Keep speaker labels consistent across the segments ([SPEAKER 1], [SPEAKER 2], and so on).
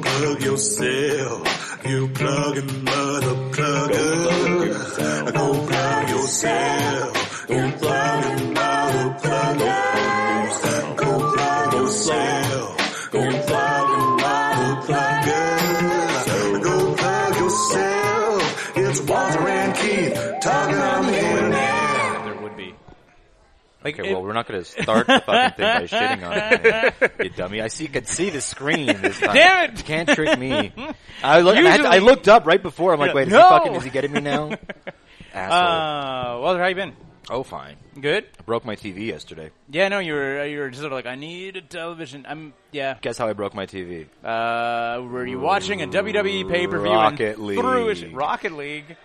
[SPEAKER 1] plug yourself, you plugging mother plugger. Go plug yourself, you plugging mother plugger. Go plug yourself, you plugging mother plugger. Go plug yourself, it's Walter and Keith talking on the internet.
[SPEAKER 2] There would be.
[SPEAKER 3] Okay, well, we're not going to start the fucking thing by shitting on it, man. you dummy. I see, could see the screen this time.
[SPEAKER 4] Damn it!
[SPEAKER 3] You can't trick me. I, look, I, had to- I
[SPEAKER 4] Usually-
[SPEAKER 3] looked up right before. I'm like, wait, is
[SPEAKER 4] No!
[SPEAKER 3] he fucking? Is he getting me now? Asshole.
[SPEAKER 4] Uh, Walter, how you been?
[SPEAKER 3] oh, fine.
[SPEAKER 4] Good.
[SPEAKER 3] I broke my TV yesterday.
[SPEAKER 4] Yeah, no, you were you were just sort of like, I need a television. I'm yeah.
[SPEAKER 3] Guess how I broke my TV?
[SPEAKER 4] Uh, were you watching a WWE pay per view?
[SPEAKER 3] Rocket League.
[SPEAKER 4] Through it, Rocket League.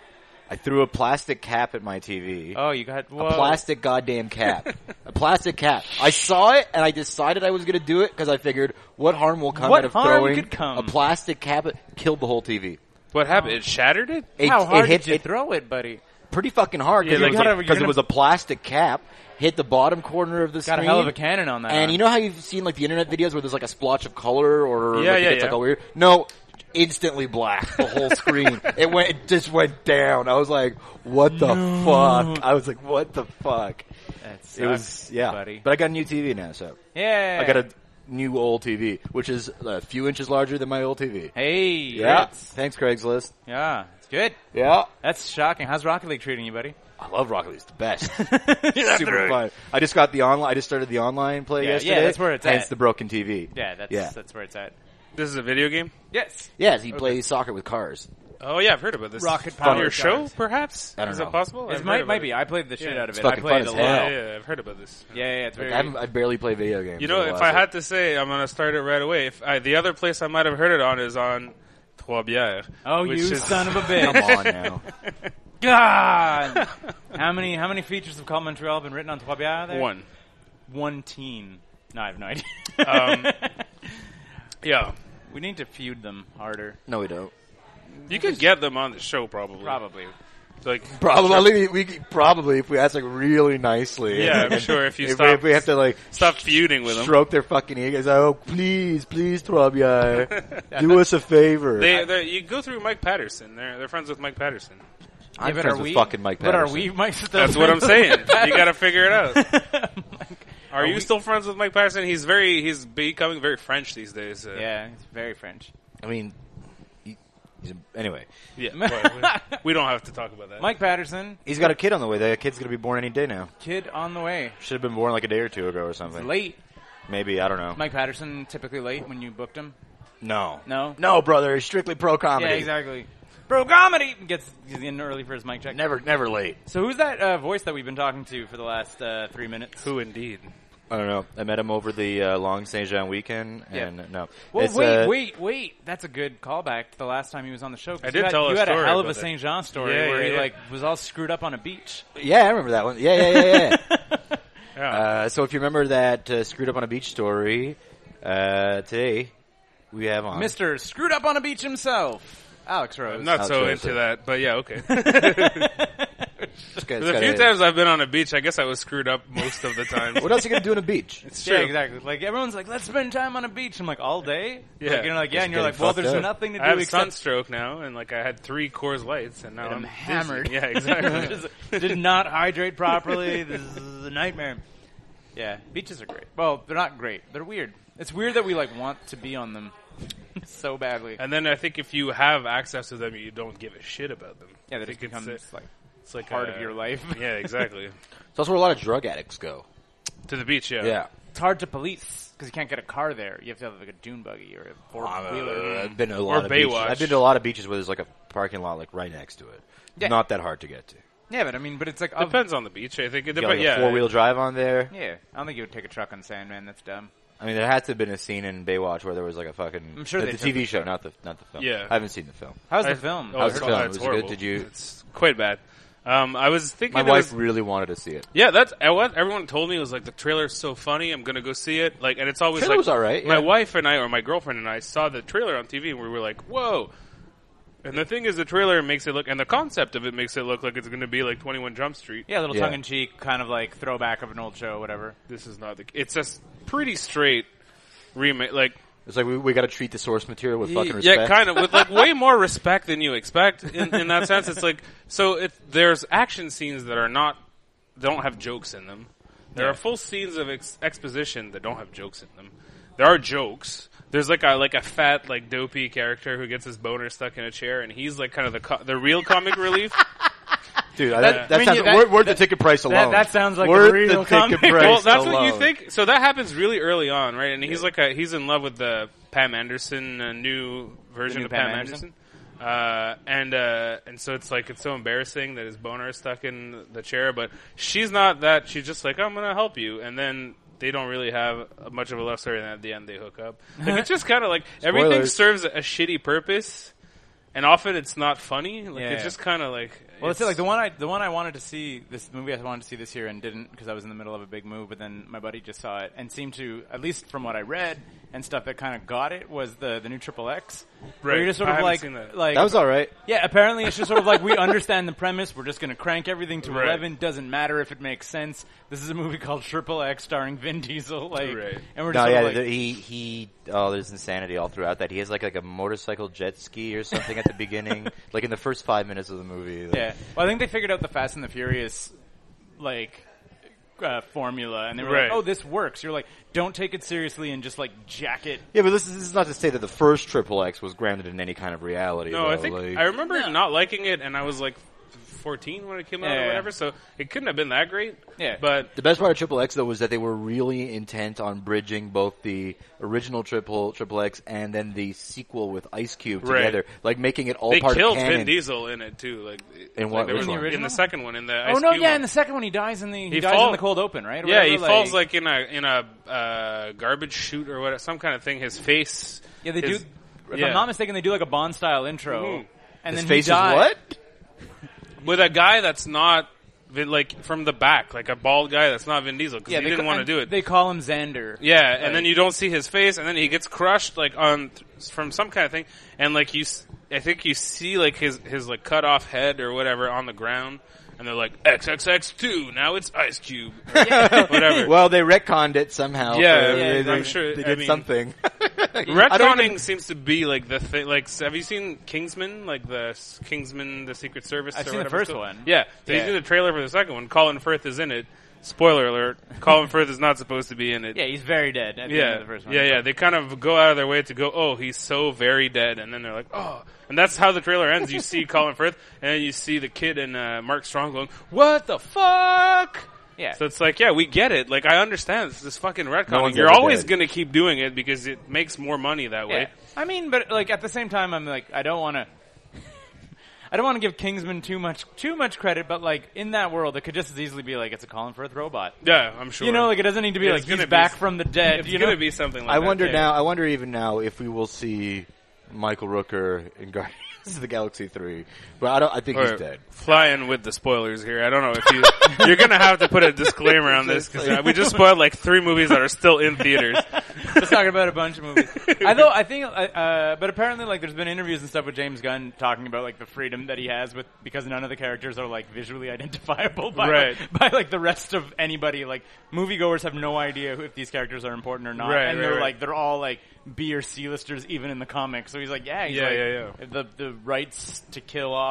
[SPEAKER 3] I threw a plastic cap at my TV.
[SPEAKER 4] Oh, you got whoa.
[SPEAKER 3] a plastic goddamn cap. a plastic cap. I saw it and I decided I was going to do it because I figured what harm will come
[SPEAKER 4] What
[SPEAKER 3] out of
[SPEAKER 4] harm
[SPEAKER 3] throwing
[SPEAKER 4] could come?
[SPEAKER 3] a plastic cap? It killed the whole TV.
[SPEAKER 5] What happened? It shattered it?
[SPEAKER 3] It,
[SPEAKER 4] How hard
[SPEAKER 3] it hit,
[SPEAKER 4] did you
[SPEAKER 3] it
[SPEAKER 4] throw it, buddy?
[SPEAKER 3] pretty fucking hard
[SPEAKER 4] Yeah,
[SPEAKER 3] because
[SPEAKER 4] like,
[SPEAKER 3] it, was
[SPEAKER 4] you gotta-
[SPEAKER 3] like-
[SPEAKER 4] you're
[SPEAKER 3] 'cause it
[SPEAKER 4] gonna-
[SPEAKER 3] was a plastic cap hit the bottom corner of the
[SPEAKER 4] Got a
[SPEAKER 3] screen.
[SPEAKER 4] hell of a cannon on that.
[SPEAKER 3] and you know how you've seen like the internet videos where there's like a splotch of color or
[SPEAKER 5] Yeah,
[SPEAKER 3] like,
[SPEAKER 5] yeah,
[SPEAKER 3] it's like
[SPEAKER 5] yeah.
[SPEAKER 3] all weird. No, instantly black the whole screen. it went, it just went down. I was like, what the fuck? I was like, what the fuck?
[SPEAKER 4] That sucks,
[SPEAKER 3] it was yeah.
[SPEAKER 4] buddy.
[SPEAKER 3] But I got a new TV now, so
[SPEAKER 4] yeah,
[SPEAKER 3] I got a new old TV, which is a few inches larger than my old TV.
[SPEAKER 4] Hey,
[SPEAKER 3] Yeah,
[SPEAKER 4] it's-
[SPEAKER 3] thanks Craigslist.
[SPEAKER 4] yeah, it's good.
[SPEAKER 3] Yeah,
[SPEAKER 4] That's shocking. How's Rocket League treating you, buddy?
[SPEAKER 3] I love Rocket League. It's the best.
[SPEAKER 4] Super
[SPEAKER 3] super fun. I just got the online. I just started the online play
[SPEAKER 4] Yeah, yeah,
[SPEAKER 3] yesterday.
[SPEAKER 4] that's where it's
[SPEAKER 3] hence
[SPEAKER 4] at.
[SPEAKER 3] the broken TV.
[SPEAKER 4] Yeah, that's
[SPEAKER 3] yeah.
[SPEAKER 4] that's where it's at.
[SPEAKER 5] This is a video game?
[SPEAKER 4] Yes,
[SPEAKER 3] yes, he plays soccer with cars.
[SPEAKER 5] Oh yeah, I've heard about this.
[SPEAKER 4] Rocket
[SPEAKER 5] On
[SPEAKER 4] Power
[SPEAKER 5] your show,
[SPEAKER 4] Guns.
[SPEAKER 5] perhaps?
[SPEAKER 3] I don't
[SPEAKER 5] is
[SPEAKER 3] know.
[SPEAKER 5] it possible?
[SPEAKER 4] it
[SPEAKER 5] I've heard
[SPEAKER 4] might
[SPEAKER 5] about
[SPEAKER 4] might
[SPEAKER 5] it.
[SPEAKER 4] be. I played the shit
[SPEAKER 5] Yeah.
[SPEAKER 4] out of
[SPEAKER 3] It's
[SPEAKER 4] it. I
[SPEAKER 3] fucking
[SPEAKER 4] played
[SPEAKER 3] fun
[SPEAKER 4] it a
[SPEAKER 3] as
[SPEAKER 4] lot.
[SPEAKER 3] hell.
[SPEAKER 5] Yeah, yeah, I've heard about this.
[SPEAKER 4] Yeah, yeah, it's very
[SPEAKER 3] Like, I, haven't, I barely play video games.
[SPEAKER 5] You know,
[SPEAKER 3] in a
[SPEAKER 5] if
[SPEAKER 3] while,
[SPEAKER 5] I
[SPEAKER 3] so-
[SPEAKER 5] had to say, I'm gonna start it right away. If I, the other place I might have heard it on is on Trois Bières.
[SPEAKER 4] Oh,
[SPEAKER 5] which
[SPEAKER 4] you
[SPEAKER 5] is,
[SPEAKER 4] son of a
[SPEAKER 3] come
[SPEAKER 4] bitch!
[SPEAKER 3] on now.
[SPEAKER 4] God, how many how many features of Call Montreal have been written on Trois Bières? There?
[SPEAKER 5] one.
[SPEAKER 4] one teen. No, I have no idea.
[SPEAKER 5] Um, Yeah,
[SPEAKER 4] we need to feud them harder,
[SPEAKER 3] No, we don't.
[SPEAKER 5] you could get them on the show probably.
[SPEAKER 4] probably.
[SPEAKER 5] Like
[SPEAKER 3] Probably we could- probably if we ask like really nicely.
[SPEAKER 5] Yeah,
[SPEAKER 3] and-
[SPEAKER 5] I'm sure if you
[SPEAKER 3] if, we-
[SPEAKER 5] stop-
[SPEAKER 3] if we have to like
[SPEAKER 5] stop feuding with them.
[SPEAKER 3] stroke their fucking egos. Oh, please, please, Trabia, do us a favor.
[SPEAKER 5] They, they, you go through Mike Patterson. They're they're friends with Mike Patterson.
[SPEAKER 3] I'm
[SPEAKER 4] Yeah, but
[SPEAKER 3] friends
[SPEAKER 4] are
[SPEAKER 3] with
[SPEAKER 4] we-
[SPEAKER 3] fucking Mike.
[SPEAKER 4] But are
[SPEAKER 3] Patterson.
[SPEAKER 4] we Mike? Still
[SPEAKER 5] That's what I'm saying. You got to figure it out.
[SPEAKER 4] Mike-
[SPEAKER 5] Are, you
[SPEAKER 4] we-
[SPEAKER 5] still friends with Mike Patterson? He's very he's becoming very French these days. Uh,
[SPEAKER 4] yeah, it's very French.
[SPEAKER 3] I mean, he, he's a- anyway,
[SPEAKER 5] yeah. well, we- we don't have to talk about that.
[SPEAKER 4] Mike Patterson,
[SPEAKER 3] he's got a kid on the way. The kid's gonna be born any day now.
[SPEAKER 4] kid on the way.
[SPEAKER 3] Should have been born like a day or two ago or something.
[SPEAKER 4] Late.
[SPEAKER 3] Maybe I don't know.
[SPEAKER 4] Mike Patterson typically late when you booked him.
[SPEAKER 3] no,
[SPEAKER 4] No?
[SPEAKER 3] no, brother. He's strictly pro comedy.
[SPEAKER 4] Yeah, exactly. Bro, comedy gets gets in early for his mic check.
[SPEAKER 3] Never, never late.
[SPEAKER 4] So who's that uh, voice that we've been talking to for the last uh, three minutes?
[SPEAKER 5] Who indeed?
[SPEAKER 3] I don't know. I met him over the uh, long Saint Jean weekend,
[SPEAKER 4] Yeah.
[SPEAKER 3] and no.
[SPEAKER 4] Well,
[SPEAKER 3] It's,
[SPEAKER 4] wait,
[SPEAKER 3] uh,
[SPEAKER 4] wait, wait. That's a good callback to the last time he was on the show. 'cause
[SPEAKER 5] I
[SPEAKER 4] you
[SPEAKER 5] did
[SPEAKER 4] had,
[SPEAKER 5] tell a
[SPEAKER 4] you had a
[SPEAKER 5] story
[SPEAKER 4] hell of
[SPEAKER 5] about
[SPEAKER 4] a
[SPEAKER 5] that.
[SPEAKER 4] Saint John story
[SPEAKER 5] Yeah,
[SPEAKER 4] where
[SPEAKER 5] yeah,
[SPEAKER 4] he
[SPEAKER 5] yeah.
[SPEAKER 4] like was all screwed up on a beach.
[SPEAKER 3] Yeah, I remember that one. Yeah, yeah, yeah. yeah.
[SPEAKER 5] Yeah.
[SPEAKER 3] uh, so if you remember that uh, screwed up on a beach story, uh, today we have on
[SPEAKER 4] Mister screwed up on a beach himself, Alex Rose.
[SPEAKER 5] Um, I'm not so
[SPEAKER 3] outro,
[SPEAKER 5] into
[SPEAKER 3] so-
[SPEAKER 5] that, but yeah, okay.
[SPEAKER 3] It's got- it's
[SPEAKER 5] There's a
[SPEAKER 3] got
[SPEAKER 5] few
[SPEAKER 3] a-
[SPEAKER 5] times I've been on a beach. I guess I was screwed up most of the time.
[SPEAKER 3] What else are you gonna do on a beach?
[SPEAKER 5] It's true.
[SPEAKER 4] yeah, exactly. Like everyone's like, let's spend time on a beach. I'm like, all day.
[SPEAKER 5] Yeah.
[SPEAKER 4] Like, you're like, yeah,
[SPEAKER 3] Just
[SPEAKER 4] and
[SPEAKER 3] getting
[SPEAKER 4] you're like, well,
[SPEAKER 3] fucked
[SPEAKER 4] there's
[SPEAKER 3] up.
[SPEAKER 4] nothing to do
[SPEAKER 5] I have
[SPEAKER 4] except
[SPEAKER 5] sunstroke now, and like I had three Coors Lights, and now
[SPEAKER 4] And
[SPEAKER 5] I'm,
[SPEAKER 4] I'm hammered.
[SPEAKER 5] dizzy. Yeah, exactly.
[SPEAKER 4] Just did not hydrate properly. This is a nightmare. Yeah, beaches are great. Well, they're not great. They're weird. It's weird that we like want to be on them so badly.
[SPEAKER 5] and then I think if you have access to them, you don't give a shit about them.
[SPEAKER 4] Yeah, that
[SPEAKER 5] I
[SPEAKER 4] it
[SPEAKER 5] think it's,
[SPEAKER 4] becomes
[SPEAKER 5] uh,
[SPEAKER 4] like
[SPEAKER 5] it's like
[SPEAKER 4] part
[SPEAKER 5] a-
[SPEAKER 4] of your life.
[SPEAKER 5] Yeah, exactly.
[SPEAKER 3] So that's where a lot of drug addicts go.
[SPEAKER 5] to the beach. Yeah.
[SPEAKER 4] It's hard to police because you can't get a car there. You have to have like a dune buggy or a four
[SPEAKER 3] Uh,
[SPEAKER 4] wheeler.
[SPEAKER 3] I've been to a lot of beaches.
[SPEAKER 5] Baywatch.
[SPEAKER 3] I've been to a lot of beaches where there's like a parking lot like right next to it.
[SPEAKER 4] Yeah.
[SPEAKER 3] Not that hard to get to.
[SPEAKER 4] Yeah, but I mean, but it's like of-
[SPEAKER 5] Depends on the beach. I think it
[SPEAKER 3] You got
[SPEAKER 5] depends.
[SPEAKER 3] like
[SPEAKER 5] Yeah.
[SPEAKER 3] a four wheel drive on there.
[SPEAKER 4] Yeah, I don't think you would take a truck on sand, man. That's dumb.
[SPEAKER 3] I mean, there had to have been a scene in Baywatch where there was like a fucking.
[SPEAKER 4] I'm sure
[SPEAKER 3] the,
[SPEAKER 4] they
[SPEAKER 3] the
[SPEAKER 4] took
[SPEAKER 3] TV show, not the not the film.
[SPEAKER 5] Yeah.
[SPEAKER 3] I haven't seen the film.
[SPEAKER 4] How's the
[SPEAKER 5] I-
[SPEAKER 4] film?
[SPEAKER 5] oh,
[SPEAKER 3] How's
[SPEAKER 5] it's
[SPEAKER 3] the film?
[SPEAKER 5] hor- it's
[SPEAKER 3] Was it good?
[SPEAKER 5] horrible.
[SPEAKER 3] Did you-
[SPEAKER 5] It's quite bad. Um, I was thinking.
[SPEAKER 3] My
[SPEAKER 5] there
[SPEAKER 3] wife
[SPEAKER 5] was-
[SPEAKER 3] really wanted to see it.
[SPEAKER 5] Yeah, that's uh, what everyone told me was like the trailer's so funny. I'm gonna go see it. Like, and it's always
[SPEAKER 3] Trailer
[SPEAKER 5] like
[SPEAKER 3] was all right,
[SPEAKER 5] My
[SPEAKER 3] yeah.
[SPEAKER 5] wife and I, or my girlfriend and I, saw the trailer on TV, and we were like, "Whoa!" And the thing is, the trailer makes it look, and the concept of it makes it look like it's gonna be like 21 Jump Street.
[SPEAKER 4] Yeah, a little
[SPEAKER 3] Yeah.
[SPEAKER 4] tongue in cheek, kind of like throwback of an old show, whatever.
[SPEAKER 5] This is not the. It's a s- pretty straight remake. Like,
[SPEAKER 3] It's like we, we got to treat the source material with fucking
[SPEAKER 5] yeah,
[SPEAKER 3] respect.
[SPEAKER 5] kind of with like way more respect than you expect. In, in that sense, it's like so. It, there's action scenes that are not don't have jokes in them. There are full scenes of ex- exposition that don't have jokes in them. There are jokes. There's like a like a fat like dopey character who gets his boner stuck in a chair, and he's like kind of the co- the real comic relief.
[SPEAKER 3] dude. That, that,
[SPEAKER 4] I mean,
[SPEAKER 3] sounds
[SPEAKER 4] yeah, that-
[SPEAKER 3] worth, worth the ticket price alone.
[SPEAKER 4] that sounds like
[SPEAKER 3] worth
[SPEAKER 4] a real
[SPEAKER 3] the ticket
[SPEAKER 4] comic.
[SPEAKER 3] price.
[SPEAKER 5] Well, that's what you
[SPEAKER 3] alone.
[SPEAKER 5] think. So that happens really early on, right? And he's like a, he's in love with the Pam Anderson, uh new version
[SPEAKER 4] new
[SPEAKER 5] of
[SPEAKER 4] Pam
[SPEAKER 5] Pam,
[SPEAKER 4] Anderson?
[SPEAKER 5] Anderson. Uh, and uh, and so it's like it's so embarrassing that his boner is stuck in the chair, but she's not that. She's just like I'm gonna help you, and then they don't really have much of a love story. And at the end, they hook up. Like it's just kind of like everything
[SPEAKER 3] Spoilers.
[SPEAKER 5] serves a shitty purpose, and often it's not funny. Like
[SPEAKER 4] Yeah.
[SPEAKER 5] it's just kind of like
[SPEAKER 4] Well, it's,
[SPEAKER 5] it's-
[SPEAKER 4] like the one I the one I wanted to see this movie I wanted to see this year and didn't because I was in the middle of a big move. But then my buddy just saw it and seemed to, at least from what I read and stuff, that kind of got it was the the new Triple X. Where
[SPEAKER 5] Right.
[SPEAKER 4] you're just sort of
[SPEAKER 5] I haven't
[SPEAKER 4] like
[SPEAKER 5] seen that.
[SPEAKER 4] like
[SPEAKER 3] That was all right.
[SPEAKER 4] yeah. Apparently, it's just sort of like we understand the premise. We're just going to crank everything to
[SPEAKER 5] Right.
[SPEAKER 4] eleven. Doesn't matter if it makes sense. This is a movie called Triple X starring Vin Diesel. Like,
[SPEAKER 5] Right.
[SPEAKER 4] and we're
[SPEAKER 3] No,
[SPEAKER 4] just sort
[SPEAKER 3] yeah,
[SPEAKER 4] of like,
[SPEAKER 3] th- he he. Oh, there's insanity all throughout that. He has like like a motorcycle jet ski or something at the beginning, like in the first five minutes of the movie. Like,
[SPEAKER 4] Yeah. Well, I think they figured out the Fast and the Furious like uh, formula, and they were
[SPEAKER 5] Right.
[SPEAKER 4] like, "Oh, this works." You're like, "Don't take it seriously and just like jack it."
[SPEAKER 3] Yeah, but this is, this is not to say that the first Triple X was grounded in any kind of reality.
[SPEAKER 5] No, I
[SPEAKER 3] though,
[SPEAKER 5] think
[SPEAKER 3] like-
[SPEAKER 5] I remember not liking it, and I was like 14 when it came out
[SPEAKER 4] Yeah.
[SPEAKER 5] or whatever. So it couldn't have been that great.
[SPEAKER 4] Yeah.
[SPEAKER 5] but
[SPEAKER 3] The best part of Triple X though was that they were really intent on bridging both the original Triple Triple X and then the sequel with Ice Cube
[SPEAKER 5] Right.
[SPEAKER 3] together, like making it all
[SPEAKER 5] they
[SPEAKER 3] part
[SPEAKER 5] killed
[SPEAKER 3] of
[SPEAKER 5] Vin
[SPEAKER 3] canon.
[SPEAKER 5] Diesel in it too. Like
[SPEAKER 3] In
[SPEAKER 5] like
[SPEAKER 3] what-
[SPEAKER 5] there
[SPEAKER 3] which
[SPEAKER 5] was-
[SPEAKER 3] one?
[SPEAKER 5] in the second one in the
[SPEAKER 4] oh
[SPEAKER 5] Ice
[SPEAKER 4] no,
[SPEAKER 5] Cube
[SPEAKER 4] yeah.
[SPEAKER 5] one.
[SPEAKER 4] In the second one, he dies in the he,
[SPEAKER 5] He
[SPEAKER 4] dies in
[SPEAKER 5] fall-
[SPEAKER 4] the cold open, right? Or
[SPEAKER 5] yeah, he
[SPEAKER 4] whatever,
[SPEAKER 5] falls like in a in a uh, garbage chute or what, some kind of thing. His face.
[SPEAKER 4] yeah. They
[SPEAKER 5] his-
[SPEAKER 4] do. If
[SPEAKER 5] yeah.
[SPEAKER 4] I'm not mistaken, they do like a Bond style intro,
[SPEAKER 5] Mhm.
[SPEAKER 4] and
[SPEAKER 3] His
[SPEAKER 4] then
[SPEAKER 3] face
[SPEAKER 4] he dies.
[SPEAKER 3] is what?
[SPEAKER 5] with a guy that's not Vin, like from the back, like a bald guy that's not Vin Diesel because
[SPEAKER 4] Yeah,
[SPEAKER 5] he
[SPEAKER 4] they
[SPEAKER 5] didn't
[SPEAKER 4] ca-
[SPEAKER 5] want to
[SPEAKER 4] and
[SPEAKER 5] do it.
[SPEAKER 4] They call him Xander.
[SPEAKER 5] Yeah, and then you don't see his face, and then he gets crushed like on th- from some kind of thing, and like you, s- I think you see like his his like cut off head or whatever on the ground, and they're like XXX two, now it's Ice Cube, or whatever.
[SPEAKER 3] Well, they retconned it somehow.
[SPEAKER 5] Yeah,
[SPEAKER 3] so
[SPEAKER 5] yeah,
[SPEAKER 3] they, they-
[SPEAKER 5] I'm sure-
[SPEAKER 3] they
[SPEAKER 5] I
[SPEAKER 3] did
[SPEAKER 5] mean-
[SPEAKER 3] something. I don't
[SPEAKER 5] Retconning
[SPEAKER 3] even-
[SPEAKER 5] seems to be like the thing. Like, s- have you seen Kingsman? Like the s- Kingsman, the Secret Service.
[SPEAKER 4] I've
[SPEAKER 5] or
[SPEAKER 4] seen the
[SPEAKER 5] whatever
[SPEAKER 4] first
[SPEAKER 5] it's called?
[SPEAKER 4] one.
[SPEAKER 5] Yeah, so
[SPEAKER 4] Yeah.
[SPEAKER 5] you see the trailer for the second one. Colin Firth is in it. Spoiler alert: Colin Firth is not supposed to be in it.
[SPEAKER 4] Yeah, he's very dead at the
[SPEAKER 5] yeah.
[SPEAKER 4] end of the first one.
[SPEAKER 5] Yeah, yeah. They kind of go out of their way to go, oh, he's so very dead. And then they're like, oh. And that's how the trailer ends. You see Colin Firth, and then you see the kid and uh, Mark Strong going, what the fuck?
[SPEAKER 4] Yeah.
[SPEAKER 5] So it's like, yeah, we get it. Like, I understand. It's this fucking
[SPEAKER 3] No
[SPEAKER 5] retconning.
[SPEAKER 3] one's
[SPEAKER 5] You're
[SPEAKER 3] ever
[SPEAKER 5] always
[SPEAKER 3] dead.
[SPEAKER 5] going to keep doing it because it makes more money that way.
[SPEAKER 4] I mean, but like at the same time, I'm like, I don't want to. I don't want to give Kingsman too much too much credit, but like in that world, it could just as easily be like it's a Colin Firth robot.
[SPEAKER 5] Yeah, I'm sure.
[SPEAKER 4] You know, like it doesn't need to be
[SPEAKER 5] It's
[SPEAKER 4] like he's
[SPEAKER 5] gonna be-
[SPEAKER 4] back from the dead.
[SPEAKER 5] it's
[SPEAKER 4] you
[SPEAKER 5] going
[SPEAKER 4] know,
[SPEAKER 5] to be something like
[SPEAKER 3] I
[SPEAKER 5] that.
[SPEAKER 3] wonder
[SPEAKER 5] yeah.
[SPEAKER 3] now. I wonder even now if we will see Michael Rooker in Guardians of the Galaxy three. But I don't. I think
[SPEAKER 5] Or
[SPEAKER 3] he's dead.
[SPEAKER 5] flying with the spoilers here. I don't know if you you're gonna have to put a disclaimer on this because uh, we just spoiled like three movies that are still in theaters.
[SPEAKER 4] just talking about a bunch of movies. I though I think, uh, uh, but apparently, like there's been interviews and stuff with James Gunn talking about like the freedom that he has with because none of the characters are like visually identifiable by
[SPEAKER 5] Right.
[SPEAKER 4] by like the rest of anybody. Like moviegoers have no idea who, if these characters are important or not,
[SPEAKER 5] Right,
[SPEAKER 4] and
[SPEAKER 5] right,
[SPEAKER 4] they're
[SPEAKER 5] right.
[SPEAKER 4] like they're all like B or C listers even in the comics. So he's like, yeah, he's
[SPEAKER 5] Yeah,
[SPEAKER 4] like,
[SPEAKER 5] yeah, yeah.
[SPEAKER 4] The the rights to kill off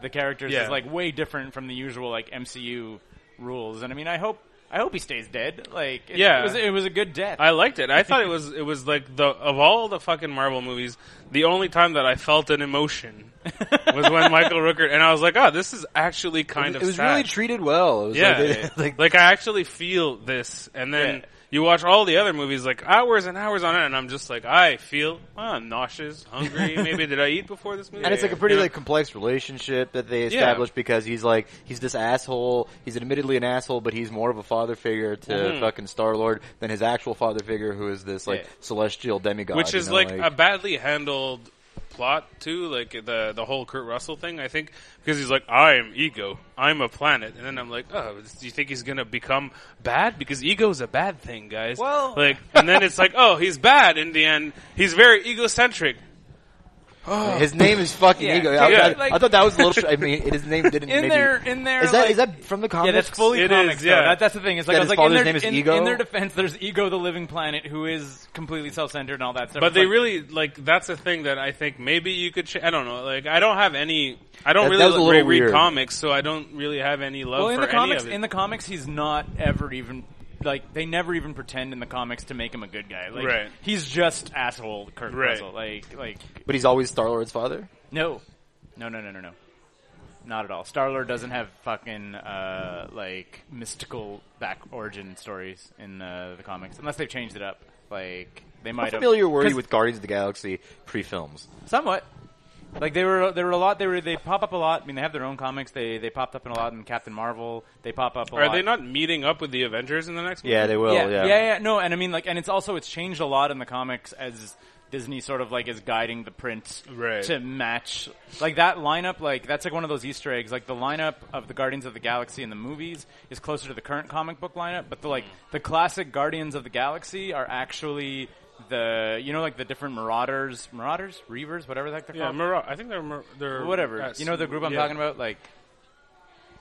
[SPEAKER 4] the characters
[SPEAKER 5] Yeah.
[SPEAKER 4] is like way different from the usual like MCU rules. And I mean, I hope. I hope he stays dead. Like, it,
[SPEAKER 5] Yeah.
[SPEAKER 4] it was, it was a good death.
[SPEAKER 5] I liked it. I thought it was it was like the of all the fucking Marvel movies, the only time that I felt an emotion was when Michael Rooker and I was like, oh, this is actually kind
[SPEAKER 3] it
[SPEAKER 5] of
[SPEAKER 3] was
[SPEAKER 5] sad.
[SPEAKER 3] really treated well. It was
[SPEAKER 5] yeah,
[SPEAKER 3] like they-
[SPEAKER 5] yeah.
[SPEAKER 3] like
[SPEAKER 5] like, I actually feel this, and then
[SPEAKER 4] Yeah.
[SPEAKER 5] You watch all the other movies like hours and hours on it, and I'm just like, I feel well, I'm nauseous, hungry. Maybe did I eat before this movie?
[SPEAKER 3] And it's like a pretty
[SPEAKER 5] You know?
[SPEAKER 3] like complex relationship that they establish because he's like he's this asshole. He's admittedly an asshole, but he's more of a father figure to fucking Star Lord than his actual father figure, who is this like
[SPEAKER 5] Mm-hmm. Yeah.
[SPEAKER 3] celestial demigod.
[SPEAKER 5] which
[SPEAKER 3] you
[SPEAKER 5] is
[SPEAKER 3] know,
[SPEAKER 5] like, a badly handled plot too like the the whole Kurt Russell thing I think because he's like I am ego I'm a planet and then I'm like oh do you think he's gonna become bad because ego's a bad thing guys
[SPEAKER 6] Well-
[SPEAKER 5] like and then it's like oh he's bad in the end he's very egocentric
[SPEAKER 3] his name is fucking
[SPEAKER 4] Yeah.
[SPEAKER 3] ego. I,
[SPEAKER 5] Yeah.
[SPEAKER 3] I- I thought that was a little. Sh- I mean, his name didn't.
[SPEAKER 4] in
[SPEAKER 3] maybe,
[SPEAKER 4] their in their
[SPEAKER 3] is that
[SPEAKER 4] like,
[SPEAKER 3] is that from the comics?
[SPEAKER 4] yeah, that's fully
[SPEAKER 5] It
[SPEAKER 4] comics.
[SPEAKER 5] is, yeah.
[SPEAKER 4] though. That, that's the thing. It's like
[SPEAKER 3] That
[SPEAKER 4] I was
[SPEAKER 3] his
[SPEAKER 4] like, in
[SPEAKER 3] father's
[SPEAKER 4] their,
[SPEAKER 3] name is
[SPEAKER 4] in,
[SPEAKER 3] Ego?
[SPEAKER 4] in their defense, there's Ego, the living planet, who is completely self-centered and all that stuff.
[SPEAKER 5] but
[SPEAKER 4] It's
[SPEAKER 5] they
[SPEAKER 4] like,
[SPEAKER 5] really like that's a thing that I think maybe you could ch- I don't know like I don't have any I don't
[SPEAKER 3] That- that was a
[SPEAKER 5] really
[SPEAKER 3] little
[SPEAKER 5] re- read
[SPEAKER 3] weird.
[SPEAKER 5] comics so I don't really have any love
[SPEAKER 4] well in
[SPEAKER 5] for
[SPEAKER 4] the comics.
[SPEAKER 5] any of it
[SPEAKER 4] In the comics, he's not ever even like they never even pretend in the comics to make him a good guy. Like,
[SPEAKER 5] Right.
[SPEAKER 4] He's just asshole Kurt
[SPEAKER 5] Right.
[SPEAKER 4] Russell. Like like
[SPEAKER 3] But he's always Star Lord's father.
[SPEAKER 4] no, no no no no no. Not at all. Star Lord doesn't have fucking uh, like mystical back origin stories in uh, the comics, unless they've changed it up. Like they
[SPEAKER 3] How
[SPEAKER 4] might have-
[SPEAKER 3] familiar were
[SPEAKER 4] 'cause-
[SPEAKER 3] you with Guardians of the Galaxy pre-films?
[SPEAKER 4] Somewhat. Like they were, they were a lot. They were, they pop up a lot. I mean, they have their own comics. They they popped up in a lot in Captain Marvel. They pop up. A
[SPEAKER 5] are
[SPEAKER 4] lot.
[SPEAKER 5] they not meeting up with the Avengers in the next
[SPEAKER 3] Yeah, they will. Yeah,
[SPEAKER 4] yeah, yeah, No, and I mean, like, and it's also it's changed a lot in the comics as Disney sort of like is guiding the print
[SPEAKER 5] Right.
[SPEAKER 4] to match like that lineup. Like that's like one of those Easter eggs. Like the lineup of the Guardians of the Galaxy in the movies is closer to the current comic book lineup, but the
[SPEAKER 5] Hmm.
[SPEAKER 4] like the classic Guardians of the Galaxy are actually. The you know like the different marauders, marauders, reavers, whatever the heck they're
[SPEAKER 5] Yeah,
[SPEAKER 4] called.
[SPEAKER 5] Mara- I think they're Mar- they're
[SPEAKER 4] whatever.
[SPEAKER 5] yes.
[SPEAKER 4] you know the group I'm
[SPEAKER 5] Yeah.
[SPEAKER 4] talking about, like,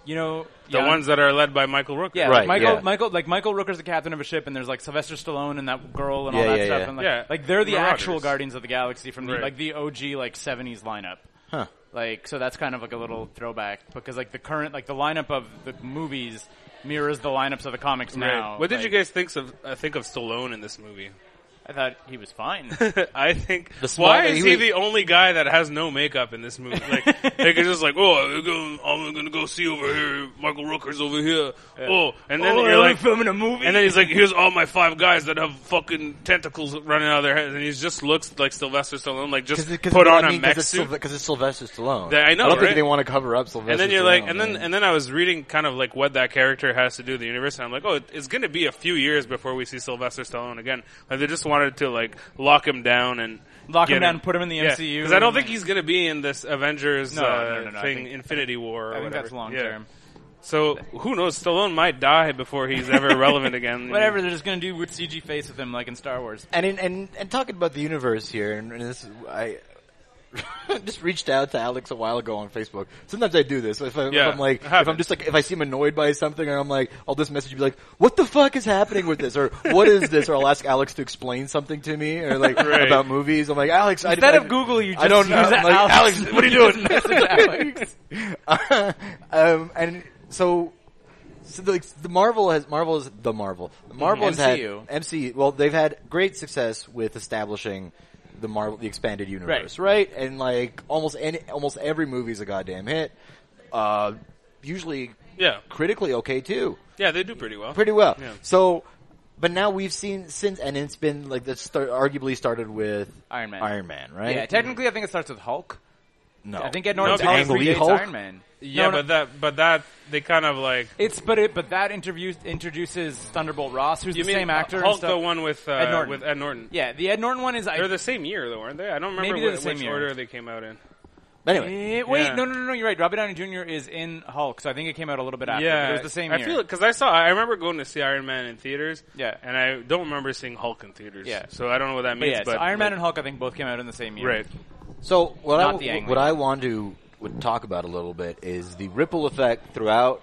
[SPEAKER 4] you know
[SPEAKER 5] The
[SPEAKER 4] yeah,
[SPEAKER 5] ones that are led by Michael Rooker.
[SPEAKER 4] yeah,
[SPEAKER 3] Right,
[SPEAKER 4] like Michael,
[SPEAKER 3] yeah.
[SPEAKER 4] Michael, like Michael Rooker's the captain of a ship, and there's like Sylvester Stallone and that girl and all
[SPEAKER 3] Yeah,
[SPEAKER 4] that
[SPEAKER 3] yeah,
[SPEAKER 4] stuff,
[SPEAKER 3] yeah.
[SPEAKER 4] and like,
[SPEAKER 5] Yeah.
[SPEAKER 4] like they're the
[SPEAKER 5] Marauders.
[SPEAKER 4] actual Guardians of the Galaxy from the
[SPEAKER 5] Right.
[SPEAKER 4] like the OG like '70s lineup.
[SPEAKER 3] Huh.
[SPEAKER 4] Like, so that's kind of like a little throwback because like the current like the lineup of the movies mirrors the lineups of the comics
[SPEAKER 5] Right.
[SPEAKER 4] now.
[SPEAKER 5] What did
[SPEAKER 4] Like,
[SPEAKER 5] you guys think of? I think of Stallone in this movie.
[SPEAKER 4] I thought he was fine.
[SPEAKER 5] I think.
[SPEAKER 3] The small-
[SPEAKER 5] why is
[SPEAKER 3] he
[SPEAKER 5] he,
[SPEAKER 3] was-
[SPEAKER 5] the only guy that has no makeup in this movie? Like, like it's just like, oh, I'm gonna, I'm gonna go see over here. Michael Rooker's over here. Oh, and then you're like,
[SPEAKER 4] filming a movie,
[SPEAKER 5] and then he's like, here's all my five guys that have fucking tentacles running out of their heads, and he just looks like Sylvester Stallone, like just put on a mech
[SPEAKER 3] because
[SPEAKER 5] suit.
[SPEAKER 3] it's, Sylvester Stallone.
[SPEAKER 5] Yeah, I know,
[SPEAKER 3] I don't
[SPEAKER 5] right?
[SPEAKER 3] think they want to cover up Sylvester.
[SPEAKER 5] and then you're
[SPEAKER 3] Stallone,
[SPEAKER 5] like, and then
[SPEAKER 3] man.
[SPEAKER 5] and then I was reading kind of like what that character has to do in the universe, and I'm like, oh, it- it's going to be a few years before we see Sylvester Stallone again. Like they just wanted to like lock him down and
[SPEAKER 4] Lock him
[SPEAKER 5] get
[SPEAKER 4] down and put him in the MCU
[SPEAKER 5] because I don't
[SPEAKER 4] and-
[SPEAKER 5] think he's going to be in this Avengers
[SPEAKER 4] No,
[SPEAKER 5] uh,
[SPEAKER 4] no, no, no, no, I
[SPEAKER 5] thing,
[SPEAKER 4] think-
[SPEAKER 5] Infinity War. Or
[SPEAKER 4] I think
[SPEAKER 5] whatever.
[SPEAKER 4] that's long
[SPEAKER 5] Yeah.
[SPEAKER 4] term.
[SPEAKER 5] So who knows? Stallone might die before he's ever relevant again.
[SPEAKER 4] Whatever they're just gonna do with CG face with him like in Star Wars.
[SPEAKER 3] and in, and and talking about the universe here, and, and this is- I just reached out to Alex a while ago on Facebook. Sometimes I do this if, I,
[SPEAKER 5] Yeah,
[SPEAKER 3] if I'm like,
[SPEAKER 5] it
[SPEAKER 3] if
[SPEAKER 5] happens.
[SPEAKER 3] I'm just like, if I seem annoyed by something, and I'm like, I'll just message you be like, "What the fuck is happening with this?" or "What is this?" or I'll ask Alex to explain something to me, or like
[SPEAKER 5] Right.
[SPEAKER 3] about movies. I'm like, Alex, I-
[SPEAKER 4] Instead
[SPEAKER 3] I,
[SPEAKER 4] of Google, you just
[SPEAKER 3] I don't know.
[SPEAKER 4] use
[SPEAKER 3] I'm like,
[SPEAKER 4] Alex.
[SPEAKER 3] Alex, what are you doing?
[SPEAKER 4] Alex.
[SPEAKER 3] um, and so, so the, the Marvel has Marvel is the Marvel. The Marvel has had
[SPEAKER 4] MCU.
[SPEAKER 3] MCU. Well, they've had great success with establishing the Marvel, the expanded universe, right? And like almost any, almost every movie is a goddamn hit. Uh, usually
[SPEAKER 5] Yeah,
[SPEAKER 3] critically okay too
[SPEAKER 5] yeah, they do pretty well.
[SPEAKER 3] pretty well.
[SPEAKER 5] Yeah.
[SPEAKER 3] So, but now we've seen since, and it's been like that. Start, arguably started with
[SPEAKER 4] Iron Man.
[SPEAKER 3] Iron Man, right?
[SPEAKER 4] Yeah, technically, I think it starts with Hulk.
[SPEAKER 3] no,
[SPEAKER 4] I think Ed Norton
[SPEAKER 5] No,
[SPEAKER 4] tells
[SPEAKER 5] because-
[SPEAKER 4] predates
[SPEAKER 3] Hulk?
[SPEAKER 4] Iron Man.
[SPEAKER 5] yeah,
[SPEAKER 4] No, no,
[SPEAKER 5] but that, but that they kind of like.
[SPEAKER 4] it's but it but that interview introduces Thunderbolt Ross, who's
[SPEAKER 5] You
[SPEAKER 4] the
[SPEAKER 5] mean
[SPEAKER 4] same actor. and
[SPEAKER 5] Hulk,
[SPEAKER 4] stuff.
[SPEAKER 5] the one with uh,
[SPEAKER 4] Ed Norton.
[SPEAKER 5] with Ed Norton.
[SPEAKER 4] Yeah, the Ed Norton one is. I,
[SPEAKER 5] They're the same year, though, aren't they? I don't remember
[SPEAKER 4] Maybe they're
[SPEAKER 5] wh-
[SPEAKER 4] the same
[SPEAKER 5] which
[SPEAKER 4] year.
[SPEAKER 5] order they came out in.
[SPEAKER 3] anyway,
[SPEAKER 4] Eh, wait,
[SPEAKER 5] Yeah.
[SPEAKER 4] no, no, no, no, you're right. Robert Downey Jr. is in Hulk, so I think it came out a little bit after. but it was the same
[SPEAKER 5] I
[SPEAKER 4] year.
[SPEAKER 5] feel it because I saw. I remember going to see Iron Man in theaters.
[SPEAKER 4] Yeah.
[SPEAKER 5] and I don't remember seeing Hulk in theaters.
[SPEAKER 4] Yeah.
[SPEAKER 5] so I don't know what that
[SPEAKER 4] but
[SPEAKER 5] means.
[SPEAKER 4] yeah, so
[SPEAKER 5] but
[SPEAKER 4] Iron Man and Hulk, I think both came out in the same year.
[SPEAKER 5] right?
[SPEAKER 3] So what
[SPEAKER 4] Not
[SPEAKER 3] I
[SPEAKER 4] the Ang
[SPEAKER 3] what
[SPEAKER 4] Man.
[SPEAKER 3] I want to would talk about a little bit is the ripple effect throughout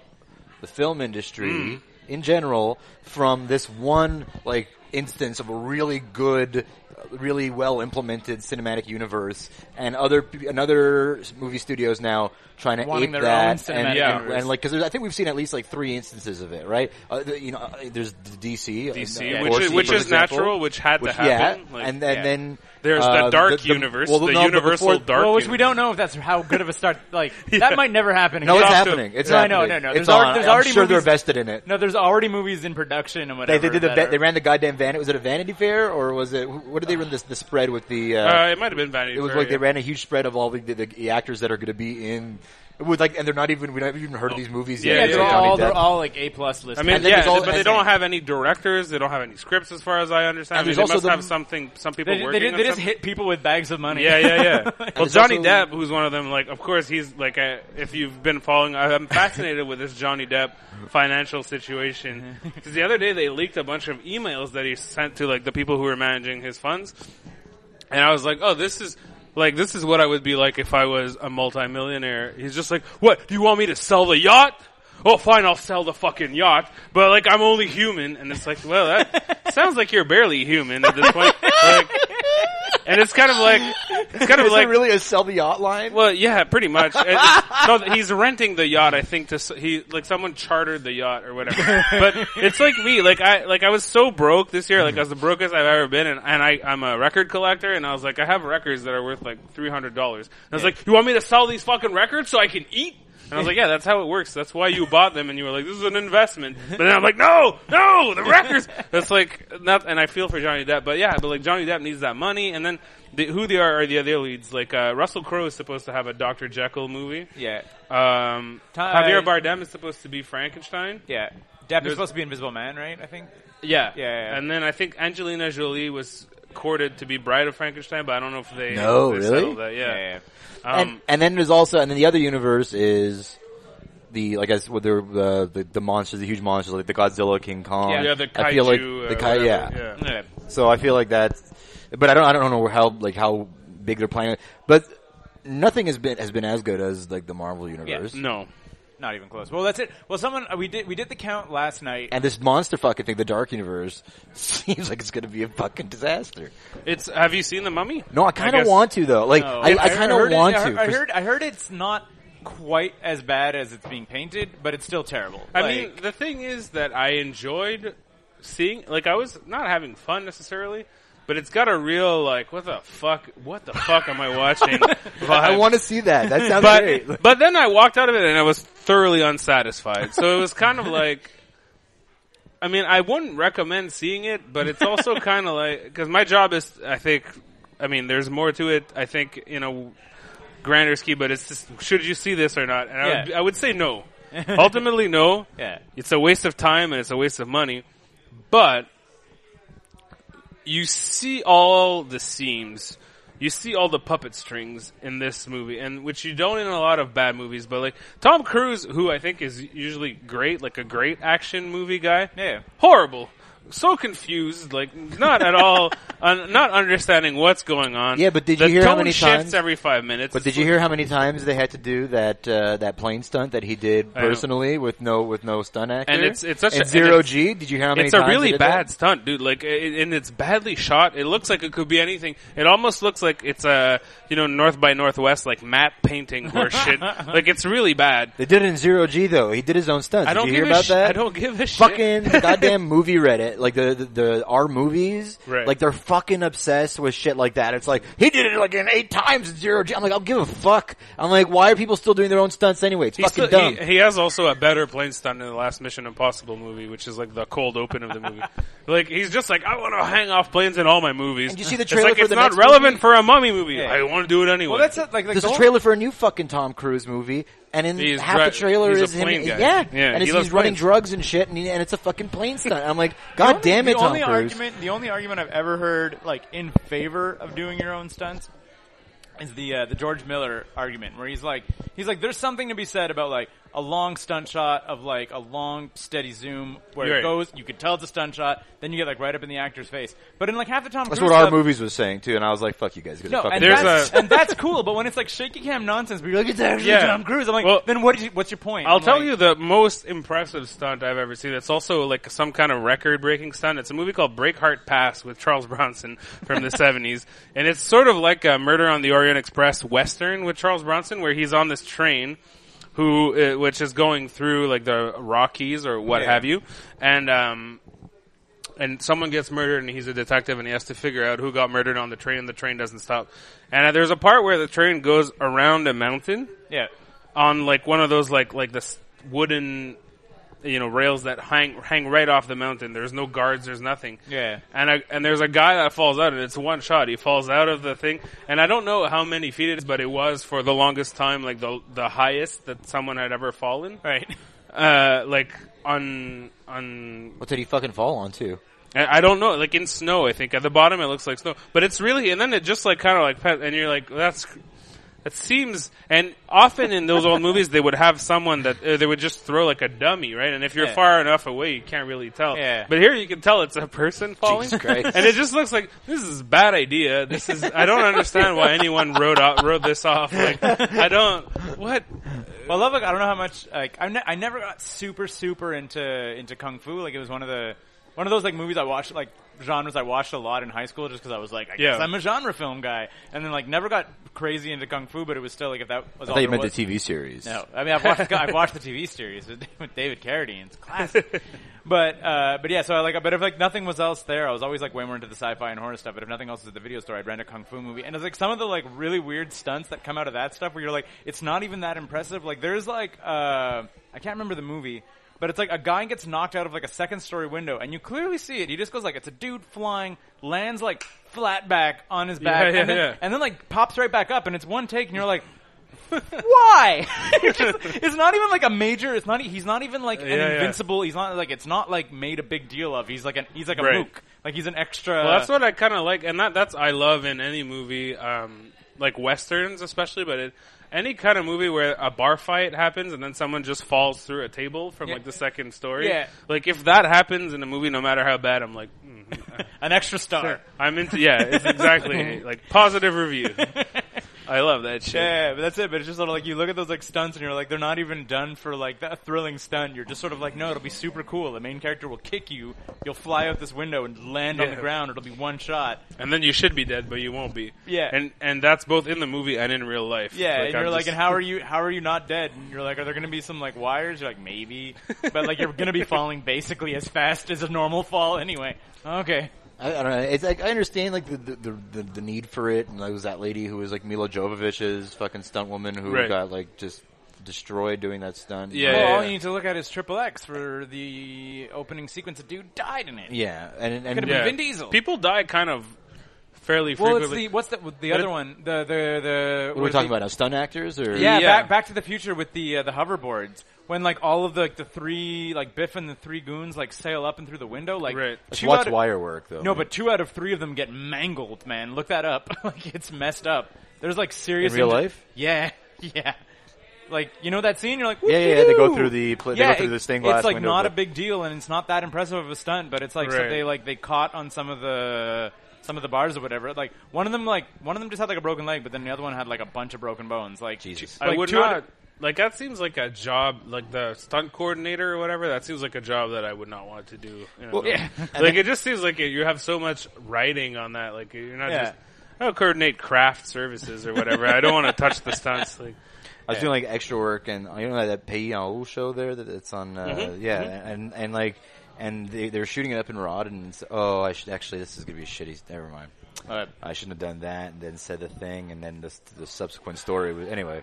[SPEAKER 3] the film industry in general from this one like instance of a really good really well implemented cinematic universe and other p- and other movie studios now trying to
[SPEAKER 4] Wanting
[SPEAKER 3] ape
[SPEAKER 4] their
[SPEAKER 3] that
[SPEAKER 4] own cinematic
[SPEAKER 3] and, and,
[SPEAKER 5] universe.
[SPEAKER 3] and, like because I think we've seen at least like three instances of it right uh, the- you know uh, there's the DC uh,
[SPEAKER 5] DC,
[SPEAKER 3] of
[SPEAKER 5] which
[SPEAKER 3] course,
[SPEAKER 5] is- which
[SPEAKER 3] for
[SPEAKER 5] is
[SPEAKER 3] example.
[SPEAKER 5] natural, which had to
[SPEAKER 3] Which-
[SPEAKER 5] happen.
[SPEAKER 3] yeah
[SPEAKER 5] Like,
[SPEAKER 3] and then
[SPEAKER 4] yeah.
[SPEAKER 3] then
[SPEAKER 5] There's
[SPEAKER 3] Uh,
[SPEAKER 5] the Dark
[SPEAKER 3] the- the-
[SPEAKER 5] Universe,
[SPEAKER 3] well,
[SPEAKER 5] the
[SPEAKER 3] no, but
[SPEAKER 5] Universal
[SPEAKER 3] before-
[SPEAKER 5] Dark.
[SPEAKER 4] well, which we
[SPEAKER 5] Universe.
[SPEAKER 4] don't know if that's how good of a start. Like
[SPEAKER 5] Yeah.
[SPEAKER 4] that might never happen.
[SPEAKER 3] No,
[SPEAKER 4] again.
[SPEAKER 3] it's
[SPEAKER 5] off to-
[SPEAKER 3] happening. It's
[SPEAKER 4] No, I
[SPEAKER 3] happening.
[SPEAKER 4] know, no, no.
[SPEAKER 3] It's
[SPEAKER 4] There's al-
[SPEAKER 3] on.
[SPEAKER 4] there's
[SPEAKER 3] I'm
[SPEAKER 4] already
[SPEAKER 3] sure they're
[SPEAKER 4] movies-
[SPEAKER 3] vested in it.
[SPEAKER 4] No, there's already movies in production and
[SPEAKER 3] They,
[SPEAKER 4] whatever.
[SPEAKER 3] they did the
[SPEAKER 4] that
[SPEAKER 3] va-
[SPEAKER 4] are-
[SPEAKER 3] they ran the goddamn van. Was it a Vanity Fair or was it what did they run this the spread with the? Uh,
[SPEAKER 5] Uh, it might have been Vanity.
[SPEAKER 3] it was
[SPEAKER 5] Fair,
[SPEAKER 3] like they
[SPEAKER 5] yeah.
[SPEAKER 3] ran a huge spread of all the, the, the actors that are going to be in. It was like and they're not even we haven't even heard of these movies
[SPEAKER 5] Yeah,
[SPEAKER 4] Yeah,
[SPEAKER 3] yet.
[SPEAKER 4] they're
[SPEAKER 5] yeah,
[SPEAKER 3] Johnny
[SPEAKER 4] all they're
[SPEAKER 3] Depp.
[SPEAKER 4] all like A plus list.
[SPEAKER 5] I mean,
[SPEAKER 3] And then
[SPEAKER 5] yeah,
[SPEAKER 3] there's all-
[SPEAKER 5] but they
[SPEAKER 3] and-
[SPEAKER 5] don't have any directors. They don't have any scripts, as far as I understand. I
[SPEAKER 3] And
[SPEAKER 5] mean,
[SPEAKER 3] there's
[SPEAKER 5] they
[SPEAKER 3] also
[SPEAKER 5] must
[SPEAKER 3] the-
[SPEAKER 5] have something. Some people
[SPEAKER 4] they, they,
[SPEAKER 5] working
[SPEAKER 4] did-
[SPEAKER 5] on
[SPEAKER 4] they just
[SPEAKER 5] something.
[SPEAKER 4] hit people with bags of money.
[SPEAKER 5] Yeah, yeah, yeah. well,
[SPEAKER 3] it's
[SPEAKER 5] Johnny
[SPEAKER 3] also-
[SPEAKER 5] Depp, who's one of them, like, of course, he's like, a, if you've been following, I'm fascinated with this Johnny Depp financial situation. Because the other day they leaked a bunch of emails that he sent to, like, the people who were managing his funds. And I was like, oh, this is, like, this is what I would be like if I was a multimillionaire. He's just like, what, do you want me to sell the yacht? Oh, fine, I'll sell the fucking yacht, but like, I'm only human. And it's like, well, that sounds like you're barely human at this point. Like, and it's kind of like, it's kind of
[SPEAKER 3] Is
[SPEAKER 5] like,
[SPEAKER 3] it really a sell the yacht line?
[SPEAKER 5] well, yeah, pretty much. It- it's- no, he's renting the yacht, I think. To s- he like someone chartered the yacht or whatever. But it's like me, like I like I was so broke this year, like I was the brokest I've ever been, and, and I I'm a record collector, and I was like, I have records that are worth like three hundred dollars. And I was like, you want me to sell these fucking records so I can eat? And I was like, yeah, that's how it works. That's why you bought them, and you were like, this is an investment. But then I'm like, no, no, the records. That's like, not, and I feel for Johnny Depp, but yeah, but like Johnny Depp needs that money, and then the, who they are are the other leads. Like uh, Russell Crowe is supposed to have a Dr. Jekyll movie.
[SPEAKER 4] yeah,
[SPEAKER 5] Um,
[SPEAKER 4] Ty-
[SPEAKER 5] Javier Bardem is supposed to be Frankenstein.
[SPEAKER 4] yeah. Depp is
[SPEAKER 5] There's-
[SPEAKER 4] supposed to be Invisible Man, right? I think.
[SPEAKER 5] Yeah.
[SPEAKER 4] yeah, yeah.
[SPEAKER 5] And then I think Angelina Jolie was courted to be Bride of Frankenstein, but I don't know if they
[SPEAKER 3] No,
[SPEAKER 5] they
[SPEAKER 3] really?
[SPEAKER 5] settled that. Yeah. Um,
[SPEAKER 3] and, and then there's also, and then the other universe is the, like I said, well, they're, uh, the, the monsters, the huge monsters, like the Godzilla, King Kong.
[SPEAKER 5] yeah, the kaiju.
[SPEAKER 3] I feel like
[SPEAKER 5] uh,
[SPEAKER 3] the kai-
[SPEAKER 5] whatever,
[SPEAKER 3] yeah.
[SPEAKER 5] yeah.
[SPEAKER 4] yeah.
[SPEAKER 3] So I feel like that's, but I don't, I don't know how, like how big they're playing it, but nothing has been, has been as good as like the Marvel universe.
[SPEAKER 5] No.
[SPEAKER 4] Not even close. Well, that's it. Well, someone uh, we did we did the count last night.
[SPEAKER 3] And this monster fucking thing, the Dark Universe, seems like it's gonna be a fucking disaster.
[SPEAKER 5] It's have you seen the Mummy?
[SPEAKER 3] No, I kind of
[SPEAKER 5] guess-
[SPEAKER 3] want to though. Like,
[SPEAKER 4] No.
[SPEAKER 3] I, I kind of
[SPEAKER 4] heard it-
[SPEAKER 3] want
[SPEAKER 4] I
[SPEAKER 3] to.
[SPEAKER 4] heard- I heard I heard it's not quite as bad as it's being painted, but it's still terrible.
[SPEAKER 5] I
[SPEAKER 4] Like,
[SPEAKER 5] mean, the thing is that I enjoyed seeing. Like, I was not having fun necessarily, but it's got a real like, what the fuck? What the fuck am I watching? vibe.
[SPEAKER 3] I want to see that. That sounds great.
[SPEAKER 5] but but then I walked out of it and I was thoroughly unsatisfied. So it was kind of like. I mean, I wouldn't recommend seeing it, but it's also kind of like because my job is, I think, I mean, there's more to it. I think in a grander scheme, but it's just should you see this or not? And I, would,
[SPEAKER 4] Yeah.
[SPEAKER 5] I would say no. Ultimately, no.
[SPEAKER 4] yeah.
[SPEAKER 5] It's a waste of time and it's a waste of money, but you see all the seams, you see all the puppet strings in this movie, and which you don't in a lot of bad movies. But like Tom Cruise, who I think is usually great, like a great action movie guy,
[SPEAKER 4] Yeah.
[SPEAKER 5] horrible, so confused, like not at all, un- not understanding what's going on.
[SPEAKER 3] Yeah, but did
[SPEAKER 5] The
[SPEAKER 3] you hear how
[SPEAKER 5] tone
[SPEAKER 3] many
[SPEAKER 5] shifts
[SPEAKER 3] times-
[SPEAKER 5] every five minutes?
[SPEAKER 3] But did you hear how many times they had to do that uh, that plane stunt that he did
[SPEAKER 5] I know.
[SPEAKER 3] personally with no with no stunt actor?
[SPEAKER 5] And it's- it's such a- and
[SPEAKER 3] zero
[SPEAKER 5] it's-
[SPEAKER 3] G. Did you hear how many?
[SPEAKER 5] it's a
[SPEAKER 3] times they
[SPEAKER 5] really
[SPEAKER 3] did
[SPEAKER 5] bad
[SPEAKER 3] that?
[SPEAKER 5] stunt, dude. Like, it, and it's badly shot. It looks like it could be anything. It almost looks like it's a you know North by Northwest like matte painting or shit. Like it's really bad.
[SPEAKER 3] They did it in zero G though. He did his own stunts.
[SPEAKER 5] I don't
[SPEAKER 3] did you
[SPEAKER 5] give
[SPEAKER 3] hear about
[SPEAKER 5] a sh-
[SPEAKER 3] that?
[SPEAKER 5] I don't give a shit.
[SPEAKER 3] Fucking goddamn movie Reddit, like the the, the our movies,
[SPEAKER 5] Right.
[SPEAKER 3] like they're fucking obsessed with shit like that. It's like he did it like in eight times in zero G. I'm like, I'll give a fuck. I'm like, why are people still doing their own stunts anyway? It's
[SPEAKER 5] He
[SPEAKER 3] fucking
[SPEAKER 5] still-
[SPEAKER 3] dumb.
[SPEAKER 5] He, he has also a better plane stunt in the last Mission Impossible movie, which is like the cold open of the movie. like he's just like, I want to hang off planes in all my movies.
[SPEAKER 3] And you see the
[SPEAKER 5] It's
[SPEAKER 3] trailer
[SPEAKER 5] like,
[SPEAKER 3] for
[SPEAKER 5] it's
[SPEAKER 3] the
[SPEAKER 5] not
[SPEAKER 3] next
[SPEAKER 5] relevant
[SPEAKER 3] movie?
[SPEAKER 5] for a mummy movie.
[SPEAKER 4] Yeah.
[SPEAKER 5] I want to do it anyway.
[SPEAKER 4] Well, that's it. Like, like
[SPEAKER 3] There's
[SPEAKER 4] the
[SPEAKER 3] a
[SPEAKER 4] whole-
[SPEAKER 3] trailer for a new fucking Tom Cruise movie, and in
[SPEAKER 5] He's
[SPEAKER 3] half
[SPEAKER 5] dri-
[SPEAKER 3] the trailer
[SPEAKER 5] he's a
[SPEAKER 3] is him.
[SPEAKER 5] plane guy.
[SPEAKER 3] Yeah,
[SPEAKER 5] Yeah,
[SPEAKER 3] and
[SPEAKER 5] he
[SPEAKER 3] it's,
[SPEAKER 5] loves
[SPEAKER 3] he's running
[SPEAKER 5] planes.
[SPEAKER 3] drugs and shit, and, he- and it's a fucking plane stunt. I'm like, God
[SPEAKER 4] only-
[SPEAKER 3] damn it,
[SPEAKER 4] the
[SPEAKER 3] Tom
[SPEAKER 4] only
[SPEAKER 3] Cruise.
[SPEAKER 4] argument the only argument I've ever heard like in favor of doing your own stunts is the uh, the George Miller argument where he's like he's like there's something to be said about like a long stunt shot of like a long steady zoom where
[SPEAKER 5] Right.
[SPEAKER 4] it goes you can tell it's a stunt shot then you get like right up in the actor's face but in like half the Tom
[SPEAKER 3] That's
[SPEAKER 4] Cruise
[SPEAKER 3] what our
[SPEAKER 4] stuff-
[SPEAKER 3] movies was saying too, and I was like, fuck you guys.
[SPEAKER 4] no, and
[SPEAKER 5] There's
[SPEAKER 4] that's,
[SPEAKER 5] a-
[SPEAKER 4] and that's cool, but when it's like shaky cam nonsense, where you're like, it's actually
[SPEAKER 5] Yeah.
[SPEAKER 4] Tom Cruise, I'm like,
[SPEAKER 5] Well,
[SPEAKER 4] then what is, what's your point?
[SPEAKER 5] I'll
[SPEAKER 4] I'm
[SPEAKER 5] tell
[SPEAKER 4] like,
[SPEAKER 5] you the most impressive stunt I've ever seen. It's also like some kind of record-breaking stunt. It's a movie called Breakheart Pass with Charles Bronson from the '70s, and it's sort of like a Murder on the Orient Express western with Charles Bronson, where he's on this train, who uh, which is going through like the Rockies or what have you, and um, and someone gets murdered and he's a detective and he has to figure out who got murdered on the train and the train doesn't stop. And uh, there's a part where the train goes around a mountain
[SPEAKER 4] Yeah.
[SPEAKER 5] on like one of those like like this wooden you know rails that hang hang right off the mountain. There's no guards. There's nothing.
[SPEAKER 4] Yeah.
[SPEAKER 5] And I, and there's a guy that falls out, and it's one shot. He falls out of the thing, and I don't know how many feet it is, but it was for the longest time like the the highest that someone had ever fallen.
[SPEAKER 4] Right.
[SPEAKER 5] Uh, like on on
[SPEAKER 3] What did he fucking fall on too?
[SPEAKER 5] I I don't know, like in snow. I think at the bottom it looks like snow, but it's really, and then it just like kind of like pet, and you're like, that's that seems. And often in those old movies, they would have someone that uh, they would just throw like a dummy, right? And if you're
[SPEAKER 4] Yeah.
[SPEAKER 5] far enough away, you can't really tell.
[SPEAKER 4] Yeah.
[SPEAKER 5] But here you can tell it's a person falling,
[SPEAKER 3] Jesus Christ.
[SPEAKER 5] and it just looks like this is a bad idea. This is I don't understand why anyone wrote off, wrote this off. Like I don't what
[SPEAKER 4] Well, I love like I don't know how much like I, ne- I never got super super into into kung fu. Like it was one of the one of those like movies I watched like genres I watched a lot in high school just because I was like I
[SPEAKER 5] Yeah.
[SPEAKER 4] guess I'm a genre film guy, and then like never got crazy into kung fu, but it was still like if that was
[SPEAKER 3] I
[SPEAKER 4] all
[SPEAKER 3] thought you
[SPEAKER 4] there
[SPEAKER 3] meant the
[SPEAKER 4] was-
[SPEAKER 3] TV series.
[SPEAKER 4] No, I mean I've watched I've watched the TV series with with David Carradine. It's classic. But uh, but yeah, so I like but if like nothing was else there, I was always like way more into the sci-fi and horror stuff. But if nothing else was at the video store, I'd rent a kung fu movie, and it's like some of the like really weird stunts that come out of that stuff where you're like, it's not even that impressive. Like there's like uh, I can't remember the movie. But it's like a guy gets knocked out of like a second story window and you clearly see it. He just goes like, it's a dude flying, lands like flat back on his back
[SPEAKER 5] yeah,
[SPEAKER 4] and, then,
[SPEAKER 5] yeah.
[SPEAKER 4] and then like pops right back up and it's one take and you're like, why? it's not even like a major. It's not. e, He's not even like an
[SPEAKER 5] Yeah, yeah.
[SPEAKER 4] invincible. He's not like. It's not like made a big deal of. He's like an. He's like a
[SPEAKER 5] Right.
[SPEAKER 4] mook. Like he's an extra.
[SPEAKER 5] Well, that's what I kind of like, and that that's I love in any movie, um, like westerns especially, but it, any kind of movie where a bar fight happens and then someone just falls through a table from
[SPEAKER 4] Yeah.
[SPEAKER 5] like the second story.
[SPEAKER 4] Yeah.
[SPEAKER 5] Like if that happens in a movie, no matter how bad, I'm like, mm,
[SPEAKER 4] an extra star.
[SPEAKER 5] I'm into. Yeah, it's exactly like positive review. I love that shit.
[SPEAKER 4] Yeah, but that's it. But it's just sort of like you look at those like stunts and you're like, they're not even done for like that thrilling stunt. You're just sort of like, no, it'll be super cool. The main character will kick you. You'll fly out this window and land on the
[SPEAKER 5] Yeah.
[SPEAKER 4] ground. It'll be one shot.
[SPEAKER 5] And then you should be dead, but you won't be.
[SPEAKER 4] Yeah.
[SPEAKER 5] And and that's both in the movie and in real life.
[SPEAKER 4] Yeah, and
[SPEAKER 5] I'm
[SPEAKER 4] you're like,
[SPEAKER 5] just-
[SPEAKER 4] and how are you? How are you not dead? And you're like, are there going to be some like wires? You're like, maybe, but like you're going to be falling basically as fast as a normal fall anyway. Okay,
[SPEAKER 3] I, I don't know. It's like I understand like the the, the, the the need for it, and there was that lady who was like Mila Jovovich's fucking stunt woman who
[SPEAKER 5] Right.
[SPEAKER 3] got like just destroyed doing that stunt.
[SPEAKER 5] Yeah,
[SPEAKER 4] well,
[SPEAKER 5] yeah,
[SPEAKER 4] all
[SPEAKER 5] yeah.
[SPEAKER 4] you need to look at is Triple X for the opening sequence. A dude died in it.
[SPEAKER 3] yeah, and and,
[SPEAKER 4] Could've been
[SPEAKER 5] Yeah.
[SPEAKER 4] Vin Diesel.
[SPEAKER 5] People die kind of fairly
[SPEAKER 4] Well,
[SPEAKER 5] frequently.
[SPEAKER 4] it's the what's the the other
[SPEAKER 5] it-
[SPEAKER 4] one? The the the
[SPEAKER 3] what are we talking about now? Stunt actors or
[SPEAKER 4] Yeah,
[SPEAKER 5] Yeah.
[SPEAKER 4] Back, back to the Future with the uh, the hoverboards. When like all of the like, the three like Biff and the three goons like sail up and through the window like
[SPEAKER 5] Right.
[SPEAKER 3] Like,
[SPEAKER 4] two out
[SPEAKER 3] what's
[SPEAKER 4] of-
[SPEAKER 3] wire work though?
[SPEAKER 4] No, but two out of three of them get mangled, man. Look that up. like it's messed up. There's like serious
[SPEAKER 3] In real
[SPEAKER 4] inju-
[SPEAKER 3] life?
[SPEAKER 4] Yeah, yeah. Like you know that scene, you're like,
[SPEAKER 3] yeah, yeah, yeah, they go through the pla- they
[SPEAKER 4] yeah,
[SPEAKER 3] go through
[SPEAKER 4] it-
[SPEAKER 3] the stained glass
[SPEAKER 4] It's like
[SPEAKER 3] window,
[SPEAKER 4] not a
[SPEAKER 3] but-
[SPEAKER 4] big deal, and it's not that impressive of a stunt, but it's like so
[SPEAKER 5] Right.
[SPEAKER 4] they like they caught on some of the some of the bars or whatever. Like one of them, like one of them just had like a broken leg, but then the other one had like a bunch of broken bones. Like
[SPEAKER 3] Jesus.
[SPEAKER 4] like,
[SPEAKER 5] I would
[SPEAKER 4] two out
[SPEAKER 5] not.
[SPEAKER 4] of-
[SPEAKER 5] like that seems like a job, like the stunt coordinator or whatever. That seems like a job that I would not want to do. you know.
[SPEAKER 4] yeah.
[SPEAKER 5] like it just seems like it, you have so much writing on that. Like you're not
[SPEAKER 4] Yeah.
[SPEAKER 5] just. I'll coordinate craft services or whatever. I don't want to touch the stunts. Like,
[SPEAKER 3] I was doing like extra work, and you know that Peiao show there that it's on. Uh,
[SPEAKER 4] Mm-hmm.
[SPEAKER 3] Yeah, and and like and they they were shooting it up in Rod, and it's, oh, I should actually this is gonna be shitty. Never mind. I shouldn't have done that, and then said the thing, and then the the subsequent story was anyway.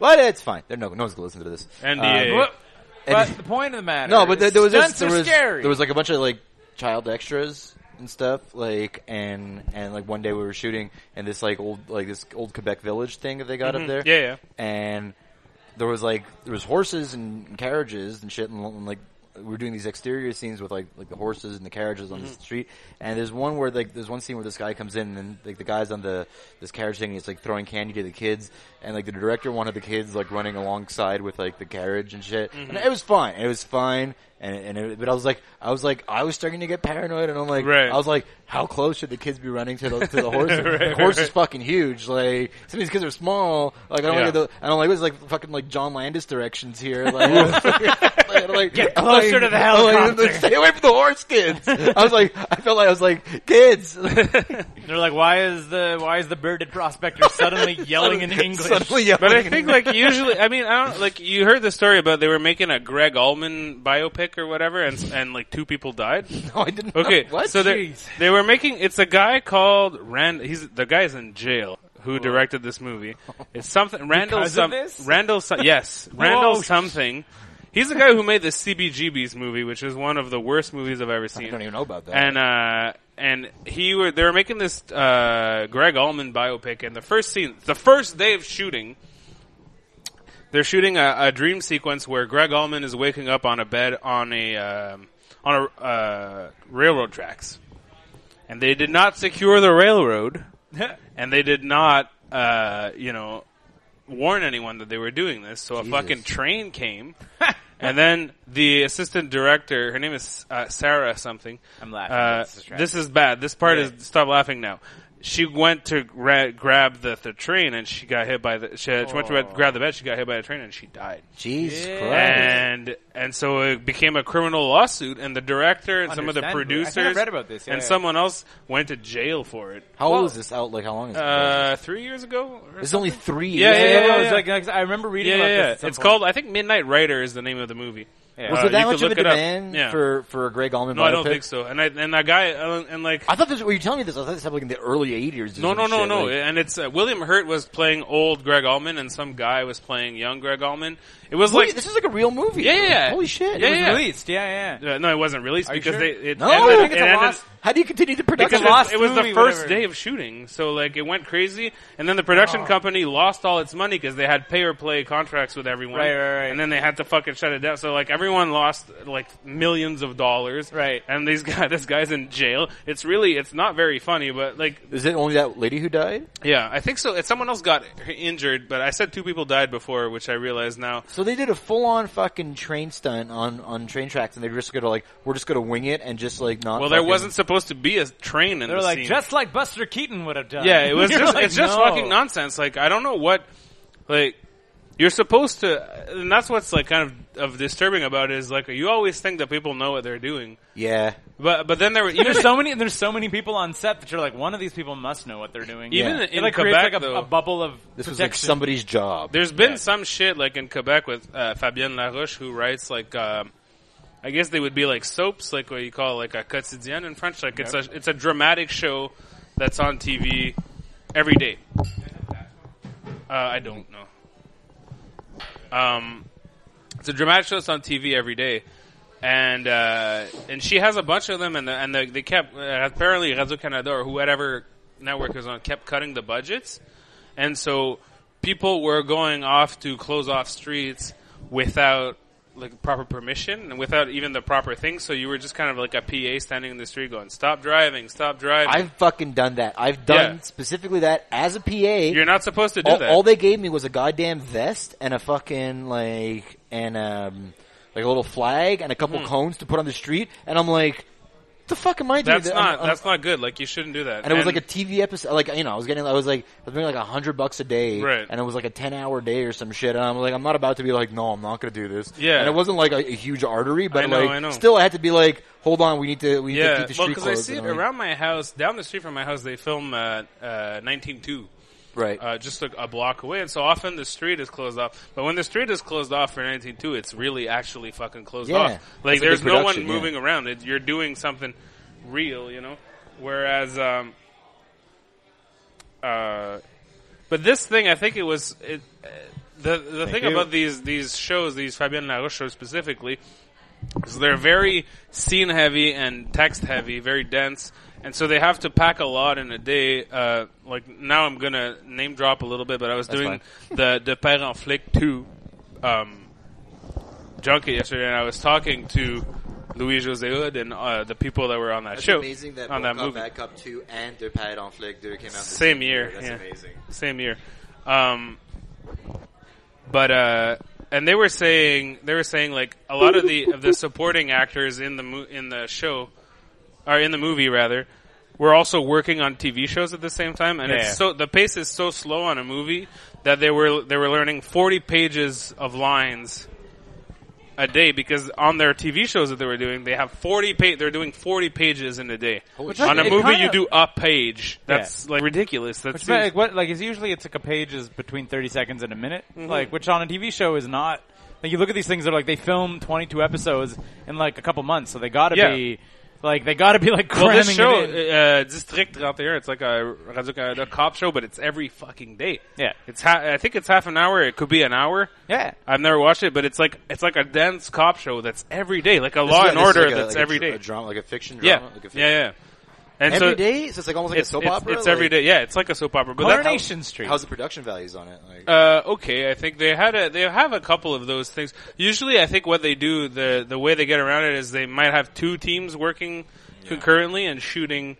[SPEAKER 3] But it's fine. There no no one's gonna listen to this.
[SPEAKER 5] NDA.
[SPEAKER 3] Um,
[SPEAKER 4] Well, but the point of the matter.
[SPEAKER 3] no, but there,
[SPEAKER 4] is
[SPEAKER 3] there was just,
[SPEAKER 4] stunts
[SPEAKER 3] there
[SPEAKER 4] are
[SPEAKER 3] was
[SPEAKER 4] scary.
[SPEAKER 3] there was like a bunch of like child extras and stuff like and and like one day we were shooting and this like old like this old Quebec village thing that they got
[SPEAKER 4] Mm-hmm.
[SPEAKER 3] up there.
[SPEAKER 5] Yeah, yeah.
[SPEAKER 3] And there was like there was horses and carriages and shit and, and like we were doing these exterior scenes with like like the horses and the carriages on the street and there's one where like there's one scene where this guy comes in and like the guy's on the this carriage thing and he's like throwing candy to the kids and like the director wanted the kids like running alongside with like the carriage and shit and it was fine it was fine and and it, but I was like I was like I was starting to get paranoid and I'm like
[SPEAKER 5] Right.
[SPEAKER 3] I was like how close should the kids be running to the, to the horses? the horse is fucking huge. Like some of these kids are small. Like I don't
[SPEAKER 5] Yeah.
[SPEAKER 3] like the, I don't like this like fucking like John Landis directions here. Like, like, like,
[SPEAKER 4] Get closer to the
[SPEAKER 3] like,
[SPEAKER 4] helicopter.
[SPEAKER 3] stay away from the horse, kids. I was like, I felt like I was like, kids.
[SPEAKER 4] They're like, why is the why is the bearded prospector suddenly yelling in English?
[SPEAKER 3] Suddenly yelling.
[SPEAKER 5] But I think like usually, I mean, I don't like you heard the story about they were making a Greg Allman biopic or whatever, and and like two people died.
[SPEAKER 3] no, I didn't. know.
[SPEAKER 5] Okay,
[SPEAKER 3] what?
[SPEAKER 5] so they
[SPEAKER 4] Jeez.
[SPEAKER 5] they were making it's a guy called Rand. He's the guy's in jail who directed this movie. It's something Randall
[SPEAKER 4] Because of
[SPEAKER 5] some
[SPEAKER 4] this?
[SPEAKER 5] Randall some, yes
[SPEAKER 4] Whoa.
[SPEAKER 5] Randall something. He's the guy who made the CBGB's movie, which is one of the worst movies I've ever seen.
[SPEAKER 3] I don't even know about that.
[SPEAKER 5] And uh, and he were they were making this uh, Greg Allman biopic, and the first scene, the first day of shooting, they're shooting a, a dream sequence where Greg Allman is waking up on a bed on a um, on a uh, railroad tracks, and they did not secure the railroad, and they did not uh, you know warn anyone that they were doing this. So a fucking train came. And then the assistant director, her name is uh, Sarah something.
[SPEAKER 4] I'm laughing,
[SPEAKER 5] Uh,
[SPEAKER 4] it's distracting.
[SPEAKER 5] this is bad. This part is stop laughing now. She went to gra- grab the, the train and she got hit by the. She, she went to gra- grab
[SPEAKER 4] Oh.
[SPEAKER 5] the bed. She got hit by a train and she died.
[SPEAKER 3] Jesus Christ.
[SPEAKER 5] And and so it became a criminal lawsuit. And the director and some of the
[SPEAKER 4] Understandable. I
[SPEAKER 5] producers
[SPEAKER 4] think I read about this, yeah,
[SPEAKER 5] and
[SPEAKER 4] yeah.
[SPEAKER 5] someone else went to jail for it.
[SPEAKER 3] How old is this out? Like how long is it?
[SPEAKER 5] Uh, three years ago. or
[SPEAKER 3] this is only three.
[SPEAKER 5] Yeah,
[SPEAKER 4] Yeah,
[SPEAKER 3] years
[SPEAKER 4] yeah,
[SPEAKER 5] yeah,
[SPEAKER 4] yeah,
[SPEAKER 5] yeah.
[SPEAKER 4] It's like- like, I remember reading
[SPEAKER 5] yeah,
[SPEAKER 4] about
[SPEAKER 5] yeah, yeah.
[SPEAKER 4] this. at
[SPEAKER 5] It's
[SPEAKER 4] some point.
[SPEAKER 5] called I think Midnight Rider is the name of the movie.
[SPEAKER 4] Yeah.
[SPEAKER 3] Was
[SPEAKER 5] Uh,
[SPEAKER 3] there that
[SPEAKER 5] you could
[SPEAKER 3] much of a
[SPEAKER 5] look it up.
[SPEAKER 3] demand
[SPEAKER 5] Yeah.
[SPEAKER 3] for for a Greg Allman?
[SPEAKER 5] No, I don't
[SPEAKER 3] biopic?
[SPEAKER 5] think so. And I, and that guy uh, and like
[SPEAKER 3] I thought this. Were you telling me this? I thought this happened like in the early '80s. or
[SPEAKER 5] no,
[SPEAKER 3] some
[SPEAKER 5] no, no,
[SPEAKER 3] shit,
[SPEAKER 5] no.
[SPEAKER 3] like-
[SPEAKER 5] and it's uh, William Hurt was playing old Greg Allman, and some guy was playing young Greg Allman. It was
[SPEAKER 3] Holy-
[SPEAKER 5] like
[SPEAKER 3] this is like a real movie.
[SPEAKER 5] Yeah, yeah, yeah.
[SPEAKER 3] Holy shit.
[SPEAKER 5] Yeah,
[SPEAKER 4] It was
[SPEAKER 5] yeah.
[SPEAKER 4] released. Yeah, yeah.
[SPEAKER 5] uh, no, it wasn't released
[SPEAKER 4] Are you
[SPEAKER 5] because
[SPEAKER 4] sure?
[SPEAKER 5] they it
[SPEAKER 3] No!
[SPEAKER 5] ended,
[SPEAKER 3] I think
[SPEAKER 4] it's
[SPEAKER 5] it
[SPEAKER 4] a
[SPEAKER 5] ended-
[SPEAKER 4] lost-
[SPEAKER 3] How do you continue the
[SPEAKER 5] because
[SPEAKER 3] production?
[SPEAKER 5] it was,
[SPEAKER 4] lost
[SPEAKER 5] it was the
[SPEAKER 4] movie,
[SPEAKER 5] first
[SPEAKER 4] whatever. Oh.
[SPEAKER 5] day of shooting, so like it went crazy, and then the production company lost all its money because they had pay or play contracts with everyone,
[SPEAKER 4] Right, right, right.
[SPEAKER 5] and then they had to fucking shut it down. So like everyone lost like millions of dollars,
[SPEAKER 4] Right.
[SPEAKER 5] And these guy, this guy's in jail. It's really, it's not very funny, but like
[SPEAKER 3] Is it only that lady who died?
[SPEAKER 5] Yeah, I think so. And someone else got injured, but I said two people died before, which I realize now.
[SPEAKER 3] So they did a full-on fucking train stunt on on train tracks, and they were just gonna like we're just gonna wing it and just like not.
[SPEAKER 5] Well, there
[SPEAKER 3] fucking-
[SPEAKER 5] wasn't supposed to be a train in
[SPEAKER 4] They're
[SPEAKER 5] the
[SPEAKER 4] like
[SPEAKER 5] scene.
[SPEAKER 4] just like Buster Keaton would have done.
[SPEAKER 5] yeah, it was
[SPEAKER 4] You're
[SPEAKER 5] just
[SPEAKER 4] like,
[SPEAKER 5] it's just
[SPEAKER 4] no.
[SPEAKER 5] fucking nonsense. Like I don't know what like you're supposed to, and that's what's like kind of of disturbing about it is like you always think that people know what they're doing,
[SPEAKER 3] Yeah.
[SPEAKER 5] but but then there were even
[SPEAKER 4] There's so many. There's so many people on set that you're like, one of these people must know what they're doing.
[SPEAKER 5] even
[SPEAKER 3] Yeah.
[SPEAKER 5] in,
[SPEAKER 4] it like creates
[SPEAKER 5] Quebec
[SPEAKER 4] like a,
[SPEAKER 5] though.
[SPEAKER 4] a bubble of
[SPEAKER 3] This was like
[SPEAKER 4] protection.
[SPEAKER 3] somebody's job.
[SPEAKER 5] There's been some shit like in Quebec with uh, Fabienne Laroche who writes like um, I guess they would be like soaps, like what you call like a quotidien in French. Like it's a it's a dramatic show that's on TV every day. Uh, I don't know. Um, it's a dramatic show that's on TV every day, and uh, and she has a bunch of them, and the, and the, they kept uh, apparently Radio Canada or whatever network was on kept cutting the budgets, and so people were going off to close off streets without like proper permission and without even the proper thing. So you were just kind of like a PA standing in the street going, "Stop driving! Stop driving!"
[SPEAKER 3] I've fucking done that. I've done
[SPEAKER 5] Yeah.
[SPEAKER 3] specifically that as a PA.
[SPEAKER 5] You're not supposed to do
[SPEAKER 3] all,
[SPEAKER 5] that.
[SPEAKER 3] all they gave me was a goddamn vest and a fucking like and um like a little flag and a
[SPEAKER 5] Hmm.
[SPEAKER 3] couple cones to put on the street, and I'm like, the fuck am I doing?
[SPEAKER 5] that's
[SPEAKER 3] that?
[SPEAKER 5] not
[SPEAKER 3] I'm- I'm-
[SPEAKER 5] that's not good. Like you shouldn't do that.
[SPEAKER 3] um, and it was like a TV episode, like you know, I was getting, I was like, I was making like a hundred bucks a day,
[SPEAKER 5] Right.
[SPEAKER 3] and it was like a ten hour day or some shit, and I'm like, I'm not about to be like, no, I'm not gonna do this,
[SPEAKER 5] Yeah.
[SPEAKER 3] And it wasn't like a, a huge artery, but
[SPEAKER 5] I know,
[SPEAKER 3] like,
[SPEAKER 5] I know.
[SPEAKER 3] still, I had to be like, hold on, we need to, we need to
[SPEAKER 5] yeah,
[SPEAKER 3] keep the
[SPEAKER 5] well,
[SPEAKER 3] street
[SPEAKER 5] because I
[SPEAKER 3] closed,
[SPEAKER 5] see it
[SPEAKER 3] and I'm like,
[SPEAKER 5] around my house, down the street from my house. They film uh, uh, 192,
[SPEAKER 3] right?
[SPEAKER 5] uh, just a, a block away, and so often the street is closed off. But when the street is closed off for 192, it's really actually fucking closed
[SPEAKER 3] Yeah.
[SPEAKER 5] off. Like
[SPEAKER 3] It's a
[SPEAKER 5] there's
[SPEAKER 3] big
[SPEAKER 5] no one
[SPEAKER 3] production, yeah.
[SPEAKER 5] moving around. It, you're doing something real, you know. Whereas, um, uh, but this thing, I think it was it, uh, the the thing about these these shows, these Fabienne Larouche shows specifically, So they're very scene heavy and text heavy, very dense, and so they have to pack a lot in a day. Uh, like now, I'm gonna name drop a little bit, but I was doing the the Père en Flic two um, junket yesterday, and I was talking to Louis Jose Hood and uh, the people that were on that show, on that movie,
[SPEAKER 3] up to and their pad on flick came out
[SPEAKER 5] same year, yeah. same year. Um, but uh, and they were saying they were saying like a lot of the of the supporting actors in the mo- in the show or in the movie rather we're also working on TV shows at the same time, and
[SPEAKER 4] Yeah.
[SPEAKER 5] it's so the pace is so slow on a movie that they were they were learning forty pages of lines a day because on their TV shows that they were doing, they have forty pa- They're doing forty pages in a day.
[SPEAKER 4] shit.
[SPEAKER 5] on a
[SPEAKER 4] It
[SPEAKER 5] movie,
[SPEAKER 4] kinda-
[SPEAKER 5] you do a page. That's like ridiculous. That's
[SPEAKER 4] Which like what like is usually it's like a page is between thirty seconds and a minute.
[SPEAKER 5] Mm-hmm.
[SPEAKER 4] Like which on a TV show is not. Like you look at these things, they're like they film twenty two episodes in like a couple months, so they gotta
[SPEAKER 5] Yeah.
[SPEAKER 4] be like they gotta be like
[SPEAKER 5] well,
[SPEAKER 4] cramming
[SPEAKER 5] this show,
[SPEAKER 4] it in.
[SPEAKER 5] uh, District 31, it's like a Radio Canada cop show, but it's every fucking day.
[SPEAKER 4] Yeah.
[SPEAKER 5] it's ha- I think it's half an hour. It could be an hour.
[SPEAKER 4] yeah.
[SPEAKER 5] I've never watched it, but it's like it's like a dense cop show that's every day, like a
[SPEAKER 3] This
[SPEAKER 5] Law
[SPEAKER 3] is-
[SPEAKER 5] and
[SPEAKER 3] this is
[SPEAKER 5] Order
[SPEAKER 3] like a-
[SPEAKER 5] that's
[SPEAKER 3] like a
[SPEAKER 5] every
[SPEAKER 3] dra-
[SPEAKER 5] day.
[SPEAKER 3] a drama, like a fiction
[SPEAKER 5] yeah.
[SPEAKER 3] drama. like a
[SPEAKER 5] yeah, yeah. And so
[SPEAKER 3] Every day, so it's like almost like
[SPEAKER 5] it's,
[SPEAKER 3] a soap
[SPEAKER 5] it's-
[SPEAKER 3] opera.
[SPEAKER 5] It's every
[SPEAKER 3] Like,
[SPEAKER 5] day. Yeah, it's like a soap opera. But that-
[SPEAKER 4] Coronation Street.
[SPEAKER 3] How's the production values on it? Like,
[SPEAKER 5] uh, okay, I think they had a they have a couple of those things. Usually, I think what they do the the way they get around it is they might have two teams working concurrently and shooting.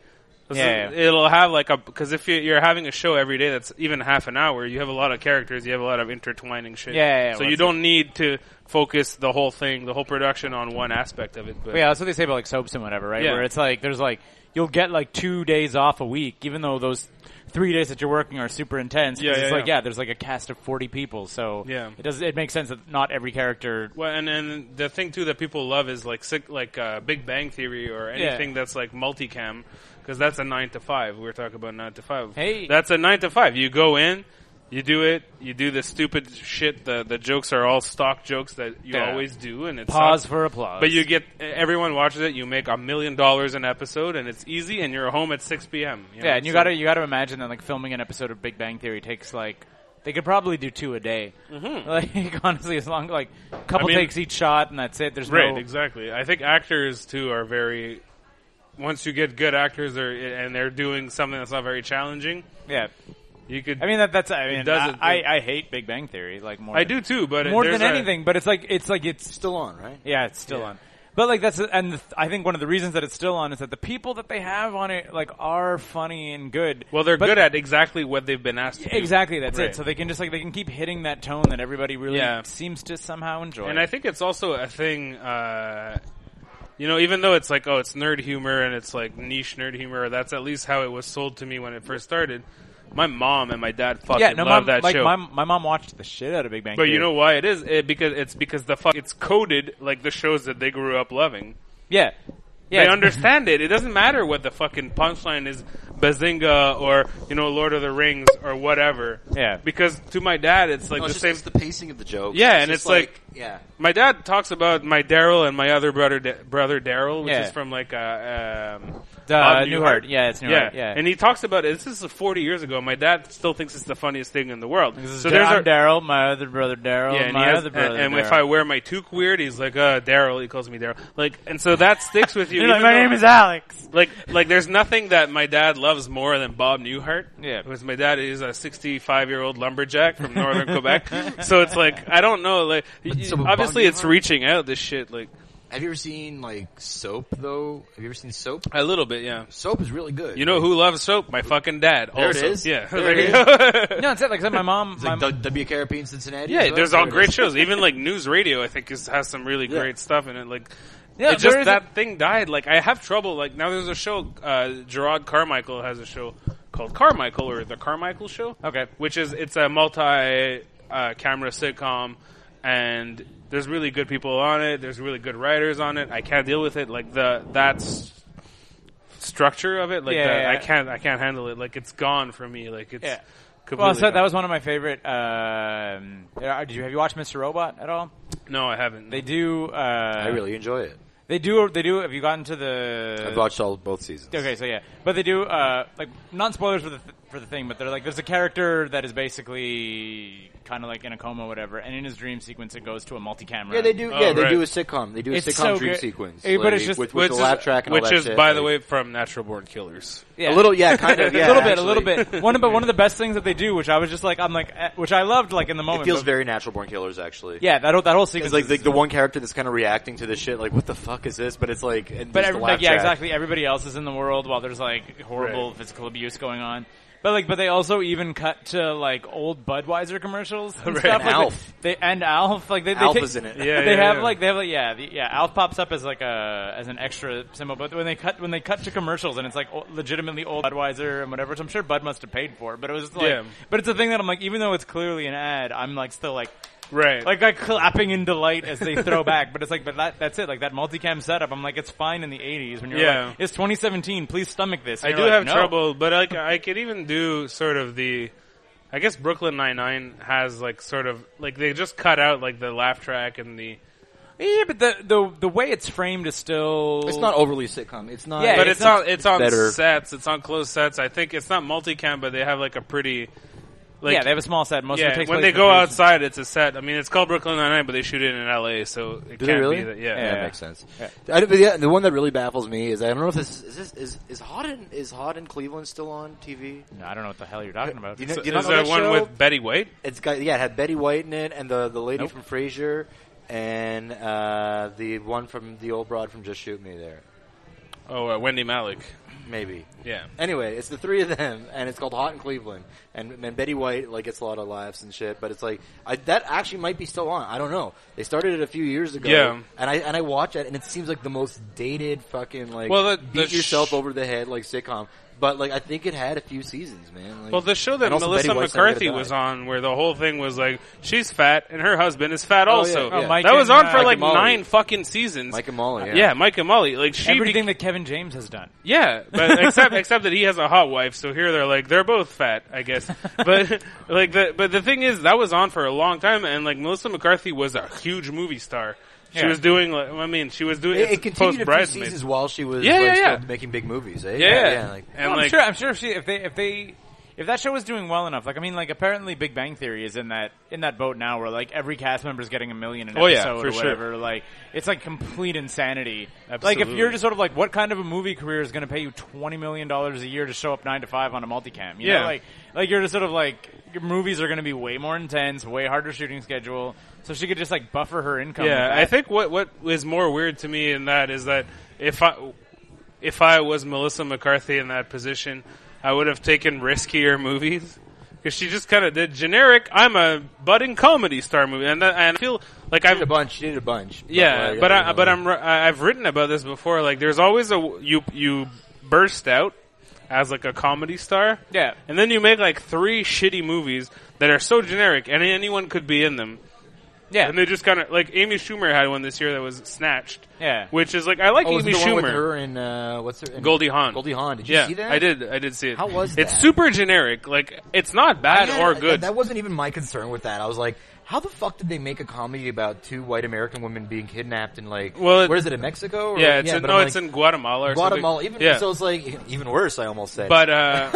[SPEAKER 4] Yeah.
[SPEAKER 5] it'll have like a because if you- you're having a show every day that's even half an hour, you have a lot of characters, you have a lot of intertwining shit.
[SPEAKER 4] Yeah, yeah, yeah,
[SPEAKER 5] so
[SPEAKER 4] well,
[SPEAKER 5] you
[SPEAKER 4] that's
[SPEAKER 5] don't need to focus the whole thing, the whole production on one aspect of it. But
[SPEAKER 4] But yeah, that's what they say about like soaps and whatever, right?
[SPEAKER 5] Yeah.
[SPEAKER 4] Where it's like there's like you'll get like two days off a week, even though those three days that you're working are super intense. 'cause
[SPEAKER 5] Yeah,
[SPEAKER 4] it's
[SPEAKER 5] yeah,
[SPEAKER 4] like
[SPEAKER 5] yeah.
[SPEAKER 4] yeah, there's like a cast of forty people, so
[SPEAKER 5] Yeah.
[SPEAKER 4] it does it makes sense that not every character.
[SPEAKER 5] Well, and and the thing too that people love is like sick, like uh, Big Bang Theory or anything that's like multicam because that's a nine to five. We were talking about nine to five.
[SPEAKER 4] Hey.
[SPEAKER 5] that's a nine to five. You go in, you do it, you do the stupid shit. The the jokes are all stock jokes that you
[SPEAKER 4] Yeah.
[SPEAKER 5] always do, and it's
[SPEAKER 4] Pause
[SPEAKER 5] not-
[SPEAKER 4] for applause.
[SPEAKER 5] But you get everyone watches it. You make a million dollars an episode, and it's easy. And you're home at six p.m. you know,
[SPEAKER 4] yeah, and you
[SPEAKER 5] so-
[SPEAKER 4] gotta you gotta imagine that like filming an episode of Big Bang Theory takes like they could probably do two a day. Mm-hmm. Like honestly, as long like a couple
[SPEAKER 5] I mean-
[SPEAKER 4] takes each shot and that's it. There's
[SPEAKER 5] Right,
[SPEAKER 4] no
[SPEAKER 5] exactly. I think actors too are very. Once you get good actors, are, and they're doing something that's not very challenging,
[SPEAKER 4] yeah.
[SPEAKER 5] you could.
[SPEAKER 4] I mean that that's I mean
[SPEAKER 5] doesn't-
[SPEAKER 4] I, I I hate Big Bang Theory like more
[SPEAKER 5] I
[SPEAKER 4] than-
[SPEAKER 5] do too, but
[SPEAKER 4] more
[SPEAKER 5] there's
[SPEAKER 4] than
[SPEAKER 5] a-
[SPEAKER 4] anything. But it's like it's like it's
[SPEAKER 3] still on, right?
[SPEAKER 4] Yeah, it's still on. But like that's and the, I think one of the reasons that it's still on is that the people that they have on it like are funny and good.
[SPEAKER 5] Well, they're
[SPEAKER 4] But-
[SPEAKER 5] good at exactly what they've been asked to do.
[SPEAKER 4] exactly that's
[SPEAKER 5] Right.
[SPEAKER 4] it. So they can just like they can keep hitting that tone that everybody really
[SPEAKER 5] Yeah.
[SPEAKER 4] seems to somehow enjoy.
[SPEAKER 5] And I think it's also a thing, uh, you know, even though it's like, oh, it's nerd humor and it's like niche nerd humor, that's at least how it was sold to me when it first started. My mom and my dad fucking
[SPEAKER 4] yeah, no,
[SPEAKER 5] love
[SPEAKER 4] mom,
[SPEAKER 5] that
[SPEAKER 4] like
[SPEAKER 5] show.
[SPEAKER 4] my my mom watched the shit out of Big Bang.
[SPEAKER 5] but you
[SPEAKER 4] Theory.
[SPEAKER 5] know why it is? It, because it's because the fuck it's coded like the shows that they grew up loving.
[SPEAKER 4] yeah, yeah,
[SPEAKER 5] they
[SPEAKER 4] it's-
[SPEAKER 5] understand it. It doesn't matter what the fucking punchline is, Bazinga or you know Lord of the Rings or whatever.
[SPEAKER 4] Yeah.
[SPEAKER 5] because to my dad, it's like
[SPEAKER 3] No,
[SPEAKER 5] the
[SPEAKER 3] it's just
[SPEAKER 5] same.
[SPEAKER 3] it's the pacing of the joke.
[SPEAKER 5] Yeah, and it's like-
[SPEAKER 3] yeah,
[SPEAKER 5] my dad talks about my Daryl and my other brother da- brother Daryl, which
[SPEAKER 4] Yeah.
[SPEAKER 5] is from like uh, um,
[SPEAKER 4] Uh,
[SPEAKER 5] Bob
[SPEAKER 4] Newhart. Yeah, it's Newhart, yeah.
[SPEAKER 5] and he talks about it. This is 40 years ago. My dad still thinks it's the funniest thing in the world.
[SPEAKER 4] This is
[SPEAKER 5] So there's
[SPEAKER 4] Don
[SPEAKER 5] our
[SPEAKER 4] Daryl, my other brother Daryl,
[SPEAKER 5] yeah, and, he
[SPEAKER 4] my
[SPEAKER 5] has-
[SPEAKER 4] other brother.
[SPEAKER 5] and, and if I
[SPEAKER 4] Daryl.
[SPEAKER 5] wear my toque weird, he's like, uh, Daryl. He calls me Daryl. Like, and so that sticks with you.
[SPEAKER 4] You're like,
[SPEAKER 5] even
[SPEAKER 4] my
[SPEAKER 5] though-
[SPEAKER 4] name is Alex.
[SPEAKER 5] like like there's nothing that my dad loves more than Bob Newhart.
[SPEAKER 4] Yeah.
[SPEAKER 5] because my dad is a 65 year old lumberjack from northern Quebec. So it's like I don't know. Like y- y-
[SPEAKER 3] so Bob
[SPEAKER 5] obviously it's
[SPEAKER 3] Newhart-
[SPEAKER 5] reaching out this shit like
[SPEAKER 3] Have you ever seen like soap though? Have you ever seen soap?
[SPEAKER 5] a little bit. Yeah,
[SPEAKER 3] Soap is really good.
[SPEAKER 5] you know who loves soap? My fucking dad.
[SPEAKER 3] There it
[SPEAKER 5] also.
[SPEAKER 3] is.
[SPEAKER 5] Yeah,
[SPEAKER 3] There
[SPEAKER 5] There
[SPEAKER 3] it
[SPEAKER 5] you go.
[SPEAKER 4] No, that's it. Like I said, my mom,
[SPEAKER 3] it's
[SPEAKER 4] my,
[SPEAKER 3] like w- WKRP in Cincinnati.
[SPEAKER 5] yeah.
[SPEAKER 3] as well?
[SPEAKER 5] There's all
[SPEAKER 3] There it
[SPEAKER 5] great
[SPEAKER 3] is.
[SPEAKER 5] shows. Even like news radio, I think is, has some really
[SPEAKER 3] Yeah.
[SPEAKER 5] great stuff in it. Like.
[SPEAKER 4] Yeah,
[SPEAKER 5] it just
[SPEAKER 4] there is
[SPEAKER 5] that thing died. Like I have trouble. Like now, there's a show. Uh, Gerard Carmichael has a show called Carmichael or the Carmichael Show.
[SPEAKER 4] Okay.
[SPEAKER 5] which is it's a multi-camera sitcom, and there's really good people on it. There's really good writers on it. I can't deal with it. Like the that's structure of it. Like
[SPEAKER 4] Yeah,
[SPEAKER 5] the,
[SPEAKER 4] yeah,
[SPEAKER 5] I
[SPEAKER 4] yeah.
[SPEAKER 5] can't I can't handle it. Like it's gone for me. Like it's.
[SPEAKER 4] Yeah.
[SPEAKER 5] Completely
[SPEAKER 4] well, so that
[SPEAKER 5] gone.
[SPEAKER 4] was one of my favorite. Um, uh, did you have you watched Mr. Robot at all?
[SPEAKER 5] no, I haven't.
[SPEAKER 4] They do. Uh,
[SPEAKER 3] I really enjoy it.
[SPEAKER 4] They do. They do. Have you gotten to the?
[SPEAKER 3] I've watched all both seasons.
[SPEAKER 4] Okay, so yeah, but they do uh, like non spoilers for the th- for the thing, but they're like there's a character that is basically kind of like in a coma, or whatever, and in his dream sequence it goes to a multi camera.
[SPEAKER 3] Yeah, they do.
[SPEAKER 5] Oh,
[SPEAKER 3] yeah, they
[SPEAKER 5] right.
[SPEAKER 3] do a sitcom. They do a
[SPEAKER 4] It's
[SPEAKER 3] sitcom
[SPEAKER 4] so
[SPEAKER 3] dream
[SPEAKER 4] good.
[SPEAKER 3] sequence,
[SPEAKER 4] Eh, but
[SPEAKER 3] like,
[SPEAKER 4] it's just-
[SPEAKER 3] with,
[SPEAKER 5] which
[SPEAKER 3] with
[SPEAKER 5] is,
[SPEAKER 3] the laugh track and all
[SPEAKER 5] which
[SPEAKER 3] that
[SPEAKER 5] is
[SPEAKER 3] shit,
[SPEAKER 5] by
[SPEAKER 3] like-
[SPEAKER 5] the way from Natural Born Killers.
[SPEAKER 3] a little, yeah, kind of, yeah,
[SPEAKER 4] a little bit,
[SPEAKER 3] actually.
[SPEAKER 4] a little bit. One, but one of the best things that they do, which I was just like, I'm like, eh, which I loved, like in the moment.
[SPEAKER 3] It feels
[SPEAKER 4] but-
[SPEAKER 3] very natural born killers, actually.
[SPEAKER 4] yeah, that whole that whole
[SPEAKER 3] It's
[SPEAKER 4] sequence,
[SPEAKER 3] like
[SPEAKER 4] is-
[SPEAKER 3] the, the one character that's kind of reacting to this shit, like, what the fuck is this? But it's like, and
[SPEAKER 4] But
[SPEAKER 3] there's the
[SPEAKER 4] every, like,
[SPEAKER 3] laugh
[SPEAKER 4] yeah,
[SPEAKER 3] track.
[SPEAKER 4] exactly. Everybody else is in the world while there's like horrible physical abuse going on. But like, but they also even cut to like old Budweiser commercials and
[SPEAKER 5] Right.
[SPEAKER 4] stuff.
[SPEAKER 7] And
[SPEAKER 4] like,
[SPEAKER 7] Alf.
[SPEAKER 4] They, and Alf, like they, they
[SPEAKER 7] Alf
[SPEAKER 4] take-
[SPEAKER 7] is in it.
[SPEAKER 5] Yeah,
[SPEAKER 4] they
[SPEAKER 5] yeah,
[SPEAKER 4] have
[SPEAKER 5] yeah.
[SPEAKER 4] like they have like yeah the, yeah Alf pops up as like a as an extra symbol, but when they cut when they cut to commercials and it's like o- legitimately old Budweiser and whatever. So I'm sure Bud must have paid for it, but it was just like,
[SPEAKER 5] Yeah.
[SPEAKER 4] but it's a thing that I'm like, even though it's clearly an ad, I'm like still like
[SPEAKER 5] Right.
[SPEAKER 4] like like clapping in delight as they throw back. But it's like, but that, that's it. Like that multicam setup. I'm like, it's fine in the 80s when you're
[SPEAKER 5] Yeah.
[SPEAKER 4] like, it's 2017. Please stomach this.
[SPEAKER 5] I
[SPEAKER 4] And
[SPEAKER 5] do
[SPEAKER 4] you're like,
[SPEAKER 5] have
[SPEAKER 4] no.
[SPEAKER 5] trouble, but like I could even do sort of the. I guess Brooklyn Nine Nine has like sort of like they just cut out like the laugh track and the.
[SPEAKER 4] Yeah, but the the the way it's framed is still.
[SPEAKER 3] It's not overly sitcom. It's not.
[SPEAKER 4] Yeah,
[SPEAKER 5] But
[SPEAKER 4] it's
[SPEAKER 5] it's on it's on
[SPEAKER 3] better.
[SPEAKER 5] sets. It's on closed sets. I think it's not multicam, but they have like a pretty. Like,
[SPEAKER 4] yeah, they have a small set. Most
[SPEAKER 5] yeah,
[SPEAKER 4] of it takes
[SPEAKER 5] when
[SPEAKER 4] place
[SPEAKER 5] they
[SPEAKER 4] in
[SPEAKER 5] go
[SPEAKER 4] Queens.
[SPEAKER 5] outside, it's a set. I mean, it's called Brooklyn Nine Nine, but they shoot it in L.A., so it
[SPEAKER 3] Do
[SPEAKER 5] can't
[SPEAKER 3] they really?
[SPEAKER 5] be that. Yeah,
[SPEAKER 3] that makes sense. I, don't- but yeah, the one that really baffles me is I don't know if this is this, is is hot in is hot in Cleveland still on TV.
[SPEAKER 4] No, I don't know what the hell you're talking about.
[SPEAKER 3] You know-
[SPEAKER 5] So
[SPEAKER 3] you don't
[SPEAKER 5] is
[SPEAKER 3] know
[SPEAKER 5] there
[SPEAKER 3] that
[SPEAKER 5] one
[SPEAKER 3] show?
[SPEAKER 5] with Betty White?
[SPEAKER 3] It's got yeah, it had Betty White in it, and the the lady
[SPEAKER 4] Nope.
[SPEAKER 3] from Frasier, and uh, the one from the old broad from Just Shoot Me there,
[SPEAKER 5] Oh, uh, Wendy Malik.
[SPEAKER 3] maybe.
[SPEAKER 5] Yeah.
[SPEAKER 3] Anyway, it's the three of them, and it's called Hot in Cleveland, and, and Betty White like gets a lot of laughs and shit. But it's like I, that actually might be still on. I don't know. They started it a few years ago,
[SPEAKER 5] Yeah.
[SPEAKER 3] And I and I watch it, and it seems like the most dated fucking like
[SPEAKER 5] Well, the-
[SPEAKER 3] beat
[SPEAKER 5] the
[SPEAKER 3] yourself
[SPEAKER 5] sh-
[SPEAKER 3] over the head like sitcom. But like I think it had a few seasons, man. Like,
[SPEAKER 5] Well, the show that
[SPEAKER 3] and also
[SPEAKER 5] Melissa
[SPEAKER 3] Betty White's not gonna
[SPEAKER 5] McCarthy
[SPEAKER 3] die.
[SPEAKER 5] was on, where the whole thing was like, she's fat and her husband is fat
[SPEAKER 3] Oh,
[SPEAKER 5] also.
[SPEAKER 3] yeah, yeah. Oh,
[SPEAKER 4] Mike
[SPEAKER 5] that was
[SPEAKER 4] and,
[SPEAKER 5] on
[SPEAKER 4] uh,
[SPEAKER 5] for
[SPEAKER 4] Mike
[SPEAKER 5] like
[SPEAKER 3] and Molly.
[SPEAKER 5] nine fucking seasons.
[SPEAKER 3] Mike and Molly,
[SPEAKER 5] yeah. Mike and Molly. Like she,
[SPEAKER 4] Everything
[SPEAKER 5] beca-
[SPEAKER 4] that Kevin James has done.
[SPEAKER 5] yeah, but except except that he has a hot wife. So here they're like they're both fat, I guess. But like the but the thing is that was on for a long time, and like Melissa McCarthy was a huge movie star. She
[SPEAKER 4] Yeah.
[SPEAKER 5] was doing like I mean she was doing
[SPEAKER 3] It, it
[SPEAKER 5] it's post
[SPEAKER 3] continued a few
[SPEAKER 5] bridesmaids.
[SPEAKER 3] seasons while she was
[SPEAKER 5] Yeah,
[SPEAKER 3] like,
[SPEAKER 5] yeah,
[SPEAKER 3] still
[SPEAKER 5] yeah.
[SPEAKER 3] making big movies. Eh?
[SPEAKER 5] Yeah, yeah.
[SPEAKER 3] like,
[SPEAKER 5] and
[SPEAKER 4] Well, I'm
[SPEAKER 5] like
[SPEAKER 4] sure. I'm sure if, she, if they if they if that show was doing well enough, like I mean, like apparently Big Bang Theory is in that in that boat now, where like every cast member is getting a million an
[SPEAKER 5] Oh, yeah,
[SPEAKER 4] episode
[SPEAKER 5] for
[SPEAKER 4] or
[SPEAKER 5] sure.
[SPEAKER 4] whatever. Like it's like complete insanity. Like
[SPEAKER 5] Absolutely.
[SPEAKER 4] if you're just sort of like, what kind of a movie career is going to pay you twenty million dollars a year to show up nine to five on a multicam? You
[SPEAKER 5] Yeah.
[SPEAKER 4] know, like like you're just sort of like your movies are going to be way more intense, way harder shooting schedule. So she could just like buffer her income. with
[SPEAKER 5] Yeah,
[SPEAKER 4] that.
[SPEAKER 5] I think what what is more weird to me in that is that if I if I was Melissa McCarthy in that position, I would have taken riskier movies because she just kind of did generic. I'm a budding comedy star movie, and that, and I feel like I've
[SPEAKER 3] did a bunch. She did a bunch.
[SPEAKER 5] yeah,
[SPEAKER 3] like,
[SPEAKER 5] but
[SPEAKER 3] don't
[SPEAKER 5] I,
[SPEAKER 3] know.
[SPEAKER 5] but I'm ri- I- I've written about this before. Like, there's always a you you burst out as like a comedy star.
[SPEAKER 4] Yeah.
[SPEAKER 5] and then you make like three shitty movies that are so generic, and anyone could be in them.
[SPEAKER 4] Yeah.
[SPEAKER 5] and they just kind of like Amy Schumer had one this year that was snatched.
[SPEAKER 4] Yeah.
[SPEAKER 5] which is like I like
[SPEAKER 3] Oh, was
[SPEAKER 5] Amy
[SPEAKER 3] the
[SPEAKER 5] Schumer.
[SPEAKER 3] one with her and uh, what's her? and
[SPEAKER 5] Goldie Hawn.
[SPEAKER 3] Goldie Hawn. Did you
[SPEAKER 5] yeah,
[SPEAKER 3] see that?
[SPEAKER 5] I did. I did see it.
[SPEAKER 3] How was
[SPEAKER 5] It's
[SPEAKER 3] that?
[SPEAKER 5] super generic. Like it's not
[SPEAKER 3] I
[SPEAKER 5] bad
[SPEAKER 3] had-
[SPEAKER 5] or
[SPEAKER 3] I-
[SPEAKER 5] good.
[SPEAKER 3] that wasn't even my concern with that. I was like, how the fuck did they make a comedy about two white American women being kidnapped and like?
[SPEAKER 5] Well, it-
[SPEAKER 3] where is it in Mexico? Or,
[SPEAKER 5] yeah, it's in,
[SPEAKER 3] but
[SPEAKER 5] no,
[SPEAKER 3] I'm
[SPEAKER 5] it's
[SPEAKER 3] like,
[SPEAKER 5] in Guatemala. Or
[SPEAKER 3] Guatemala.
[SPEAKER 5] Something.
[SPEAKER 3] Even
[SPEAKER 5] yeah.
[SPEAKER 3] so, it's like even worse. I almost said.
[SPEAKER 5] But uh,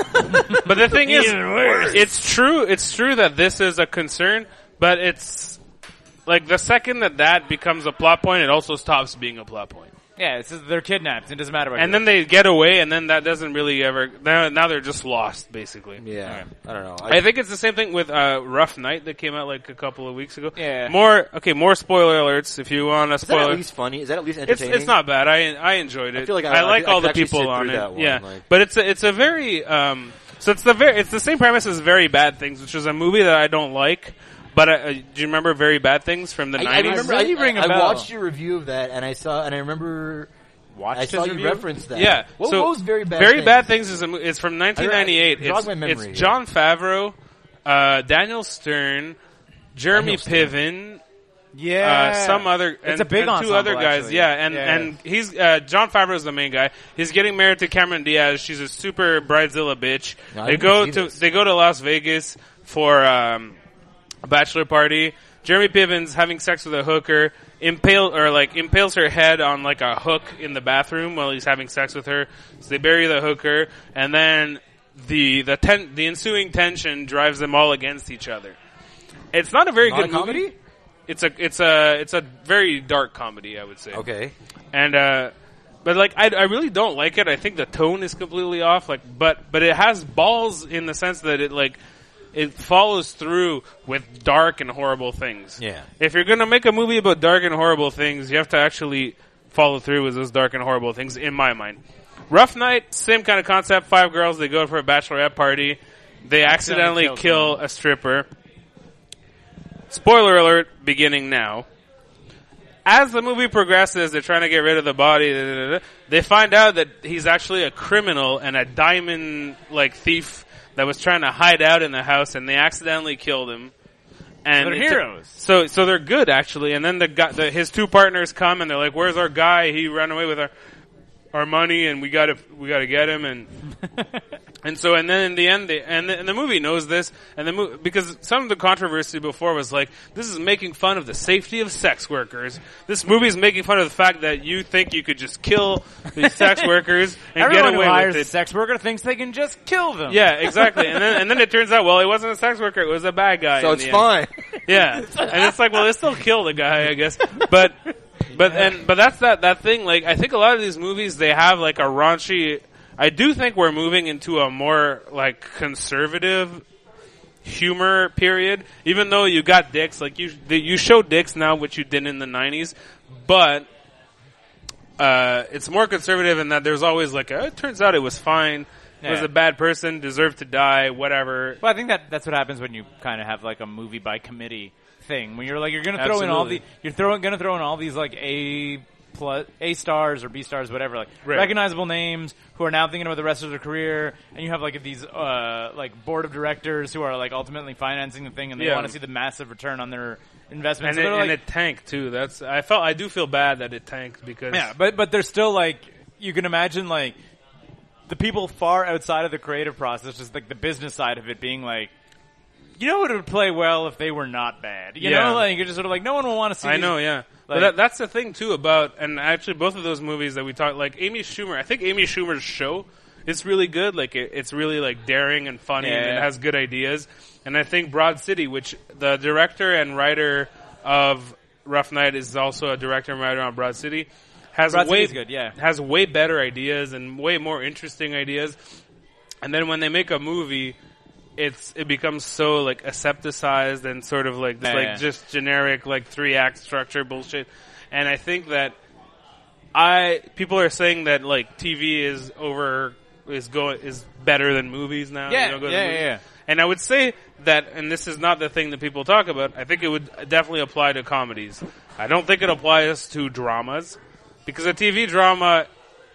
[SPEAKER 5] but the thing is, it's true. It's true that this is a concern, but it's like the second that that becomes a plot point, it also stops being a plot point.
[SPEAKER 4] yeah, it's just, they're kidnapped. It doesn't matter. About
[SPEAKER 5] And then they get away, and then that doesn't really ever. Now, now they're just lost, basically.
[SPEAKER 3] yeah, I don't know.
[SPEAKER 5] I think it's the same thing with uh, Rough Night that came out like a couple of weeks ago.
[SPEAKER 4] Yeah.
[SPEAKER 5] More okay. More spoiler alerts if you want a
[SPEAKER 3] is that
[SPEAKER 5] spoiler.
[SPEAKER 3] at least funny? Is that at least
[SPEAKER 5] It's
[SPEAKER 3] entertaining?
[SPEAKER 5] it's not bad. I I enjoyed it.
[SPEAKER 3] I feel like I- I
[SPEAKER 5] like
[SPEAKER 3] could- I
[SPEAKER 5] all
[SPEAKER 3] could
[SPEAKER 5] the
[SPEAKER 3] actually
[SPEAKER 5] people
[SPEAKER 3] sit
[SPEAKER 5] on
[SPEAKER 3] through
[SPEAKER 5] it.
[SPEAKER 3] that one,
[SPEAKER 5] yeah,
[SPEAKER 3] like-
[SPEAKER 5] but it's a it's a very um. So it's the very it's the same premise as Very Bad Things, which is a movie that I don't like. But I, uh, do you remember Very Bad Things from the
[SPEAKER 3] I, I
[SPEAKER 5] nineties?
[SPEAKER 3] remember.
[SPEAKER 4] really
[SPEAKER 3] I,
[SPEAKER 4] ring a
[SPEAKER 3] I
[SPEAKER 4] bell.
[SPEAKER 3] watched your review of that, and I saw, and I remember. I saw
[SPEAKER 4] his
[SPEAKER 3] you
[SPEAKER 4] review?
[SPEAKER 3] reference that.
[SPEAKER 5] Yeah.
[SPEAKER 3] What,
[SPEAKER 5] so
[SPEAKER 3] what was very bad?
[SPEAKER 5] Very
[SPEAKER 3] Things?
[SPEAKER 5] Bad Things is a, mo- is from
[SPEAKER 3] I-
[SPEAKER 5] 1998.
[SPEAKER 3] jog
[SPEAKER 5] it's,
[SPEAKER 3] my memory.
[SPEAKER 5] it's John Favreau, uh, Daniel Stern, Jeremy Piven,
[SPEAKER 4] yeah,
[SPEAKER 5] uh, some other and,
[SPEAKER 4] it's a big
[SPEAKER 5] and two
[SPEAKER 4] ensemble,
[SPEAKER 5] other guys.
[SPEAKER 4] actually.
[SPEAKER 5] Yeah, and
[SPEAKER 4] Yeah.
[SPEAKER 5] and he's uh, John Favreau's the main guy. He's getting married to Cameron Diaz. She's a super bridezilla bitch.
[SPEAKER 3] No, I
[SPEAKER 5] they
[SPEAKER 3] didn't
[SPEAKER 5] go
[SPEAKER 3] see
[SPEAKER 5] to
[SPEAKER 3] this.
[SPEAKER 5] they go to Las Vegas for um, a bachelor party. Jeremy Piven's having sex with a hooker, impale or like impales her head on like a hook in the bathroom while he's having sex with her. So they bury the hooker, and then the the ten, the ensuing tension drives them all against each other. It's not a very
[SPEAKER 3] Not a
[SPEAKER 5] good
[SPEAKER 3] comedy?
[SPEAKER 5] Movie. It's a it's a it's a very dark comedy, I would say.
[SPEAKER 3] Okay.
[SPEAKER 5] and uh, but like I, I really don't like it. I think the tone is completely off. Like, but but it has balls in the sense that it like it follows through with dark and horrible things.
[SPEAKER 3] Yeah.
[SPEAKER 5] If you're gonna make a movie about dark and horrible things, you have to actually follow through with those dark and horrible things. In my mind, Rough Night, same kind of concept. Five girls, they go for a bachelorette party. They accidentally
[SPEAKER 4] Accidentally
[SPEAKER 5] kill a stripper. spoiler alert, beginning now. As the movie progresses, they're trying to get rid of the body. da, da, da, da. They find out that he's actually a criminal and a diamond like thief that was trying to hide out in the house, and they accidentally killed him. And
[SPEAKER 4] They're
[SPEAKER 5] it took-
[SPEAKER 4] heroes.
[SPEAKER 5] so so they're good actually. And then the, guy, the his two partners come and they're like, "Where's our guy? He ran away with our our money, and we got to we got to get him." And and so, and then in the end, they, and, the, and the movie knows this, and the mo- because some of the controversy before was like, this is making fun of the safety of sex workers. This movie is making fun of the fact that you think you could just kill these sex workers and
[SPEAKER 4] Everyone
[SPEAKER 5] get away
[SPEAKER 4] who hires
[SPEAKER 5] with
[SPEAKER 4] a
[SPEAKER 5] it.
[SPEAKER 4] sex worker thinks they can just kill them.
[SPEAKER 5] yeah, exactly. And then, and then it turns out, well, it wasn't a sex worker; it was a bad guy.
[SPEAKER 3] So
[SPEAKER 5] in
[SPEAKER 3] it's
[SPEAKER 5] the end.
[SPEAKER 3] fine.
[SPEAKER 5] Yeah, and it's like, well, they still kill the guy, I guess. But, but and but that's that that thing. Like, I think a lot of these movies they have like a raunchy. I do think we're moving into a more like conservative humor period. Even though you got dicks, like you you show dicks now, which you didn't in the '90s, but uh, it's more conservative in that there's always like, a, it turns out it was fine. It Was
[SPEAKER 4] Yeah.
[SPEAKER 5] a bad person, deserved to die, whatever.
[SPEAKER 4] Well, I think that that's what happens when you kind of have like a movie by committee thing. When you're like you're going to throw in all the
[SPEAKER 5] Absolutely.
[SPEAKER 4] you're throwing going to throw in all these like A plus A stars or B stars whatever like
[SPEAKER 5] Right.
[SPEAKER 4] recognizable names who are now thinking about the rest of their career and you have like these uh like board of directors who are like ultimately financing the thing and they
[SPEAKER 5] Yeah.
[SPEAKER 4] want to see the massive return on their investment.
[SPEAKER 5] and
[SPEAKER 4] So
[SPEAKER 5] it,
[SPEAKER 4] they're, like,
[SPEAKER 5] and it tanked too. That's I felt I do feel bad that it tanked because
[SPEAKER 4] Yeah, but but they're still like you can imagine like the people far outside of the creative process, just like the business side of it, being like, you know, what would play well if they were not bad. You
[SPEAKER 5] Yeah.
[SPEAKER 4] know, like you're just sort of like no one will want to see.
[SPEAKER 5] I
[SPEAKER 4] these-
[SPEAKER 5] know, yeah. but
[SPEAKER 4] like-
[SPEAKER 5] that, that's the thing too about and actually both of those movies that we talked like Amy Schumer. I think Amy Schumer's show is really good. Like it, it's really like daring and funny and
[SPEAKER 4] Yeah.
[SPEAKER 5] it has good ideas. And I think Broad City, which the director and writer of Rough Night is also a director and writer on Broad City. Has
[SPEAKER 4] Broad
[SPEAKER 5] way
[SPEAKER 4] City's good, yeah.
[SPEAKER 5] has way better ideas and way more interesting ideas. And then when they make a movie, it's it becomes so like asepticized and sort of like this,
[SPEAKER 4] Yeah,
[SPEAKER 5] like
[SPEAKER 4] yeah.
[SPEAKER 5] just generic like three act structure bullshit. And I think that I people are saying that like TV is over is go is better than movies now.
[SPEAKER 4] Yeah,
[SPEAKER 5] go to
[SPEAKER 4] yeah,
[SPEAKER 5] movies.
[SPEAKER 4] yeah, yeah.
[SPEAKER 5] And I would say that, and this is not the thing that people talk about. I think it would definitely apply to comedies. I don't think it applies to dramas because a TV drama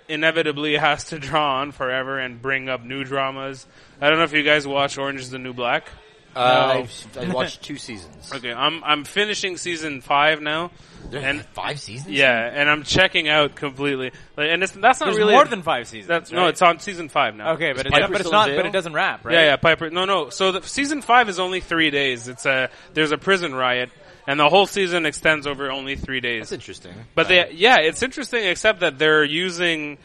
[SPEAKER 5] inevitably has to draw on forever and bring up new dramas. I don't know if you guys watch Orange is the New Black.
[SPEAKER 3] Uh, I, I watched two seasons.
[SPEAKER 5] Okay, I'm I'm finishing season five now,
[SPEAKER 3] There's
[SPEAKER 5] and
[SPEAKER 3] five seasons.
[SPEAKER 5] yeah, and I'm checking out completely. Like, and it's, that's not
[SPEAKER 4] There's
[SPEAKER 5] really
[SPEAKER 4] more than five seasons.
[SPEAKER 5] that's no,
[SPEAKER 4] right?
[SPEAKER 5] it's on season five now.
[SPEAKER 4] okay, but it's,
[SPEAKER 3] Piper
[SPEAKER 4] not, but it's
[SPEAKER 3] still
[SPEAKER 4] not.
[SPEAKER 3] in
[SPEAKER 4] But
[SPEAKER 3] jail?
[SPEAKER 4] it doesn't wrap, right?
[SPEAKER 5] Yeah, yeah, Piper. No, no. So the, season five is only three days. It's a there's a prison riot, and the whole season extends over only three days.
[SPEAKER 3] That's interesting.
[SPEAKER 5] But they, yeah, it's interesting, except that they're using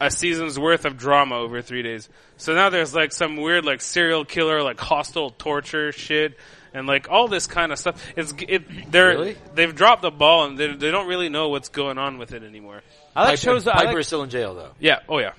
[SPEAKER 5] a season's worth of drama over three days. So now there's like some weird, like serial killer, like hostile torture shit, and like all this kind of stuff. It's g- it. They're
[SPEAKER 3] Really?
[SPEAKER 5] they've dropped the ball, and they, they don't really know what's going on with it anymore.
[SPEAKER 4] I like
[SPEAKER 3] Piper,
[SPEAKER 4] shows. I
[SPEAKER 3] Piper
[SPEAKER 4] like,
[SPEAKER 3] is still in jail though.
[SPEAKER 5] Yeah. Oh yeah.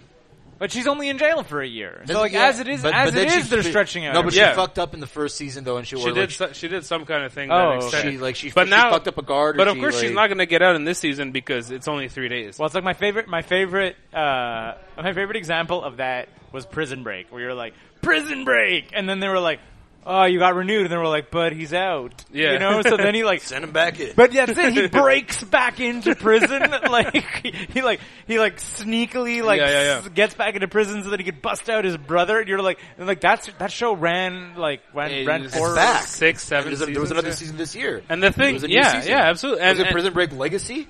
[SPEAKER 4] but she's only in jail for a year. So
[SPEAKER 3] Doesn't-
[SPEAKER 4] like
[SPEAKER 3] yeah,
[SPEAKER 4] as it is,
[SPEAKER 3] but-
[SPEAKER 4] as
[SPEAKER 3] but then
[SPEAKER 4] it
[SPEAKER 3] she
[SPEAKER 4] is, they're
[SPEAKER 3] fi-
[SPEAKER 4] stretching out.
[SPEAKER 3] No, but
[SPEAKER 5] Yeah.
[SPEAKER 3] she fucked up in the first season though, and she,
[SPEAKER 5] She
[SPEAKER 3] wore,
[SPEAKER 5] did.
[SPEAKER 3] like,
[SPEAKER 5] so- she did some kind of thing.
[SPEAKER 4] Oh,
[SPEAKER 5] that extended-
[SPEAKER 3] she- like, she-
[SPEAKER 5] but
[SPEAKER 3] she
[SPEAKER 5] now,
[SPEAKER 3] fucked up a guard or
[SPEAKER 5] But of
[SPEAKER 3] she,
[SPEAKER 5] course, she's
[SPEAKER 3] like-
[SPEAKER 5] not going to get out in this season because it's only three days.
[SPEAKER 4] Well, it's like my favorite, my favorite, uh, my favorite example of that was Prison Break, where you're like Prison Break, and then they were like, "Oh, you got renewed," and they were like, "But he's out,"
[SPEAKER 5] Yeah.
[SPEAKER 4] you know. So then he like,
[SPEAKER 3] send him back in.
[SPEAKER 4] but that's it. He breaks back into prison, like he, he like he like sneakily like
[SPEAKER 5] Yeah, yeah, yeah.
[SPEAKER 4] s- gets back into prison so that he could bust out his brother. And you're like, and like that's that show ran like ran
[SPEAKER 5] It
[SPEAKER 4] ran
[SPEAKER 5] is
[SPEAKER 4] four.
[SPEAKER 3] back.
[SPEAKER 5] six,
[SPEAKER 3] there
[SPEAKER 5] seven.
[SPEAKER 3] was, a- there was
[SPEAKER 5] seasons,
[SPEAKER 3] another
[SPEAKER 5] yeah.
[SPEAKER 3] season this year.
[SPEAKER 5] And the
[SPEAKER 3] There
[SPEAKER 5] thing,
[SPEAKER 3] was a new
[SPEAKER 5] yeah,
[SPEAKER 3] season.
[SPEAKER 5] yeah, absolutely. And,
[SPEAKER 3] was it
[SPEAKER 5] and-
[SPEAKER 3] Prison Break Legacy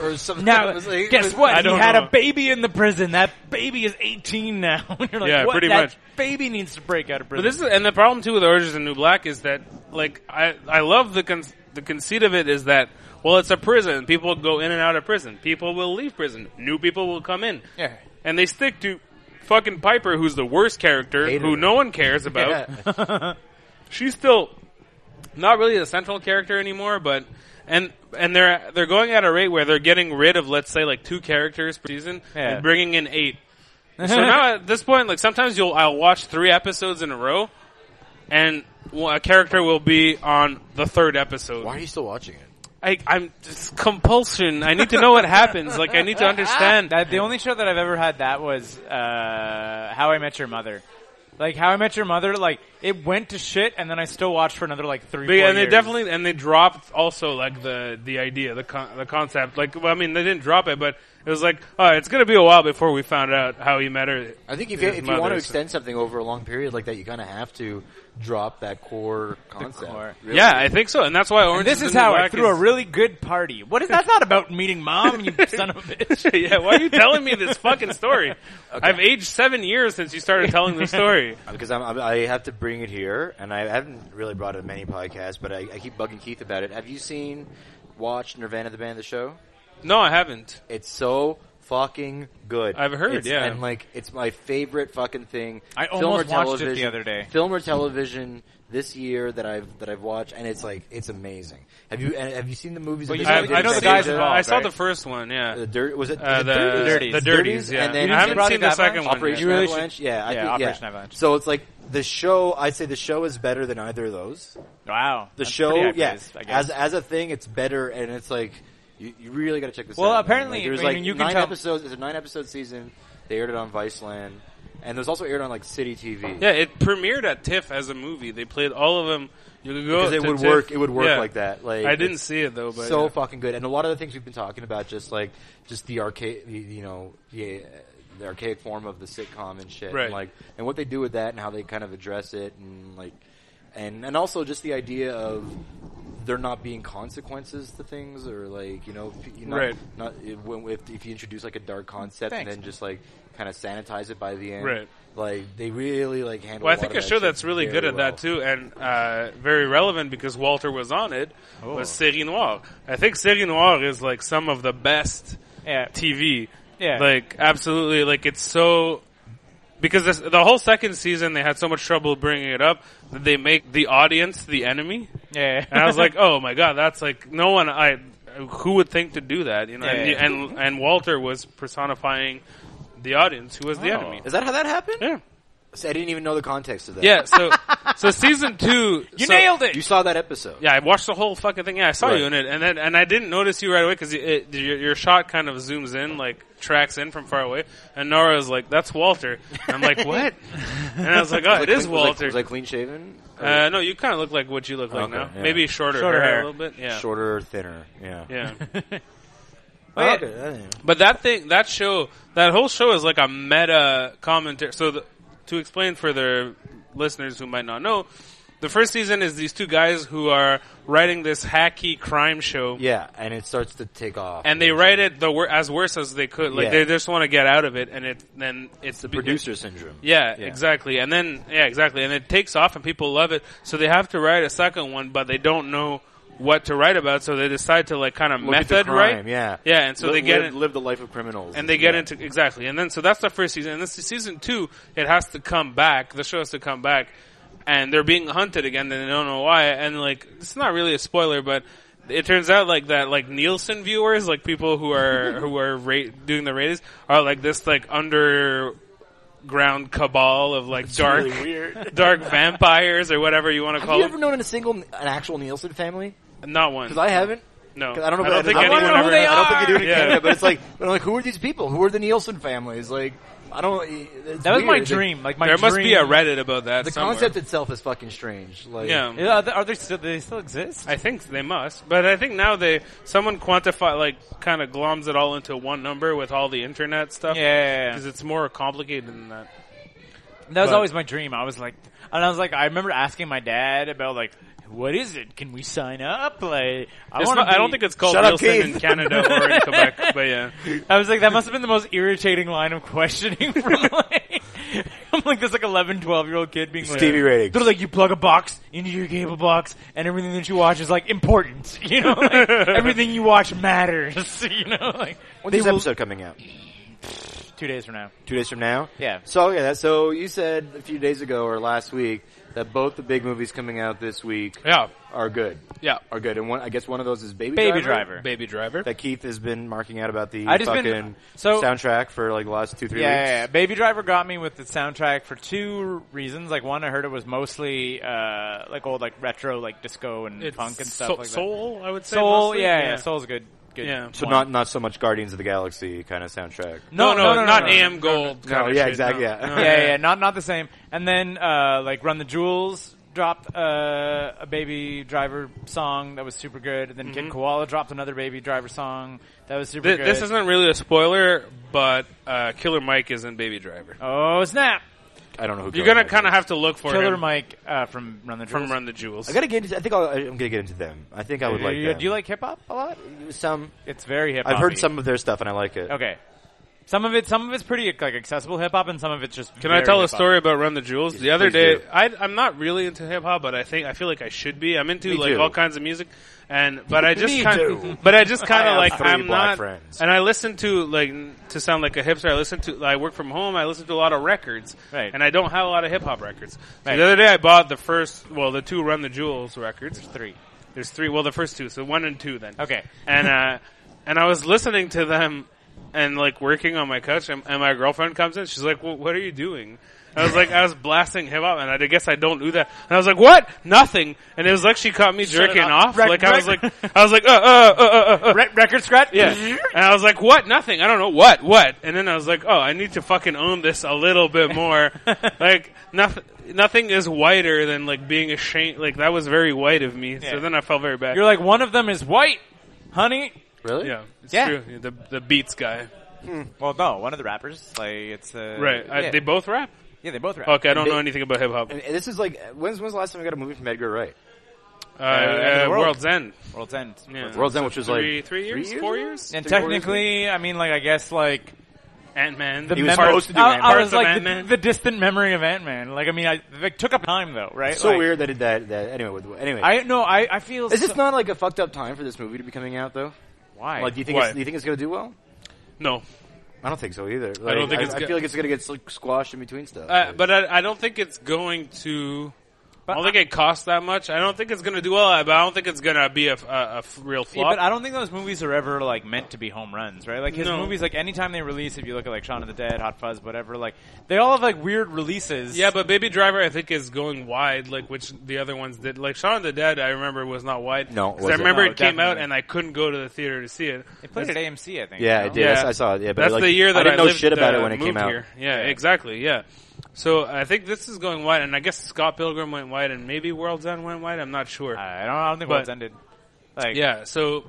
[SPEAKER 3] or something?
[SPEAKER 4] Now,
[SPEAKER 3] It was like-
[SPEAKER 4] guess
[SPEAKER 3] it was-
[SPEAKER 4] what?
[SPEAKER 5] I
[SPEAKER 4] He
[SPEAKER 5] don't
[SPEAKER 4] had
[SPEAKER 5] know.
[SPEAKER 4] a baby in the prison. That baby is 18 now. And You're like,
[SPEAKER 5] Yeah,
[SPEAKER 4] what?
[SPEAKER 5] pretty
[SPEAKER 4] that
[SPEAKER 5] much.
[SPEAKER 4] baby needs to break out of
[SPEAKER 5] But
[SPEAKER 4] prison.
[SPEAKER 5] this is, and the problem too with Orange is the New Black is that, like, I, I love the con- the conceit of it is that, well, it's a prison. People go in and out of prison. People will leave prison. New people will come in.
[SPEAKER 4] Yeah.
[SPEAKER 5] And they stick to fucking Piper, who's the worst character,
[SPEAKER 3] Hated
[SPEAKER 5] who
[SPEAKER 3] her.
[SPEAKER 5] no one cares about.
[SPEAKER 3] Yeah.
[SPEAKER 5] she's still not really the central character anymore, but and and they're they're going at a rate where they're getting rid of let's say like two characters per season
[SPEAKER 4] Yeah.
[SPEAKER 5] and bringing in eight. so now at this point, like sometimes you'll I'll watch three episodes in a row, and a character will be on the third episode.
[SPEAKER 3] Why are you still watching it?
[SPEAKER 5] I, I'm just compulsion. I need to know what happens. Like I need to understand.
[SPEAKER 4] That, the only show that I've ever had that was uh, How I Met Your Mother. Like How I Met Your Mother, like it went to shit, and then I still watched for another like three.
[SPEAKER 5] They,
[SPEAKER 4] four
[SPEAKER 5] and they
[SPEAKER 4] years.
[SPEAKER 5] definitely and they dropped also like the the idea the con- the concept like well, I mean they didn't drop it but it was like oh it's gonna be a while before we found out how he met her.
[SPEAKER 3] I think if you,
[SPEAKER 5] his
[SPEAKER 3] if you want
[SPEAKER 5] mother,
[SPEAKER 3] to
[SPEAKER 5] so-
[SPEAKER 3] extend something over a long period like that, you kind of have to drop that core concept.
[SPEAKER 4] core.
[SPEAKER 5] yeah I think so and that's why Orange.
[SPEAKER 4] This
[SPEAKER 5] is,
[SPEAKER 4] is
[SPEAKER 5] the New
[SPEAKER 4] how I
[SPEAKER 5] Black
[SPEAKER 4] threw a
[SPEAKER 5] is-
[SPEAKER 4] really good party. What is that's not about meeting mom, you son of a bitch.
[SPEAKER 5] yeah, why are you telling me this fucking story? I've aged seven years since you started telling this story.
[SPEAKER 3] Uh, Because I'm, I'm, I have to bring it here, and I haven't really brought it in many podcasts, but I, I keep bugging Keith about it. Have you seen, watched Nirvana the band, the show?
[SPEAKER 5] No, I haven't.
[SPEAKER 3] It's so fucking good.
[SPEAKER 5] I've heard,
[SPEAKER 3] It's-
[SPEAKER 5] yeah.
[SPEAKER 3] and like it's my favorite fucking thing.
[SPEAKER 4] I
[SPEAKER 3] Film
[SPEAKER 4] almost
[SPEAKER 3] or
[SPEAKER 4] watched it the
[SPEAKER 3] television-
[SPEAKER 4] other day.
[SPEAKER 3] Film or television this year that I've that I've watched, and it's like it's amazing. Have you and have you seen the movies?
[SPEAKER 4] Well,
[SPEAKER 3] of
[SPEAKER 4] you
[SPEAKER 3] the
[SPEAKER 4] saw
[SPEAKER 5] I,
[SPEAKER 4] the
[SPEAKER 3] Dirty
[SPEAKER 5] I know the
[SPEAKER 4] Dirties
[SPEAKER 5] guys.
[SPEAKER 4] involved,
[SPEAKER 5] I saw
[SPEAKER 4] right?
[SPEAKER 5] the first one. Yeah,
[SPEAKER 3] The dirt was it
[SPEAKER 5] uh,
[SPEAKER 3] the,
[SPEAKER 5] the
[SPEAKER 4] Dirties.
[SPEAKER 5] the dirties.
[SPEAKER 3] Dirties,
[SPEAKER 5] Yeah,
[SPEAKER 3] and then
[SPEAKER 4] You
[SPEAKER 5] I
[SPEAKER 4] didn't
[SPEAKER 5] haven't
[SPEAKER 4] brought
[SPEAKER 5] seen
[SPEAKER 4] it
[SPEAKER 5] the
[SPEAKER 4] up,
[SPEAKER 5] second one.
[SPEAKER 3] Operation
[SPEAKER 5] yet.
[SPEAKER 4] really should-
[SPEAKER 3] Avalanche. Yeah, I
[SPEAKER 4] yeah,
[SPEAKER 3] think,
[SPEAKER 4] Operation
[SPEAKER 3] yeah.
[SPEAKER 4] Avalanche.
[SPEAKER 3] So it's like the show. I'd say the show is better than either of those.
[SPEAKER 4] Wow.
[SPEAKER 3] The
[SPEAKER 4] That's
[SPEAKER 3] show,
[SPEAKER 4] pretty high
[SPEAKER 3] yeah,
[SPEAKER 4] praise, I guess.
[SPEAKER 3] as as a thing, it's better, and it's like you, you really got to check this
[SPEAKER 4] Well,
[SPEAKER 3] out.
[SPEAKER 4] apparently,
[SPEAKER 3] like, there was
[SPEAKER 4] I
[SPEAKER 3] like
[SPEAKER 4] mean, you can
[SPEAKER 3] nine
[SPEAKER 4] tell-
[SPEAKER 3] episodes. It's a nine episode season. They aired it on Vice Land, and it was also aired on like City TV.
[SPEAKER 5] Yeah, it premiered at TIFF as a movie. They played all of them. You could go
[SPEAKER 3] Because it
[SPEAKER 5] to
[SPEAKER 3] would
[SPEAKER 5] TIFF.
[SPEAKER 3] work- it would work
[SPEAKER 5] Yeah.
[SPEAKER 3] like that, like,
[SPEAKER 5] I didn't
[SPEAKER 3] it's
[SPEAKER 5] see it though, but
[SPEAKER 3] so
[SPEAKER 5] yeah.
[SPEAKER 3] fucking good. And a lot of the things we've been talking about, just like just the archaic, you know, the, the archaic form of the sitcom and shit,
[SPEAKER 5] Right.
[SPEAKER 3] and like and what they do with that, and how they kind of address it, and like and and also just the idea of there not being consequences to things, or like you know, if you not,
[SPEAKER 5] Right.
[SPEAKER 3] not if, when- if, if you introduce like a dark concept and
[SPEAKER 4] Thanks.
[SPEAKER 3] then just like kind of sanitize it by the end,
[SPEAKER 5] Right.
[SPEAKER 3] Like they really like handle.
[SPEAKER 5] Well, I
[SPEAKER 3] lot
[SPEAKER 5] think
[SPEAKER 3] of
[SPEAKER 5] a
[SPEAKER 3] that
[SPEAKER 5] show
[SPEAKER 3] shit
[SPEAKER 5] that's really
[SPEAKER 3] very
[SPEAKER 5] good at
[SPEAKER 3] well.
[SPEAKER 5] that too, and uh, very relevant because Walter was on it
[SPEAKER 4] Oh.
[SPEAKER 5] was Série Noire. I think Série Noire is like some of the best
[SPEAKER 4] Yeah.
[SPEAKER 5] TV.
[SPEAKER 4] Yeah.
[SPEAKER 5] like absolutely, like it's so because this, the whole second season they had so much trouble bringing it up that they make the audience the enemy.
[SPEAKER 4] Yeah.
[SPEAKER 5] And I was like, oh my god, that's like no one. I who would think to do that? You know, and,
[SPEAKER 4] Yeah.
[SPEAKER 5] and and Walter was personifying the audience, who was
[SPEAKER 4] Oh.
[SPEAKER 5] the enemy.
[SPEAKER 3] Is that how that happened?
[SPEAKER 5] Yeah,
[SPEAKER 3] So I didn't even know the context of that.
[SPEAKER 5] yeah. So so season two,
[SPEAKER 4] You
[SPEAKER 5] so-
[SPEAKER 4] nailed it.
[SPEAKER 3] You saw that episode.
[SPEAKER 5] Yeah, I watched the whole fucking thing. Yeah, I saw
[SPEAKER 3] Right.
[SPEAKER 5] you in it, and then and I didn't notice you right away because your, your shot kind of zooms in, like tracks in from far away. And Nora's like, "That's Walter." And I'm like, "What?" And I was like, "Oh,
[SPEAKER 3] Like,
[SPEAKER 5] it is
[SPEAKER 3] was like-
[SPEAKER 5] Walter."
[SPEAKER 3] Was like clean shaven, Or
[SPEAKER 5] uh, no, you kind of look like what you look like
[SPEAKER 3] Okay,
[SPEAKER 5] now.
[SPEAKER 3] yeah.
[SPEAKER 5] Maybe shorter,
[SPEAKER 4] Shorter
[SPEAKER 5] hair,
[SPEAKER 4] hair.
[SPEAKER 5] a little bit. Yeah,
[SPEAKER 3] shorter, thinner. Yeah.
[SPEAKER 5] yeah.
[SPEAKER 3] Oh,
[SPEAKER 4] yeah.
[SPEAKER 3] okay, that- yeah.
[SPEAKER 5] But that thing, that show, that whole show is like a meta commentary. So the, to explain for the listeners who might not know, the first season is these two guys who are writing this hacky crime show.
[SPEAKER 3] Yeah, and it starts to take off.
[SPEAKER 5] And they write it the wor- as worse as they could. Like
[SPEAKER 3] Yeah.
[SPEAKER 5] they just want to get out of it, and it then it's
[SPEAKER 3] the producer syndrome.
[SPEAKER 5] Yeah,
[SPEAKER 3] Yeah.
[SPEAKER 5] exactly. And then yeah, exactly. And it takes off, and people love it. So they have to write a second one, but they don't know what to write about. So they decide to like kind of
[SPEAKER 3] Look at the
[SPEAKER 5] method
[SPEAKER 3] crime,
[SPEAKER 5] right.
[SPEAKER 3] Yeah.
[SPEAKER 5] yeah. And so
[SPEAKER 3] Li-
[SPEAKER 5] they get
[SPEAKER 3] live,
[SPEAKER 5] it.
[SPEAKER 3] live the life of criminals,
[SPEAKER 5] And they get
[SPEAKER 3] yeah.
[SPEAKER 5] into exactly, and then so that's the first season. And this is season two. It has to come back. The show has to come back, and they're being hunted again, and they don't know why. And like, it's not really a spoiler, but it turns out like that, like Nielsen viewers, like people who are who are ra- doing the ratings, are like this like underground cabal of like dark, dark vampires or whatever you want to
[SPEAKER 3] Have
[SPEAKER 5] call
[SPEAKER 3] you
[SPEAKER 5] it.
[SPEAKER 3] ever known a single an actual Nielsen family?
[SPEAKER 5] Not one.
[SPEAKER 3] Because I haven't.
[SPEAKER 5] no,
[SPEAKER 3] 'Cause I don't know.
[SPEAKER 5] I don't
[SPEAKER 3] if-
[SPEAKER 5] think
[SPEAKER 3] I don't know
[SPEAKER 5] anyone ever.
[SPEAKER 3] who they I don't think
[SPEAKER 4] are.
[SPEAKER 3] you do it in
[SPEAKER 5] Yeah.
[SPEAKER 3] Canada, but it's like, but I'm like, who are these people? Who are the Nielsen families? Like, I don't. it's
[SPEAKER 4] that was my
[SPEAKER 3] weird. Like,
[SPEAKER 4] dream. Like my
[SPEAKER 5] There must be a
[SPEAKER 4] dream-
[SPEAKER 5] Reddit about that.
[SPEAKER 3] The
[SPEAKER 5] somewhere.
[SPEAKER 3] concept itself is fucking strange. Like,
[SPEAKER 5] Yeah.
[SPEAKER 4] Yeah, Are they, are they still, do they still exist?
[SPEAKER 5] I think they must, but I think now they someone quantify like kind of gloms it all into one number with all the internet stuff.
[SPEAKER 4] Yeah, yeah, yeah.
[SPEAKER 5] because it's more complicated than that.
[SPEAKER 4] That was
[SPEAKER 5] But-
[SPEAKER 4] always my dream. I was like, and I was like, I remember asking my dad about like, what is it? Can we sign up? Like, I
[SPEAKER 5] It's
[SPEAKER 4] want.
[SPEAKER 5] not- I don't think it's called
[SPEAKER 3] Shut up,
[SPEAKER 5] Nielsen
[SPEAKER 3] Keith.
[SPEAKER 5] in Canada or in Quebec, but yeah,
[SPEAKER 4] I was like, that must have been the most irritating line of questioning from like, I'm like this like 11, 12 year old kid being like,
[SPEAKER 3] Stevie ratings.
[SPEAKER 4] They're like, you plug a box into your cable box, and everything that you watch is like important. You know, like, everything you watch matters. You know, like
[SPEAKER 3] When's
[SPEAKER 4] they
[SPEAKER 3] this
[SPEAKER 4] will-
[SPEAKER 3] episode coming out?
[SPEAKER 4] two days from now.
[SPEAKER 3] Two days from now.
[SPEAKER 4] Yeah.
[SPEAKER 3] So yeah, that, so you said a few days ago or last week that both the big movies coming out this week
[SPEAKER 5] yeah,
[SPEAKER 3] are good.
[SPEAKER 5] yeah.
[SPEAKER 3] Are good, and one I guess one of those is Baby
[SPEAKER 4] Baby Driver.
[SPEAKER 5] Baby Driver.
[SPEAKER 3] that Keith has been marking out about the
[SPEAKER 4] I just
[SPEAKER 3] fucking
[SPEAKER 4] been- so-
[SPEAKER 3] soundtrack for like the last two three
[SPEAKER 4] yeah,
[SPEAKER 3] weeks.
[SPEAKER 4] yeah, yeah. Baby Driver got me with the soundtrack for two reasons. Like one, I heard it was mostly uh, like old, like retro, like disco and
[SPEAKER 5] It's
[SPEAKER 4] funk and stuff
[SPEAKER 5] so-
[SPEAKER 4] like that.
[SPEAKER 5] Soul, I would say.
[SPEAKER 4] Soul,
[SPEAKER 5] mostly.
[SPEAKER 4] yeah, yeah, Soul's good. good.
[SPEAKER 5] Yeah.
[SPEAKER 3] So
[SPEAKER 4] one.
[SPEAKER 3] not not so much Guardians of the Galaxy kind of soundtrack.
[SPEAKER 5] No, no, not
[SPEAKER 4] no.
[SPEAKER 5] AM Gold.
[SPEAKER 3] No,
[SPEAKER 5] kinda
[SPEAKER 3] yeah,
[SPEAKER 5] shit,
[SPEAKER 3] exactly,
[SPEAKER 5] no.
[SPEAKER 3] yeah.
[SPEAKER 5] No,
[SPEAKER 4] yeah, yeah, yeah, not not the same. And then uh, like Run the Jewels dropped uh, a Baby Driver song that was super good. And then Kid Koala dropped another Baby Driver song that was super
[SPEAKER 5] Mm-hmm. Th-
[SPEAKER 4] good.
[SPEAKER 5] This isn't really a spoiler, but uh, Killer Mike is in Baby Driver.
[SPEAKER 4] oh snap!
[SPEAKER 3] I don't know who.
[SPEAKER 5] You're
[SPEAKER 3] Killer
[SPEAKER 5] gonna
[SPEAKER 3] Mike
[SPEAKER 5] kind of
[SPEAKER 3] is.
[SPEAKER 5] have to look for
[SPEAKER 4] Killer
[SPEAKER 5] him
[SPEAKER 4] Mike uh, from Run the Jewels.
[SPEAKER 5] from Run the Jewels.
[SPEAKER 3] I gotta get. Into, I think I'll, I'm gonna get into them. I think I would like.
[SPEAKER 4] Do you-
[SPEAKER 3] them.
[SPEAKER 4] Do you like hip hop a lot?
[SPEAKER 3] some?
[SPEAKER 4] It's very hip.
[SPEAKER 3] I've heard some of their stuff and I like it.
[SPEAKER 4] Okay. Some of it, some of it's pretty like accessible hip hop, and some of it's just.
[SPEAKER 5] Can I
[SPEAKER 4] very
[SPEAKER 5] tell a
[SPEAKER 4] hip-hop.
[SPEAKER 5] story about Run the Jewels? The other
[SPEAKER 3] please
[SPEAKER 5] day,
[SPEAKER 3] do.
[SPEAKER 5] I, I'm not really into hip hop, but I think I feel like I should be. I'm into
[SPEAKER 3] Me
[SPEAKER 5] like
[SPEAKER 3] too.
[SPEAKER 5] all kinds of music, and but I just
[SPEAKER 3] Me
[SPEAKER 5] kind,
[SPEAKER 3] too.
[SPEAKER 5] but I just kind
[SPEAKER 3] I
[SPEAKER 5] of
[SPEAKER 3] have
[SPEAKER 5] like
[SPEAKER 3] three
[SPEAKER 5] I'm
[SPEAKER 3] black
[SPEAKER 5] not.
[SPEAKER 3] friends.
[SPEAKER 5] And I listen to like n- to sound like a hipster. I listen to I work from home. I listen to a lot of records,
[SPEAKER 4] Right.
[SPEAKER 5] and I don't have a lot of hip hop records. So
[SPEAKER 4] Right.
[SPEAKER 5] The other day, I bought the first, well, the two Run the Jewels records.
[SPEAKER 4] Three.
[SPEAKER 5] There's three. Well, the first two, so one and two then.
[SPEAKER 4] Okay.
[SPEAKER 5] And uh, and I was listening to them and like working on my couch, and, and my girlfriend comes in. She's like, well, "What are you doing?" I was like, I was blasting hip hop, and I guess I don't do that. And I was like, "What? Nothing." And it was like she caught me
[SPEAKER 4] Shut it
[SPEAKER 5] jerking
[SPEAKER 4] up.
[SPEAKER 5] off.
[SPEAKER 4] Rec-
[SPEAKER 5] like I was
[SPEAKER 4] rec-
[SPEAKER 5] like, I was like, uh, uh, uh, uh, uh, uh.
[SPEAKER 4] Re- record scratch.
[SPEAKER 5] Yeah. And I was like, what? Nothing. I don't know. What? What? And then I was like, oh, I need to fucking own this a little bit more. like, nothing, nothing is whiter than like being ashamed. Like, that was very white of me.
[SPEAKER 4] Yeah.
[SPEAKER 5] So then I felt very bad.
[SPEAKER 4] You're like one of them is white, honey.
[SPEAKER 3] Really?
[SPEAKER 5] yeah. It's
[SPEAKER 4] Yeah.
[SPEAKER 5] true. The, the Beats guy.
[SPEAKER 4] Well, no, one of the rappers. Like it's uh,
[SPEAKER 5] Right.
[SPEAKER 4] Yeah,
[SPEAKER 5] I, they both rap?
[SPEAKER 4] yeah, they both rap.
[SPEAKER 5] Okay, I don't
[SPEAKER 3] They-
[SPEAKER 5] know anything about hip hop.
[SPEAKER 3] And this is like when's when's the last time we got a movie from Edgar Wright?
[SPEAKER 5] Uh,
[SPEAKER 4] End of
[SPEAKER 5] uh,
[SPEAKER 4] the World.
[SPEAKER 5] World's End.
[SPEAKER 4] World's End.
[SPEAKER 5] Yeah.
[SPEAKER 3] World's End, which was
[SPEAKER 5] Three,
[SPEAKER 3] like
[SPEAKER 5] three years?
[SPEAKER 3] three years
[SPEAKER 5] Four
[SPEAKER 3] ago?
[SPEAKER 5] years?
[SPEAKER 4] And
[SPEAKER 3] Three more
[SPEAKER 4] technically, I mean, like I guess like
[SPEAKER 5] Ant Man.
[SPEAKER 4] the
[SPEAKER 3] He was
[SPEAKER 4] mem-
[SPEAKER 3] supposed to do
[SPEAKER 4] I,
[SPEAKER 3] Ant-Man.
[SPEAKER 4] I
[SPEAKER 5] Parts
[SPEAKER 4] was
[SPEAKER 5] of
[SPEAKER 4] like the,
[SPEAKER 5] Ant-Man.
[SPEAKER 4] the distant memory of Ant Man. Like I mean, I it took up time though, right?
[SPEAKER 3] so
[SPEAKER 4] Like,
[SPEAKER 3] weird that it, that that anyway. with- Anyway,
[SPEAKER 4] I no, I I feel
[SPEAKER 3] is
[SPEAKER 4] so,
[SPEAKER 3] this not like a fucked up time for this movie to be coming out though?
[SPEAKER 4] why?
[SPEAKER 3] Like, do you think it's,
[SPEAKER 5] Why?
[SPEAKER 3] do you think it's gonna do well?
[SPEAKER 5] No.
[SPEAKER 3] I don't think so either. Like,
[SPEAKER 5] don't think it's
[SPEAKER 3] I
[SPEAKER 5] go-
[SPEAKER 3] feel like it's gonna get like, squashed in between stuff.
[SPEAKER 5] Uh, but I, I don't think it's going to. I don't think it costs that much. I don't think it's going to do well, but I don't think it's going to be a, a- a f- real
[SPEAKER 4] Yeah,
[SPEAKER 5] flop.
[SPEAKER 4] but I don't think those movies are ever like meant to be home runs, right? Like his
[SPEAKER 5] No.
[SPEAKER 4] movies, like anytime they release, if you look at like Shaun of the Dead, Hot Fuzz, whatever, like they all have like weird releases.
[SPEAKER 5] yeah, but Baby Driver, I think, is going wide, like which the other ones did. Like Shaun of the Dead, I remember was not wide.
[SPEAKER 3] No, it
[SPEAKER 5] 'Cause I
[SPEAKER 3] wasn't.
[SPEAKER 5] remember
[SPEAKER 4] No,
[SPEAKER 5] it came out
[SPEAKER 4] definitely.
[SPEAKER 5] and I couldn't go to the theater to see it.
[SPEAKER 4] they played at
[SPEAKER 5] That's-
[SPEAKER 4] AMC, I think.
[SPEAKER 3] yeah,
[SPEAKER 4] you
[SPEAKER 3] I
[SPEAKER 4] know?
[SPEAKER 3] did.
[SPEAKER 5] Yeah.
[SPEAKER 3] I, I saw it. Yeah, but
[SPEAKER 5] That's
[SPEAKER 3] like,
[SPEAKER 5] the year that
[SPEAKER 3] I didn't know
[SPEAKER 5] lived,
[SPEAKER 3] shit about
[SPEAKER 5] uh,
[SPEAKER 3] it when it came
[SPEAKER 5] moved
[SPEAKER 3] out.
[SPEAKER 5] here. Yeah, exactly. Yeah. So I think this is going wide, and I guess Scott Pilgrim went wide, and maybe World's End went wide. I'm not sure.
[SPEAKER 4] I don't, I don't think
[SPEAKER 5] But-
[SPEAKER 4] World's ended. Like
[SPEAKER 5] Yeah, so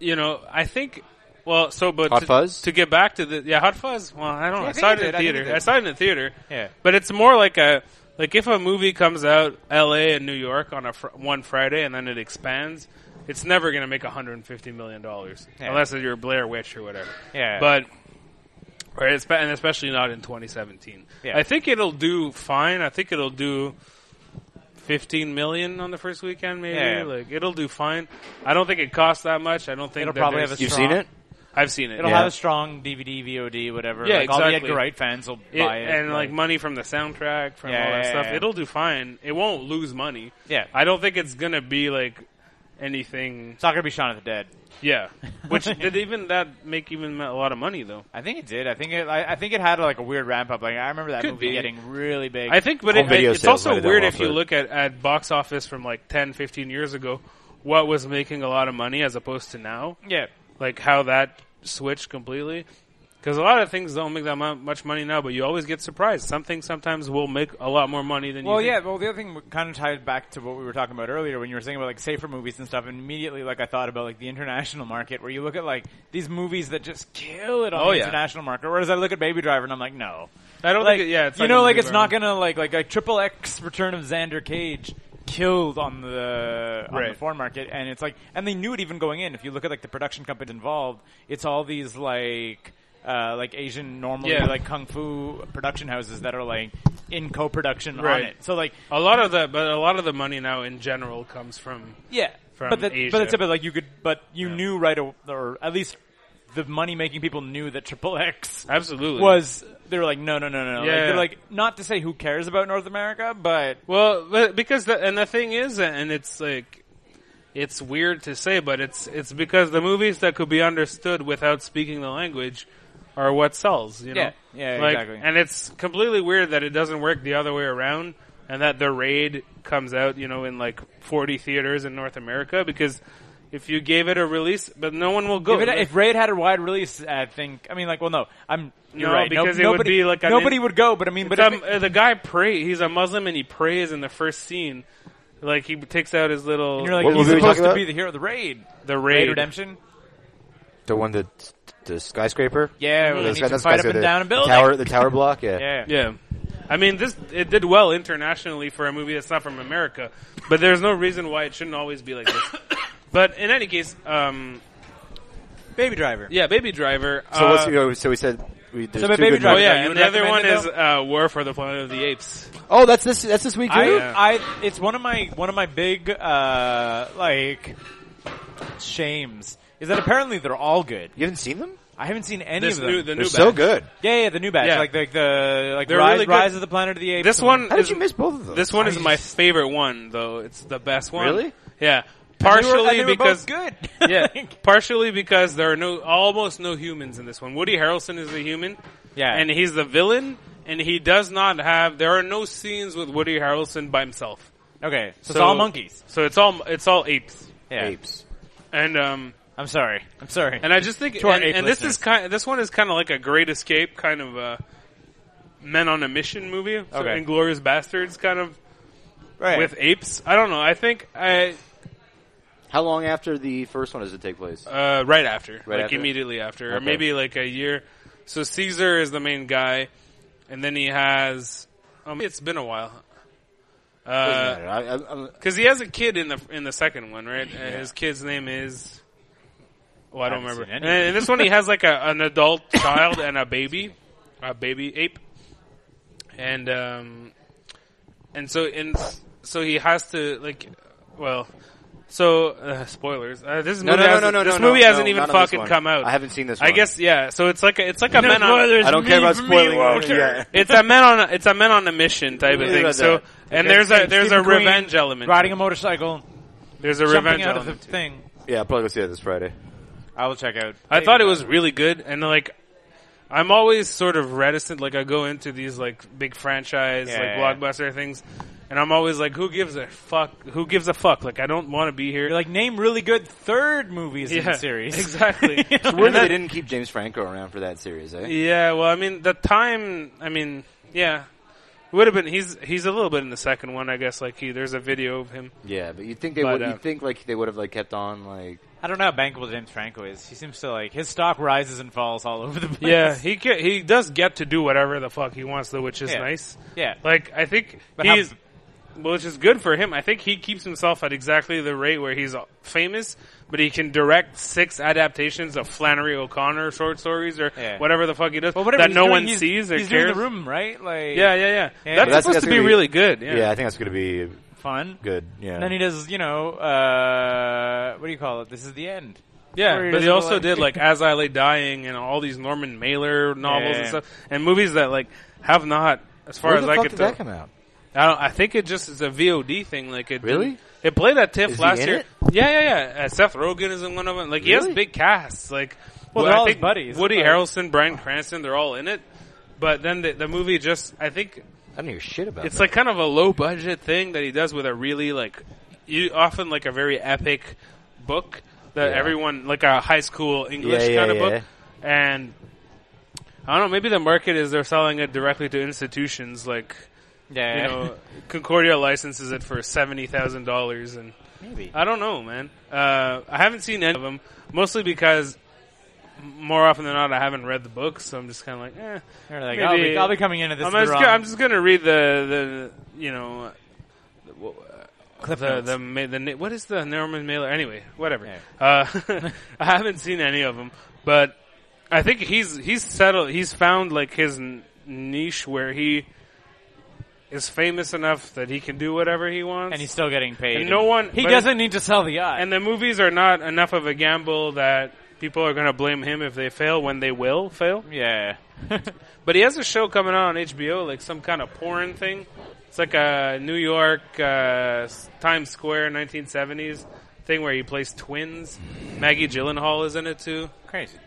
[SPEAKER 5] you know, I think. Well, so but
[SPEAKER 3] Hot
[SPEAKER 5] to,
[SPEAKER 3] Fuzz?
[SPEAKER 5] to get back to the yeah Hot Fuzz. Well, I don't. know.
[SPEAKER 4] Yeah,
[SPEAKER 5] I,
[SPEAKER 4] I think
[SPEAKER 5] saw
[SPEAKER 4] I
[SPEAKER 5] it
[SPEAKER 4] did,
[SPEAKER 5] in the
[SPEAKER 4] I think I
[SPEAKER 5] theater.
[SPEAKER 4] did.
[SPEAKER 5] I, saw it in the theater.
[SPEAKER 4] Yeah.
[SPEAKER 5] but it's more like a like if a movie comes out L.A. and New York on a fr- one Friday and then it expands. It's never going to make 150 million dollars
[SPEAKER 4] Yeah.
[SPEAKER 5] unless you're Blair Witch or whatever.
[SPEAKER 4] Yeah.
[SPEAKER 5] but. Right, it's- and especially not in 2017.
[SPEAKER 4] Yeah.
[SPEAKER 5] I think it'll do fine. I think it'll do 15 million on the first weekend, maybe.
[SPEAKER 4] Yeah.
[SPEAKER 5] Like it'll do fine. I don't think it costs that much. I don't think
[SPEAKER 4] It'll
[SPEAKER 5] that
[SPEAKER 4] probably
[SPEAKER 5] there's-
[SPEAKER 4] have a
[SPEAKER 3] You've
[SPEAKER 4] strong-
[SPEAKER 3] seen it?
[SPEAKER 5] I've seen it.
[SPEAKER 4] it'll
[SPEAKER 5] yeah.
[SPEAKER 4] have a strong DVD, VOD, whatever.
[SPEAKER 5] Yeah,
[SPEAKER 4] like all the
[SPEAKER 5] exactly.
[SPEAKER 4] Edgar Wright fans will
[SPEAKER 5] It-
[SPEAKER 4] buy it,
[SPEAKER 5] and like money from the soundtrack, from
[SPEAKER 4] Yeah,
[SPEAKER 5] all that
[SPEAKER 4] yeah,
[SPEAKER 5] stuff.
[SPEAKER 4] yeah.
[SPEAKER 5] It'll do fine. It won't lose money.
[SPEAKER 4] Yeah.
[SPEAKER 5] I don't think it's gonna be like anything.
[SPEAKER 4] it's not gonna be Shaun of the Dead.
[SPEAKER 5] Yeah, which did even that make even a lot of money though?
[SPEAKER 4] I think it did. I think it. I, I think it had like a weird ramp up. Like I remember that
[SPEAKER 5] Could
[SPEAKER 4] movie
[SPEAKER 5] be.
[SPEAKER 4] getting really big.
[SPEAKER 5] I think, but
[SPEAKER 3] Home
[SPEAKER 5] it,
[SPEAKER 3] video
[SPEAKER 5] it's
[SPEAKER 3] sales might
[SPEAKER 5] also
[SPEAKER 3] have done
[SPEAKER 5] weird
[SPEAKER 3] well
[SPEAKER 5] if you
[SPEAKER 3] for it.
[SPEAKER 5] look at, at box office from like 10, 15 years ago, what was making a lot of money as opposed to now.
[SPEAKER 4] yeah.
[SPEAKER 5] like how that switched completely. Because a lot of things don't make that mu- much money now, but you always get surprised. Something sometimes will make a lot more money than
[SPEAKER 4] Well,
[SPEAKER 5] you.
[SPEAKER 4] yeah.
[SPEAKER 5] think.
[SPEAKER 4] Well, the other thing kind of tied back to what we were talking about earlier when you were saying about like safer movies and stuff. And immediately, like I thought about like the international market where you look at like these movies that just kill it on
[SPEAKER 5] Oh,
[SPEAKER 4] the
[SPEAKER 5] yeah.
[SPEAKER 4] international market. Whereas I look at Baby Driver and I'm like, no,
[SPEAKER 5] I don't
[SPEAKER 4] like
[SPEAKER 5] think. It, yeah, it's
[SPEAKER 4] you know,
[SPEAKER 5] gonna
[SPEAKER 4] like
[SPEAKER 5] be
[SPEAKER 4] it's not
[SPEAKER 5] very-
[SPEAKER 4] gonna like like a triple X Return of Xander Cage killed on the on the
[SPEAKER 5] Right.
[SPEAKER 4] foreign market, and it's like, and they knew it even going in. If you look at like the production companies involved, it's all these like. Uh, like Asian normally
[SPEAKER 5] Yeah.
[SPEAKER 4] like kung fu production houses that are like in co-production on
[SPEAKER 5] Right.
[SPEAKER 4] it. So like
[SPEAKER 5] A lot of the, but a lot of the money now in general comes from.
[SPEAKER 4] yeah,
[SPEAKER 5] from
[SPEAKER 4] but that,
[SPEAKER 5] Asia.
[SPEAKER 4] but it's a bit like you could, but you knew right, aw- or at least the money making people knew that Triple X
[SPEAKER 5] Absolutely.
[SPEAKER 4] was. They were like, no, no, no, no. Like,
[SPEAKER 5] Yeah.
[SPEAKER 4] they're like, not to say who cares about North America, but
[SPEAKER 5] Well, but because the, and the thing is, and it's like, it's weird to say, but it's it's because the movies that could be understood without speaking the language are what sells. You know,
[SPEAKER 4] Yeah. Yeah,
[SPEAKER 5] Like,
[SPEAKER 4] exactly.
[SPEAKER 5] And it's completely weird that it doesn't work the other way around, and that the raid comes out, you know, in like forty theaters in North America because. if you gave it a release, but no one will go.
[SPEAKER 4] If, it, if Raid had a wide release, I think. I mean, like, well, no, I'm. You're
[SPEAKER 5] No,
[SPEAKER 4] right. No-
[SPEAKER 5] because it would
[SPEAKER 4] nobody,
[SPEAKER 5] be like an
[SPEAKER 4] nobody
[SPEAKER 5] in-
[SPEAKER 4] would go. But I mean, but
[SPEAKER 5] but
[SPEAKER 4] if
[SPEAKER 5] um,
[SPEAKER 4] it-
[SPEAKER 5] uh, the guy pray. He's a Muslim and he prays in the first scene. Like he takes out his little
[SPEAKER 4] you're like,
[SPEAKER 3] What
[SPEAKER 4] he's
[SPEAKER 3] movie are we
[SPEAKER 4] supposed
[SPEAKER 3] talking
[SPEAKER 4] to
[SPEAKER 3] about?
[SPEAKER 4] be the hero of the Raid.
[SPEAKER 5] the
[SPEAKER 4] Raid
[SPEAKER 5] raid.
[SPEAKER 4] Redemption.
[SPEAKER 3] The one that the skyscraper.
[SPEAKER 4] Yeah, where they
[SPEAKER 3] Those
[SPEAKER 4] need
[SPEAKER 3] guys-
[SPEAKER 4] to
[SPEAKER 3] those
[SPEAKER 4] fight
[SPEAKER 3] guys
[SPEAKER 4] up
[SPEAKER 3] go
[SPEAKER 4] and
[SPEAKER 3] to
[SPEAKER 4] down a
[SPEAKER 3] the
[SPEAKER 4] building.
[SPEAKER 3] Tower, the tower block. Yeah.
[SPEAKER 4] Yeah.
[SPEAKER 5] Yeah. I mean, this it did well internationally for a movie that's not from America, but there's no reason why it shouldn't always be like this. but in any case, um,
[SPEAKER 4] Baby Driver.
[SPEAKER 5] yeah, Baby Driver.
[SPEAKER 3] So
[SPEAKER 5] uh,
[SPEAKER 3] what's, you know, so we said we. there's
[SPEAKER 4] so the
[SPEAKER 3] two
[SPEAKER 4] Baby
[SPEAKER 3] good
[SPEAKER 4] Driver-
[SPEAKER 3] ones.
[SPEAKER 5] Oh
[SPEAKER 4] You
[SPEAKER 5] yeah, and
[SPEAKER 4] would
[SPEAKER 5] the other one
[SPEAKER 4] recommend
[SPEAKER 5] is
[SPEAKER 4] it,
[SPEAKER 5] uh, War for the Planet of the Apes.
[SPEAKER 3] Oh, that's this. That's this week.
[SPEAKER 4] I, uh,
[SPEAKER 3] too?
[SPEAKER 4] I, it's one of my one of my big uh, like shames is that apparently they're all good.
[SPEAKER 3] you haven't seen them?
[SPEAKER 4] I haven't seen any
[SPEAKER 5] This
[SPEAKER 4] of them.
[SPEAKER 5] new, the
[SPEAKER 3] They're
[SPEAKER 5] new
[SPEAKER 3] so
[SPEAKER 5] batch.
[SPEAKER 3] good.
[SPEAKER 4] yeah, yeah, the new batch,
[SPEAKER 5] Yeah.
[SPEAKER 4] like the, the like
[SPEAKER 5] They're
[SPEAKER 4] Rise,
[SPEAKER 5] really good.
[SPEAKER 4] Rise of the Planet of the Apes.
[SPEAKER 5] This
[SPEAKER 4] and-
[SPEAKER 5] one,
[SPEAKER 3] How did
[SPEAKER 5] is-
[SPEAKER 3] you miss both of those?
[SPEAKER 5] This one
[SPEAKER 4] I
[SPEAKER 5] is my
[SPEAKER 4] just-
[SPEAKER 5] favorite one, though. It's the best one.
[SPEAKER 3] Really?
[SPEAKER 5] Yeah.
[SPEAKER 4] and they were-
[SPEAKER 5] Partially
[SPEAKER 4] and they were
[SPEAKER 5] because
[SPEAKER 4] both good.
[SPEAKER 5] yeah,
[SPEAKER 4] Like-
[SPEAKER 5] partially because there are no almost no humans in this one. Woody Harrelson is the human,
[SPEAKER 4] Yeah.
[SPEAKER 5] and he's the villain, and he does not have. There are no scenes with Woody Harrelson by himself.
[SPEAKER 4] okay, so, it's all monkeys.
[SPEAKER 5] So it's all it's all apes,
[SPEAKER 4] Yeah.
[SPEAKER 3] Apes.
[SPEAKER 5] and um,
[SPEAKER 4] I'm sorry. I'm sorry.
[SPEAKER 5] and I just think,
[SPEAKER 4] To our
[SPEAKER 5] and,
[SPEAKER 4] ape
[SPEAKER 5] and this
[SPEAKER 4] listeners.
[SPEAKER 5] is kind. This one is kind of like a Great Escape kind of uh, men on a mission movie, so
[SPEAKER 4] Okay.
[SPEAKER 5] Inglorious Bastards kind of
[SPEAKER 4] right.
[SPEAKER 5] with apes. I don't know. I think I
[SPEAKER 3] How long after the first one does it take place?
[SPEAKER 5] Uh, right after,
[SPEAKER 3] Right
[SPEAKER 5] like
[SPEAKER 3] after?
[SPEAKER 5] immediately after, or
[SPEAKER 3] Okay.
[SPEAKER 5] maybe like a year. So Caesar is the main guy, and then he has. Um, it's been a while. Because
[SPEAKER 3] I, I, I'm-
[SPEAKER 5] he has a kid in the in the second one, right? And his kid's name is. Oh, I don't
[SPEAKER 4] haven't
[SPEAKER 5] remember.
[SPEAKER 4] seen
[SPEAKER 5] And
[SPEAKER 4] any of
[SPEAKER 5] in this one, he has like a, an adult child and a baby, a baby ape, and um, and so in so he has to like, well. So uh, spoilers. Uh, this
[SPEAKER 3] No,
[SPEAKER 5] movie
[SPEAKER 3] no, no,
[SPEAKER 5] hasn't-
[SPEAKER 3] no, no,
[SPEAKER 5] This
[SPEAKER 3] no,
[SPEAKER 5] movie
[SPEAKER 3] no,
[SPEAKER 5] hasn't
[SPEAKER 3] no,
[SPEAKER 5] even
[SPEAKER 3] not on this
[SPEAKER 5] fucking
[SPEAKER 3] one.
[SPEAKER 5] come out.
[SPEAKER 3] I haven't seen this
[SPEAKER 5] I
[SPEAKER 3] one.
[SPEAKER 5] guess yeah. So it's like a, it's like a men
[SPEAKER 3] I
[SPEAKER 5] on
[SPEAKER 3] don't care about spoiling. it. Yeah.
[SPEAKER 5] it's a men on a, it's a men on a mission type of
[SPEAKER 3] Yeah,
[SPEAKER 5] thing.
[SPEAKER 3] that-
[SPEAKER 5] So and there's a
[SPEAKER 4] Steve-
[SPEAKER 5] there's a
[SPEAKER 4] Stephen Green
[SPEAKER 5] revenge element.
[SPEAKER 4] Riding a motorcycle,
[SPEAKER 5] There's a
[SPEAKER 4] jumping
[SPEAKER 5] revenge
[SPEAKER 4] out of the
[SPEAKER 5] element.
[SPEAKER 4] thing.
[SPEAKER 3] yeah, I'll probably go see it this Friday.
[SPEAKER 4] I will check out.
[SPEAKER 5] I thought it was really good, and like, I'm always sort of reticent. Like, I go into these like big franchise,
[SPEAKER 4] Yeah, yeah,
[SPEAKER 5] like blockbuster things, and I'm always like, who gives a fuck? Who gives a fuck? Like, I don't want to be here.
[SPEAKER 4] You're like name really good third movies in
[SPEAKER 5] Yeah,
[SPEAKER 4] the series.
[SPEAKER 5] exactly.
[SPEAKER 4] You know?
[SPEAKER 5] And
[SPEAKER 3] Weird that
[SPEAKER 5] that-
[SPEAKER 3] they didn't keep James Franco around for that series, eh?
[SPEAKER 5] yeah, well, I mean, the time. I mean, yeah, would have been. He's he's a little bit in the second one, I guess. Like, he there's a video of him.
[SPEAKER 3] Yeah, but you think they
[SPEAKER 5] But,
[SPEAKER 3] would?
[SPEAKER 5] uh,
[SPEAKER 3] you think like they would have like kept on like?
[SPEAKER 4] I don't know how bankable James Franco is. He seems to like his stock rises and falls all over the place.
[SPEAKER 5] Yeah, he get, he does get to do whatever the fuck he wants, though, which is
[SPEAKER 4] Yeah.
[SPEAKER 5] nice.
[SPEAKER 4] yeah.
[SPEAKER 5] Like I think
[SPEAKER 4] But
[SPEAKER 5] he's
[SPEAKER 4] how-
[SPEAKER 5] well, which is good for him. I think he keeps himself at exactly the rate where he's famous, but he can direct six adaptations of Flannery O'Connor short stories or
[SPEAKER 4] Yeah.
[SPEAKER 5] whatever the fuck he does
[SPEAKER 4] But whatever
[SPEAKER 5] that
[SPEAKER 4] he's
[SPEAKER 5] no
[SPEAKER 4] doing,
[SPEAKER 5] one
[SPEAKER 4] he's-
[SPEAKER 5] sees or
[SPEAKER 4] he's
[SPEAKER 5] cares.
[SPEAKER 4] doing the room, right? Like
[SPEAKER 5] Yeah, yeah, yeah.
[SPEAKER 4] Yeah.
[SPEAKER 5] That's,
[SPEAKER 4] That's-
[SPEAKER 5] supposed
[SPEAKER 3] that's
[SPEAKER 5] to be,
[SPEAKER 3] gonna be-
[SPEAKER 5] really good. Yeah.
[SPEAKER 3] Yeah. I think that's going to be
[SPEAKER 4] fun.
[SPEAKER 3] good. Yeah.
[SPEAKER 4] And then he does, you know, uh, what do you call it? This is the end.
[SPEAKER 5] Yeah,
[SPEAKER 4] Where he
[SPEAKER 5] but he
[SPEAKER 4] doesn't
[SPEAKER 5] also
[SPEAKER 4] like-
[SPEAKER 5] did like As I Lay Dying and all these Norman Mailer novels
[SPEAKER 4] Yeah.
[SPEAKER 5] and stuff and movies that like have not as far
[SPEAKER 3] Where
[SPEAKER 5] as
[SPEAKER 3] the
[SPEAKER 5] I
[SPEAKER 3] fuck
[SPEAKER 5] could
[SPEAKER 3] did
[SPEAKER 5] tell.
[SPEAKER 3] that come out?
[SPEAKER 5] I don't. I think it just is a VOD thing. Like it
[SPEAKER 3] Really?
[SPEAKER 5] didn't- It played at TIFF
[SPEAKER 3] Is he
[SPEAKER 5] last
[SPEAKER 3] in
[SPEAKER 5] year.
[SPEAKER 3] it?
[SPEAKER 5] Yeah, yeah, yeah. Uh, Seth Rogen is in one of them. Like he has
[SPEAKER 3] Really?
[SPEAKER 5] big casts. Like
[SPEAKER 4] Well,
[SPEAKER 5] wh-
[SPEAKER 4] they're
[SPEAKER 5] I
[SPEAKER 4] all his
[SPEAKER 5] think
[SPEAKER 4] buddies.
[SPEAKER 5] Woody
[SPEAKER 4] Like-
[SPEAKER 5] Harrelson, Brian Cranston, they're all in it. But then the, the movie just, I think
[SPEAKER 3] I don't hear shit about.
[SPEAKER 5] it's
[SPEAKER 3] that.
[SPEAKER 5] like kind of a low budget thing that he does with a really like, you often like a very epic book that
[SPEAKER 3] Yeah.
[SPEAKER 5] everyone like a high school English
[SPEAKER 3] Yeah, yeah,
[SPEAKER 5] kind of
[SPEAKER 3] yeah.
[SPEAKER 5] book, and I don't know. Maybe the market is they're selling it directly to institutions like
[SPEAKER 4] Yeah.
[SPEAKER 5] you know, Concordia licenses it for seventy thousand dollars, and
[SPEAKER 4] Maybe.
[SPEAKER 5] I don't know, man. Uh, I haven't seen any of them, mostly because m- more often than not, I haven't read the books, so I'm just kind of like, eh.
[SPEAKER 4] They're like,
[SPEAKER 5] maybe-
[SPEAKER 4] I'll, be, I'll be coming into this.
[SPEAKER 5] I'm
[SPEAKER 4] in the
[SPEAKER 5] just,
[SPEAKER 4] wrong
[SPEAKER 5] go- I'm just gonna read the the you know
[SPEAKER 4] clip
[SPEAKER 5] the
[SPEAKER 4] notes.
[SPEAKER 5] the, ma- the na- what is the Norman Mailer anyway? Whatever.
[SPEAKER 4] Yeah.
[SPEAKER 5] Uh, I haven't seen any of them, but I think he's he's settled. He's found like his n- niche where he is famous enough that he can do whatever he wants.
[SPEAKER 4] and he's still getting paid.
[SPEAKER 5] And no one-
[SPEAKER 4] He
[SPEAKER 5] but-
[SPEAKER 4] doesn't need to sell the eye.
[SPEAKER 5] and the movies are not enough of a gamble that people are going to blame him if they fail when they will fail.
[SPEAKER 4] yeah.
[SPEAKER 5] But he has a show coming out on HBO, like some kind of porn thing. It's like a New York uh, Times Square 1970s thing where he plays twins. Maggie Gyllenhaal is in it too.
[SPEAKER 4] Crazy.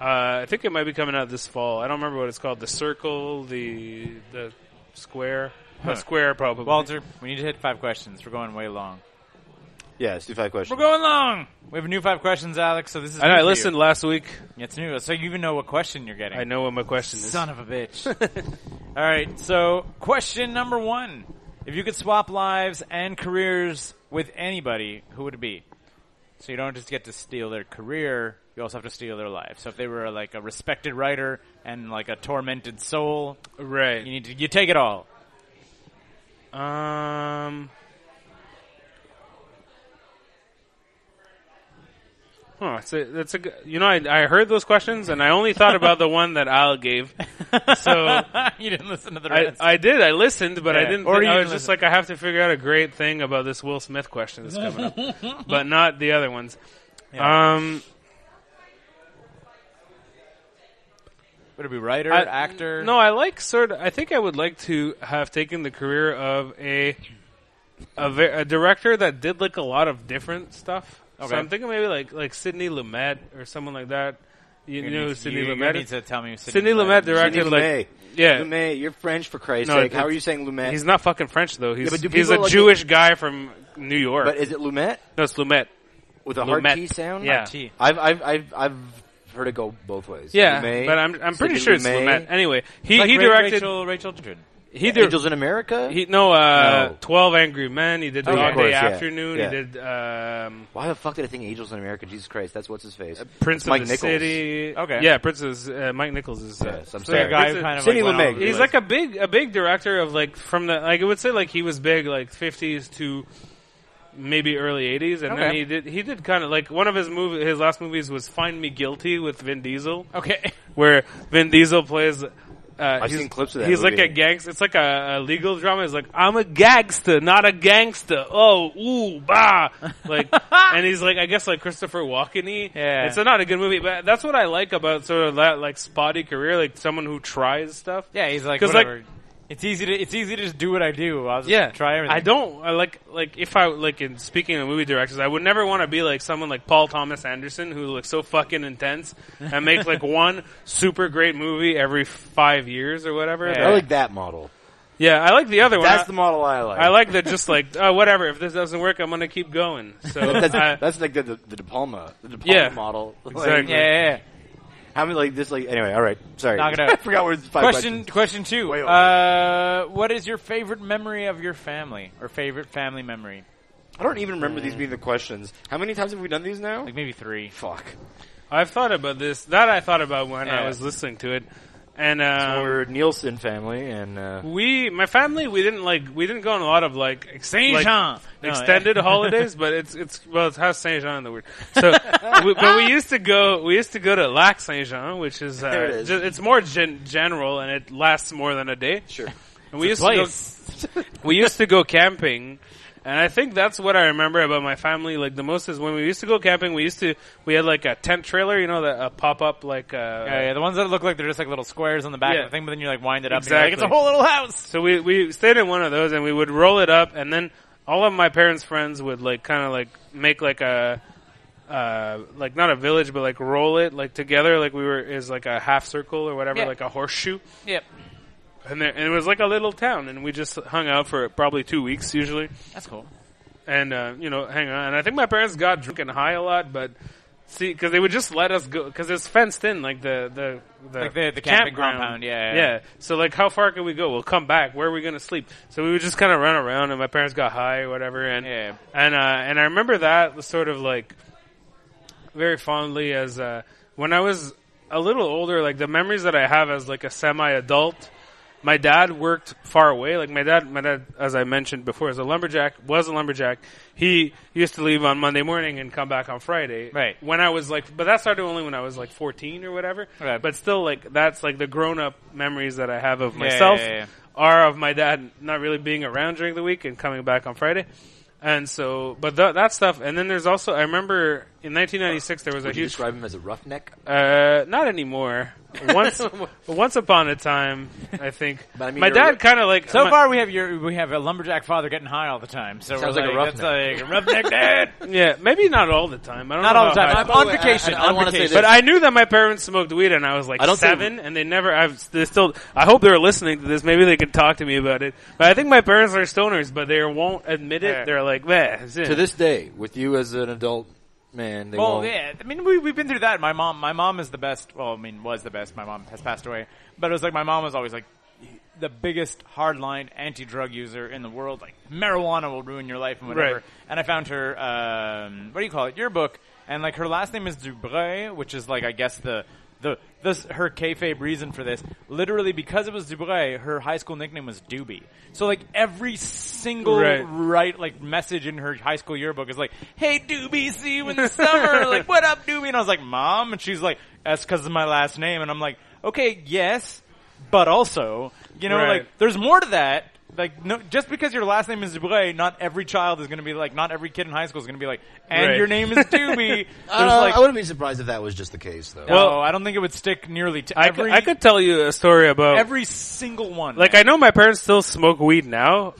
[SPEAKER 5] Uh, I think it might be coming out this fall. I don't remember what it's called. The Circle, the the Square, the Square probably.
[SPEAKER 4] Walter, we need to hit five questions. We're going way long.
[SPEAKER 7] Yeah, it's do five questions.
[SPEAKER 4] We're going long. We have new five questions, Alex. So this is.
[SPEAKER 5] I know.
[SPEAKER 4] new
[SPEAKER 5] I
[SPEAKER 4] for you.
[SPEAKER 5] listened last week.
[SPEAKER 4] It's new, so you even know what question you're getting.
[SPEAKER 5] I know what my question is.
[SPEAKER 4] Son of a bitch. All right, so question number one. If you could swap lives and careers with anybody, who would it be? So you don't just get to steal their career, you also have to steal their life. So if they were like a respected writer and like a tormented soul,
[SPEAKER 5] Right.
[SPEAKER 4] you need to, you take it all.
[SPEAKER 5] Um. Huh, that's a, that's a, g- you know, I, I heard those questions and I only thought about the one that Al gave. So
[SPEAKER 4] you didn't listen to the
[SPEAKER 5] I,
[SPEAKER 4] rest.
[SPEAKER 5] I did, I listened, but I
[SPEAKER 4] Yeah,
[SPEAKER 5] didn't,
[SPEAKER 4] or
[SPEAKER 5] think,
[SPEAKER 4] you
[SPEAKER 5] I was
[SPEAKER 4] didn't
[SPEAKER 5] just like, I have to figure out a great thing about this Will Smith question that's coming up, but not the other ones. Um,
[SPEAKER 4] would it be writer,
[SPEAKER 5] I-
[SPEAKER 4] actor?
[SPEAKER 5] No, I like sort of. I think I would like to have taken the career of a a, ve- a director that did like a lot of different stuff.
[SPEAKER 4] Okay.
[SPEAKER 5] So I'm thinking maybe like like Sidney Lumet or someone like that. You,
[SPEAKER 4] You
[SPEAKER 5] know
[SPEAKER 4] need-
[SPEAKER 5] who Sidney
[SPEAKER 4] you- you
[SPEAKER 5] Lumet.
[SPEAKER 4] need
[SPEAKER 5] is?
[SPEAKER 4] to tell me who Sidney,
[SPEAKER 5] Sidney Lumet
[SPEAKER 7] Sidney
[SPEAKER 5] directed
[SPEAKER 7] Lumet.
[SPEAKER 5] like yeah.
[SPEAKER 7] Lumet, you're French for Christ's
[SPEAKER 5] No,
[SPEAKER 7] sake. How
[SPEAKER 5] it's-
[SPEAKER 7] are you saying Lumet?
[SPEAKER 5] He's not fucking French though. He's
[SPEAKER 7] but do
[SPEAKER 5] he's a
[SPEAKER 7] people like-
[SPEAKER 5] Jewish guy from New York.
[SPEAKER 7] but is it Lumet
[SPEAKER 5] no, it's Lumet.
[SPEAKER 7] with a hard
[SPEAKER 5] Lumet.
[SPEAKER 7] T sound?
[SPEAKER 5] Yeah.
[SPEAKER 4] T.
[SPEAKER 7] I've I've I've, I've heard it go both ways.
[SPEAKER 5] Yeah,
[SPEAKER 7] Lumet,
[SPEAKER 5] but I'm I'm
[SPEAKER 7] Sidney
[SPEAKER 5] pretty sure it's Lumet. Anyway, he
[SPEAKER 4] Like
[SPEAKER 5] he
[SPEAKER 4] Ra-
[SPEAKER 5] directed
[SPEAKER 4] Rachel, Rachel Dren.
[SPEAKER 5] he did.
[SPEAKER 7] Angels in America.
[SPEAKER 5] He no, uh,
[SPEAKER 7] No.
[SPEAKER 5] Twelve Angry Men. He did
[SPEAKER 7] Oh,
[SPEAKER 5] the
[SPEAKER 7] yeah.
[SPEAKER 5] All
[SPEAKER 7] Of course,
[SPEAKER 5] Day
[SPEAKER 7] yeah.
[SPEAKER 5] Afternoon.
[SPEAKER 7] Yeah.
[SPEAKER 5] He did um,
[SPEAKER 7] Why the fuck did I think Angels in America? Jesus Christ, that's what's his face.
[SPEAKER 5] Uh, Prince
[SPEAKER 7] It's
[SPEAKER 5] of
[SPEAKER 7] Mike
[SPEAKER 5] the
[SPEAKER 7] Nichols.
[SPEAKER 5] City.
[SPEAKER 4] Okay.
[SPEAKER 5] yeah, Prince is uh, Mike Nichols is uh,
[SPEAKER 7] Yes, I'm
[SPEAKER 5] so yeah,
[SPEAKER 7] sorry.
[SPEAKER 4] The guy
[SPEAKER 5] Prince
[SPEAKER 4] who
[SPEAKER 5] is-
[SPEAKER 4] kind of
[SPEAKER 7] Sidney
[SPEAKER 4] like went
[SPEAKER 7] Lumet.
[SPEAKER 4] all over the
[SPEAKER 5] He's
[SPEAKER 4] place.
[SPEAKER 5] like a big a big director of like from the like I would say like he was big like fifties to maybe early eighties, and then
[SPEAKER 4] Okay.
[SPEAKER 5] he did he did kind of like one of his movie his last movies was Find Me Guilty with Vin Diesel.
[SPEAKER 4] okay.
[SPEAKER 5] where Vin Diesel plays. Uh, I've
[SPEAKER 7] seen clips of that
[SPEAKER 5] He's like
[SPEAKER 7] movie.
[SPEAKER 5] a gangster. It's like a, a legal drama. He's like, I'm a gangster, not a gangster. Oh, ooh, bah. Like, and he's like, I guess like Christopher Walken.
[SPEAKER 4] Yeah.
[SPEAKER 5] It's not a good movie, but that's what I like about sort of that like spotty career, like someone who tries stuff.
[SPEAKER 4] Yeah, he's like,
[SPEAKER 5] 'Cause, like-
[SPEAKER 4] whatever. it's easy to it's easy to just do what I do. I'll just
[SPEAKER 5] Yeah,
[SPEAKER 4] try everything.
[SPEAKER 5] I don't I like like if I like in speaking of movie directors, I would never want to be like someone like Paul Thomas Anderson who looks so fucking intense and makes like one super great movie every five years or whatever.
[SPEAKER 4] Yeah.
[SPEAKER 7] I like that model.
[SPEAKER 5] Yeah, I like the other one.
[SPEAKER 7] That's
[SPEAKER 5] I,
[SPEAKER 7] the model I like.
[SPEAKER 5] I like that just like oh, whatever. If this doesn't work, I'm gonna keep going. So
[SPEAKER 7] that's,
[SPEAKER 5] I-
[SPEAKER 7] that's like the, the the De Palma, the De Palma
[SPEAKER 5] Yeah.
[SPEAKER 7] model. Like,
[SPEAKER 5] Exactly.
[SPEAKER 4] Yeah, yeah, yeah.
[SPEAKER 7] how many like this? Like anyway, all right. Sorry,
[SPEAKER 4] Knock it out.
[SPEAKER 7] I forgot where it's five
[SPEAKER 4] Question
[SPEAKER 7] questions.
[SPEAKER 4] question two.
[SPEAKER 7] Wait, wait, wait.
[SPEAKER 4] Uh, what is your favorite memory of your family or favorite family memory?
[SPEAKER 7] I don't even remember these being the questions. How many times have we done these now?
[SPEAKER 4] Like maybe three.
[SPEAKER 7] fuck.
[SPEAKER 5] I've thought about this. That I thought about when
[SPEAKER 4] Yeah.
[SPEAKER 5] I was listening to it, and um,
[SPEAKER 7] we're Nielsen family, and uh,
[SPEAKER 5] We, my family, we didn't like, we didn't go on a lot of like, ex-
[SPEAKER 4] Saint
[SPEAKER 5] like,
[SPEAKER 4] Jean. No,
[SPEAKER 5] extended
[SPEAKER 4] yeah.
[SPEAKER 5] holidays, but it's, it's, well, it's House Saint Jean in the word. So, we, but we used to go, we used to go to Lac Saint Jean, which is, uh,
[SPEAKER 7] There it is.
[SPEAKER 5] ju- it's more gen- general and it lasts more than a day.
[SPEAKER 7] sure.
[SPEAKER 5] And we
[SPEAKER 4] It's
[SPEAKER 5] used
[SPEAKER 4] a
[SPEAKER 5] to go, we used to go camping, and I think that's what I remember about my family. Like the most is when we used to go camping, we used to we had like a tent trailer, you know, that uh, pop up like uh,
[SPEAKER 4] Yeah, yeah, the ones that look like they're just like little squares on the back
[SPEAKER 5] Yeah.
[SPEAKER 4] of the thing, but then you like wind it up. And you're like, it's a
[SPEAKER 5] Exactly.
[SPEAKER 4] whole little house.
[SPEAKER 5] So we, we stayed in one of those and we would roll it up and then all of my parents' friends would like kind of like make like a, uh, like not a village but like roll it like together like we were is like a half circle or whatever
[SPEAKER 4] Yeah.
[SPEAKER 5] like a horseshoe
[SPEAKER 4] Yep,
[SPEAKER 5] and, there, and it was like a little town and we just hung out for probably two weeks usually
[SPEAKER 4] that's cool.
[SPEAKER 5] and uh, you know hang on and I think my parents got drunk and high a lot but see because they would just let us go because it's fenced in like the the the,
[SPEAKER 4] Like the- the camping compound, yeah, yeah.
[SPEAKER 5] yeah so like, how far can we go? We'll come back. Where are we going to sleep? So we would just kind of run around, and my parents got high or whatever. And
[SPEAKER 4] Yeah.
[SPEAKER 5] and uh, and I remember that was sort of like very fondly as uh, when I was a little older. Like the memories that I have as like a semi-adult. My dad worked far away. Like my dad, my dad, as I mentioned before, is a lumberjack. Was a lumberjack. He used to leave on Monday morning and come back on Friday.
[SPEAKER 4] Right.
[SPEAKER 5] When I was like, but that started only when I was like 14 or whatever.
[SPEAKER 4] Right.
[SPEAKER 5] But still, like that's like the grown-up memories that I have of
[SPEAKER 4] yeah,
[SPEAKER 5] myself
[SPEAKER 4] yeah, yeah.
[SPEAKER 5] are of my dad not really being around during the week and coming back on Friday. And so, but th- that stuff, and then there's also, I remember in 1996 there was a
[SPEAKER 3] Would you
[SPEAKER 5] huge,
[SPEAKER 3] describe him as a roughneck?
[SPEAKER 5] uh, not anymore. once once upon a time, I think
[SPEAKER 7] But I mean,
[SPEAKER 5] my
[SPEAKER 7] you're-
[SPEAKER 5] dad kind of like
[SPEAKER 4] So
[SPEAKER 5] my-
[SPEAKER 4] far, we have your we have a lumberjack father getting high all the time. So
[SPEAKER 3] Sounds
[SPEAKER 4] we're
[SPEAKER 3] like a
[SPEAKER 4] that's like a roughneck dad.
[SPEAKER 5] Yeah, maybe not all the time. I don't
[SPEAKER 4] Not
[SPEAKER 5] know
[SPEAKER 4] all the
[SPEAKER 5] about
[SPEAKER 4] time.
[SPEAKER 5] how-
[SPEAKER 4] I'm on vacation.
[SPEAKER 3] I- I
[SPEAKER 4] on
[SPEAKER 3] wanna say
[SPEAKER 4] vacation.
[SPEAKER 5] But I knew that my parents smoked weed, and I was like
[SPEAKER 7] I don't think-
[SPEAKER 5] seven, and they never. I've they still. I hope they're listening to this. Maybe they can talk to me about it. But I think my parents are stoners, but they won't admit it.
[SPEAKER 4] Yeah.
[SPEAKER 5] They're like, meh. it's it."
[SPEAKER 3] to this day, with you as an adult man, they
[SPEAKER 4] Well,
[SPEAKER 3] won't.
[SPEAKER 4] yeah. I mean, we we've been through that. My mom, my mom is the best. Well, I mean, was the best. My mom has passed away, but it was like my mom was always like the biggest hardline anti-drug user in the world. Like marijuana will ruin your life and whatever.
[SPEAKER 5] Right.
[SPEAKER 4] And I found her, um, what do you call it? Your book. And like her last name is Dubray, which is like I guess the. The this her kayfabe reason for this literally because it was Dubray, her high school nickname was Doobie. So like every single
[SPEAKER 5] Right.
[SPEAKER 4] right like message in her high school yearbook is like, "Hey Doobie, see you in the summer." like, "What up, Doobie?" And I was like, "Mom," and she's like, "That's because of my last name." And I'm like, "Okay, yes, but also, you know,
[SPEAKER 5] Right.
[SPEAKER 4] like there's more to that." Like no, just because your last name is Dubray, not every child is going to be like, not every kid in high school is going to be like, and
[SPEAKER 5] Right.
[SPEAKER 4] your name is Doobie.
[SPEAKER 8] I,
[SPEAKER 4] There's
[SPEAKER 3] Uh,
[SPEAKER 8] don't know,
[SPEAKER 4] like,
[SPEAKER 8] I wouldn't be surprised if that was just the case, though.
[SPEAKER 4] no,
[SPEAKER 5] Well-
[SPEAKER 4] I don't think it would stick nearly to
[SPEAKER 5] I,
[SPEAKER 4] every
[SPEAKER 5] could, I could tell you a story about
[SPEAKER 4] every single one.
[SPEAKER 5] Like I know my parents still smoke weed now,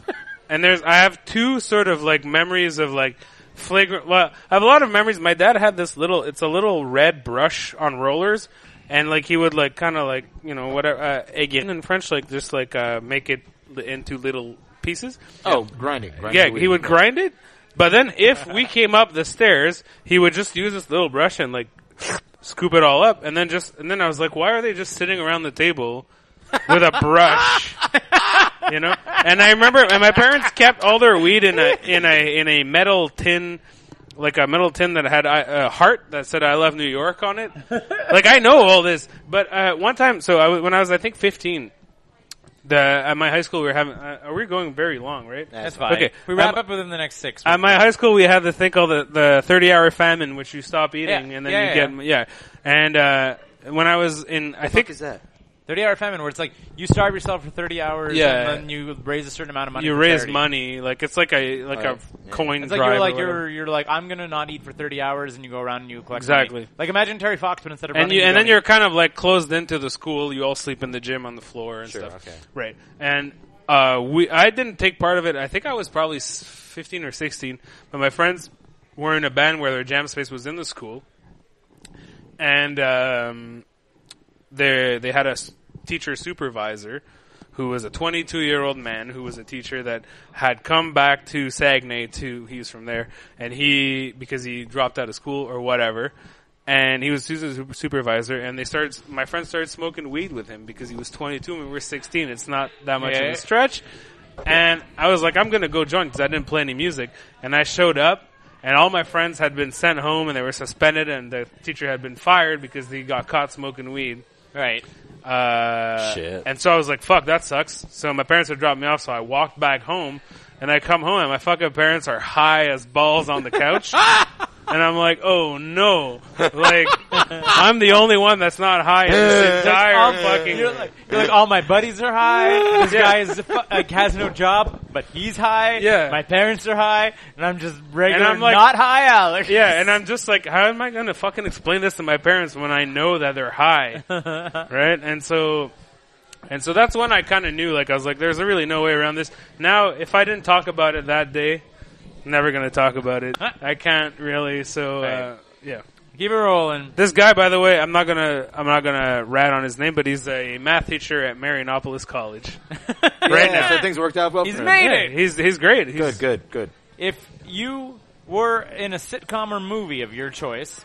[SPEAKER 5] and there's I have two sort of like memories of like flagrant. Well, I have a lot of memories. My dad had this little. It's a little red brush on rollers, and like he would like kind of like you know whatever uh, again in French like just like uh, make it li- into little pieces.
[SPEAKER 3] Oh, grinding. grinding
[SPEAKER 5] Yeah,
[SPEAKER 3] weed.
[SPEAKER 5] he would grind it. But then if we came up the stairs, he would just use this little brush and like scoop it all up, and then just and then I was like, why are they just sitting around the table with a brush? you know. And I remember, and my parents kept all their weed in a in a in a metal tin. Like a metal tin that had uh, a heart that said "I love New York" on it. Like I know all this, but uh, one time, so I was, when I was, I think, fifteen, the at my high school we were having. Uh, are we going very long, right?
[SPEAKER 4] that's fine.
[SPEAKER 5] Okay.
[SPEAKER 4] we wrap
[SPEAKER 5] Um,
[SPEAKER 4] up within the next six.
[SPEAKER 5] At my high school, we had the thing called the, the 30 hour famine, which you stop eating
[SPEAKER 4] Yeah.
[SPEAKER 5] and then
[SPEAKER 4] Yeah,
[SPEAKER 5] you get, yeah. And, uh, when I was in, I think
[SPEAKER 7] that?
[SPEAKER 4] 30 hour famine where it's like you starve yourself for 30 hours
[SPEAKER 5] Yeah.
[SPEAKER 4] and then you raise a certain amount of money
[SPEAKER 5] you
[SPEAKER 4] for
[SPEAKER 5] raise
[SPEAKER 4] charity.
[SPEAKER 5] money, like it's like a, like a coin
[SPEAKER 4] Oh, it's like
[SPEAKER 5] drive.
[SPEAKER 4] you're
[SPEAKER 5] or
[SPEAKER 4] like
[SPEAKER 5] whatever.
[SPEAKER 4] you're you're like I'm gonna not eat for 30 hours and you go around and you collect
[SPEAKER 5] Exactly.
[SPEAKER 4] money. like imagine Terry Fox but instead of
[SPEAKER 5] and
[SPEAKER 4] running,
[SPEAKER 5] you, and
[SPEAKER 4] go
[SPEAKER 5] then
[SPEAKER 4] eat.
[SPEAKER 5] you're kind of like closed into the school. You all sleep in the gym on the floor and stuff.
[SPEAKER 3] okay.
[SPEAKER 5] Right. And uh, we, I didn't take part of it. I think I was probably s- 15 or 16, but my friends were in a band where their jam space was in the school, and um, they they had a s- teacher supervisor who was a 22 year old man who was a teacher that had come back to Saguenay to he's from there and he because he dropped out of school or whatever and he was Susan's super- supervisor and they started my friend started smoking weed with him because he was 22 and we were 16 it's not that much of
[SPEAKER 4] Yeah.
[SPEAKER 5] a stretch and I was like I'm gonna go join because I didn't play any music and I showed up and all my friends had been sent home and they were suspended and the teacher had been fired because he got caught smoking weed
[SPEAKER 4] right
[SPEAKER 5] uh,
[SPEAKER 3] Shit.
[SPEAKER 5] And so I was like, fuck, that sucks. So my parents had dropped me off, so I walked back home, and I come home, and my fucking parents are high as balls on the couch. and I'm like, oh no. Like, I'm the only one that's not high in this entire fucking.
[SPEAKER 4] you're like, you're like all my buddies are high this
[SPEAKER 5] Yeah.
[SPEAKER 4] guy is fu- like, has no job but he's high
[SPEAKER 5] Yeah.
[SPEAKER 4] my parents are high and I'm just regular
[SPEAKER 5] I'm like-
[SPEAKER 4] not high Alex
[SPEAKER 5] yeah, and I'm just like, how am I gonna fucking explain this to my parents when I know that they're high? right? And so, and so that's when I kind of knew, like, I was like, there's really no way around this. Now, if I didn't talk about it that day, never gonna talk about it. I can't really, so, uh, yeah.
[SPEAKER 4] keep it rolling
[SPEAKER 5] This guy, by the way, I'm not gonna, I'm not gonna rat on his name, but he's a math teacher at Marianopolis College. right
[SPEAKER 3] Yeah,
[SPEAKER 5] now.
[SPEAKER 3] so things worked out well.
[SPEAKER 4] he's
[SPEAKER 3] for him.
[SPEAKER 4] made
[SPEAKER 5] Yeah,
[SPEAKER 4] it
[SPEAKER 5] he's, he's great. He's,
[SPEAKER 3] Good, good, good.
[SPEAKER 4] if you were in a sitcom or movie of your choice,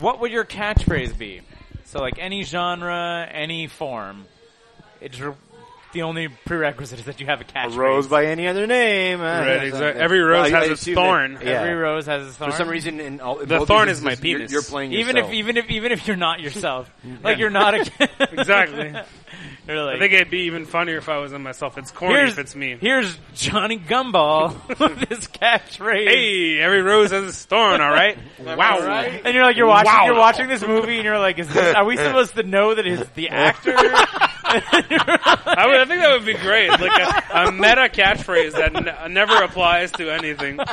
[SPEAKER 4] what would your catchphrase be? So, like any genre, any form. It's r- the only prerequisite is that you have a catchphrase.
[SPEAKER 7] Rose by any other name. Uh,
[SPEAKER 5] Right, exactly. Every rose
[SPEAKER 7] Well, I-
[SPEAKER 5] has
[SPEAKER 7] I
[SPEAKER 5] its
[SPEAKER 7] assume
[SPEAKER 5] thorn.
[SPEAKER 7] that- yeah.
[SPEAKER 4] Every rose has its thorn.
[SPEAKER 7] For some reason, in all, in
[SPEAKER 5] The
[SPEAKER 7] both
[SPEAKER 5] thorn
[SPEAKER 7] these
[SPEAKER 5] is my
[SPEAKER 7] instances, you're-
[SPEAKER 5] penis.
[SPEAKER 7] You're playing
[SPEAKER 4] even if
[SPEAKER 7] yourself.
[SPEAKER 4] even if even if you're not yourself, like you're not a
[SPEAKER 5] Exactly.
[SPEAKER 4] You're like,
[SPEAKER 5] I think it'd be even funnier if I was in myself. It's corny
[SPEAKER 4] here's
[SPEAKER 5] if it's me.
[SPEAKER 4] Here's Johnny Gumball with his catchphrase.
[SPEAKER 5] Hey, every rose has its thorn. All right. wow.
[SPEAKER 4] And you're like, you're watching,
[SPEAKER 5] Wow.
[SPEAKER 4] you're watching this movie, and you're like, is this, are we supposed to know that it's the actor?
[SPEAKER 5] I, would, I think that would be great. Like a, a meta catchphrase that n- never applies to anything.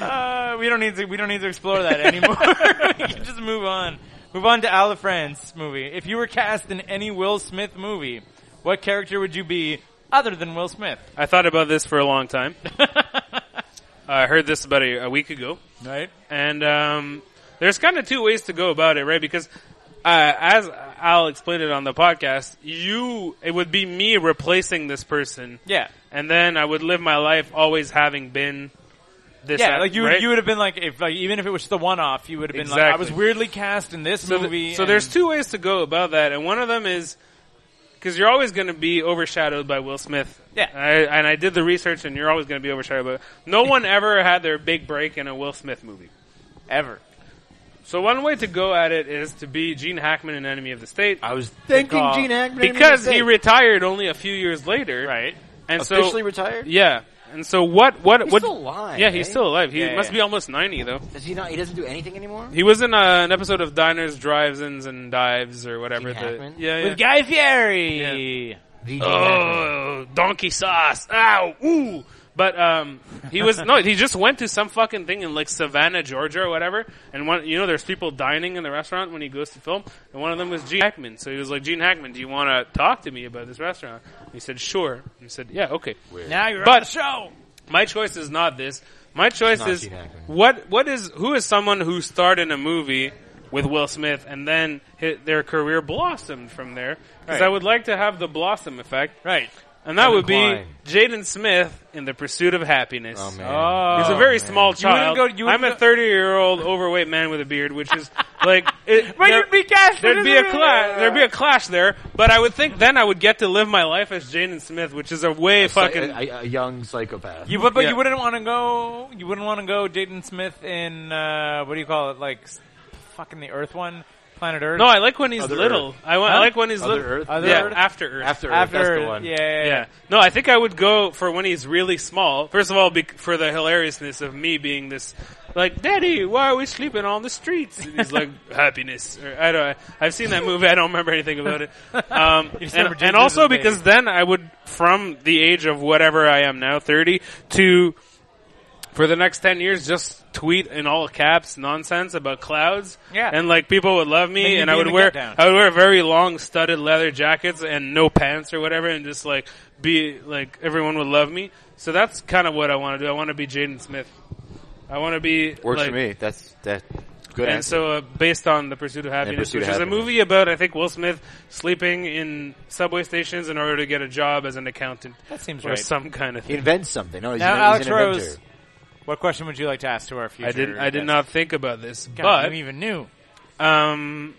[SPEAKER 4] Uh, we don't need to, we don't need to explore that anymore. we can just move on. Move on to Ala France movie. If you were cast in any Will Smith movie, what character would you be other than Will Smith?
[SPEAKER 5] I thought about this for a long time. I heard this about a, a week ago.
[SPEAKER 4] Right?
[SPEAKER 5] And um, there's kind of two ways to go about it, right? Because uh, as Al explained it on the podcast, you it would be me replacing this person,
[SPEAKER 4] Yeah.
[SPEAKER 5] and then I would live my life always having been this.
[SPEAKER 4] Yeah,
[SPEAKER 5] act,
[SPEAKER 4] like you,
[SPEAKER 5] right?
[SPEAKER 4] you would have been like if like even if it was the one off, you would have been like I
[SPEAKER 5] Exactly.
[SPEAKER 4] was weirdly cast in this
[SPEAKER 5] so th-
[SPEAKER 4] movie.
[SPEAKER 5] so
[SPEAKER 4] and-
[SPEAKER 5] there's two ways to go about that, and one of them is because you're always going to be overshadowed by Will Smith.
[SPEAKER 4] Yeah.
[SPEAKER 5] I, and I did the research, and you're always going to be overshadowed. But no one ever had their big break in a Will Smith movie.
[SPEAKER 4] ever.
[SPEAKER 5] So one way to go at it is to be Gene Hackman in Enemy of the State.
[SPEAKER 7] I was
[SPEAKER 3] Thinking
[SPEAKER 5] Uh,
[SPEAKER 3] Gene Hackman
[SPEAKER 5] because he retired only a few years later,
[SPEAKER 4] Right.
[SPEAKER 5] And so
[SPEAKER 7] officially retired.
[SPEAKER 5] yeah, and so what? What?
[SPEAKER 3] He's
[SPEAKER 5] what?
[SPEAKER 3] still alive,
[SPEAKER 5] Yeah, he's
[SPEAKER 3] eh?
[SPEAKER 5] still alive. He
[SPEAKER 4] Yeah,
[SPEAKER 5] must
[SPEAKER 4] yeah.
[SPEAKER 5] be almost ninety though.
[SPEAKER 3] does he not? He doesn't do anything anymore.
[SPEAKER 5] He was in uh, an episode of Diners, Drives-ins, and Dives or whatever.
[SPEAKER 3] Gene
[SPEAKER 5] the-
[SPEAKER 3] Hackman?
[SPEAKER 5] yeah, yeah.
[SPEAKER 4] With Guy Fieri.
[SPEAKER 3] The Gene Hackman.
[SPEAKER 5] Oh, donkey sauce! Ow, ooh. But um, he was no. He just went to some fucking thing in like Savannah, Georgia, or whatever. And one, you know, there's people dining in the restaurant when he goes to film, and one of them was Gene Hackman. So he was like, Gene Hackman, do you want to talk to me about this restaurant? And he said, sure. And he said, yeah, okay.
[SPEAKER 4] Now you're
[SPEAKER 5] But-
[SPEAKER 4] on the show.
[SPEAKER 5] My choice is not this. My choice
[SPEAKER 3] not
[SPEAKER 5] is
[SPEAKER 3] Gene Hackman.
[SPEAKER 5] what what is who is someone who starred in a movie with Will Smith and then hit, their career blossomed from there. Because
[SPEAKER 4] Right.
[SPEAKER 5] I would like to have the blossom effect,
[SPEAKER 4] Right.
[SPEAKER 5] and that
[SPEAKER 3] Kevin
[SPEAKER 5] would be
[SPEAKER 3] Kline.
[SPEAKER 5] Jaden Smith in The Pursuit of Happiness.
[SPEAKER 3] Oh, man.
[SPEAKER 4] Oh,
[SPEAKER 5] He's a very small
[SPEAKER 4] You wouldn't
[SPEAKER 5] child.
[SPEAKER 4] go- you wouldn't
[SPEAKER 5] I'm a
[SPEAKER 4] go-
[SPEAKER 5] 30 year old overweight man with a beard, which is like it,
[SPEAKER 4] But
[SPEAKER 5] there-
[SPEAKER 4] you'd be cast.
[SPEAKER 5] There'd
[SPEAKER 4] as
[SPEAKER 5] be a clash. There'd be a clash there, but I would think then I would get to live my life as Jaden Smith, which is a way fucking
[SPEAKER 3] a, a- a young psychopath.
[SPEAKER 4] You but, but
[SPEAKER 5] Yeah.
[SPEAKER 4] you wouldn't want to go. You wouldn't want to go Jaden Smith in uh, what do you call it? Like s- fucking the Earth one, Planet Earth.
[SPEAKER 5] No, I like when he's little. I, wa- I
[SPEAKER 4] Huh?
[SPEAKER 5] like when he's
[SPEAKER 3] Other
[SPEAKER 5] little.
[SPEAKER 3] Earth?
[SPEAKER 4] Other
[SPEAKER 5] yeah,
[SPEAKER 4] Earth?
[SPEAKER 5] after Earth.
[SPEAKER 3] after,
[SPEAKER 4] after
[SPEAKER 3] that's
[SPEAKER 4] Earth,
[SPEAKER 3] the one.
[SPEAKER 4] Yeah, yeah,
[SPEAKER 5] Yeah.
[SPEAKER 4] yeah.
[SPEAKER 5] No, I think I would go for when he's really small. First of all, bec for the hilariousness of me being this, like, Daddy, why are we sleeping on the streets? And he's like, happiness. Or, I don't. I've seen that movie. I don't remember anything about it. Um,
[SPEAKER 4] just
[SPEAKER 5] and,
[SPEAKER 4] remember James
[SPEAKER 5] and also
[SPEAKER 4] Woods'
[SPEAKER 5] because then I would, from the age of whatever I am now, thirty to for the next 10 years just tweet in all caps nonsense about clouds.
[SPEAKER 4] Yeah.
[SPEAKER 5] And like people would love
[SPEAKER 4] Then
[SPEAKER 5] me
[SPEAKER 4] you'd
[SPEAKER 5] and
[SPEAKER 4] be
[SPEAKER 5] I
[SPEAKER 4] in
[SPEAKER 5] would
[SPEAKER 4] the
[SPEAKER 5] wear,
[SPEAKER 4] countdown.
[SPEAKER 5] I would wear very long studded leather jackets and no pants or whatever and just like be like everyone would love me. So that's kind of what I want to do. I want to be Jaden Smith. I want to be
[SPEAKER 3] Works
[SPEAKER 5] like,
[SPEAKER 3] for me. That's that. Good
[SPEAKER 5] And
[SPEAKER 3] answer.
[SPEAKER 5] so, uh, based on the Pursuit of Happiness,
[SPEAKER 3] Pursuit
[SPEAKER 5] which
[SPEAKER 3] of
[SPEAKER 5] is
[SPEAKER 3] Happiness.
[SPEAKER 5] a movie about, I think, Will Smith sleeping in subway stations in order to get a job as an accountant
[SPEAKER 4] That seems
[SPEAKER 5] or
[SPEAKER 4] right.
[SPEAKER 5] some kind of
[SPEAKER 3] he
[SPEAKER 5] thing.
[SPEAKER 3] invents something. No, he's,
[SPEAKER 4] Now,
[SPEAKER 3] an, he's
[SPEAKER 4] Alex
[SPEAKER 3] an inventor.
[SPEAKER 4] Rose, what question would you like to ask to our future?
[SPEAKER 5] I didn't. I did
[SPEAKER 4] guest?
[SPEAKER 5] not think about this,
[SPEAKER 4] God,
[SPEAKER 5] but
[SPEAKER 4] you even knew.
[SPEAKER 5] Um.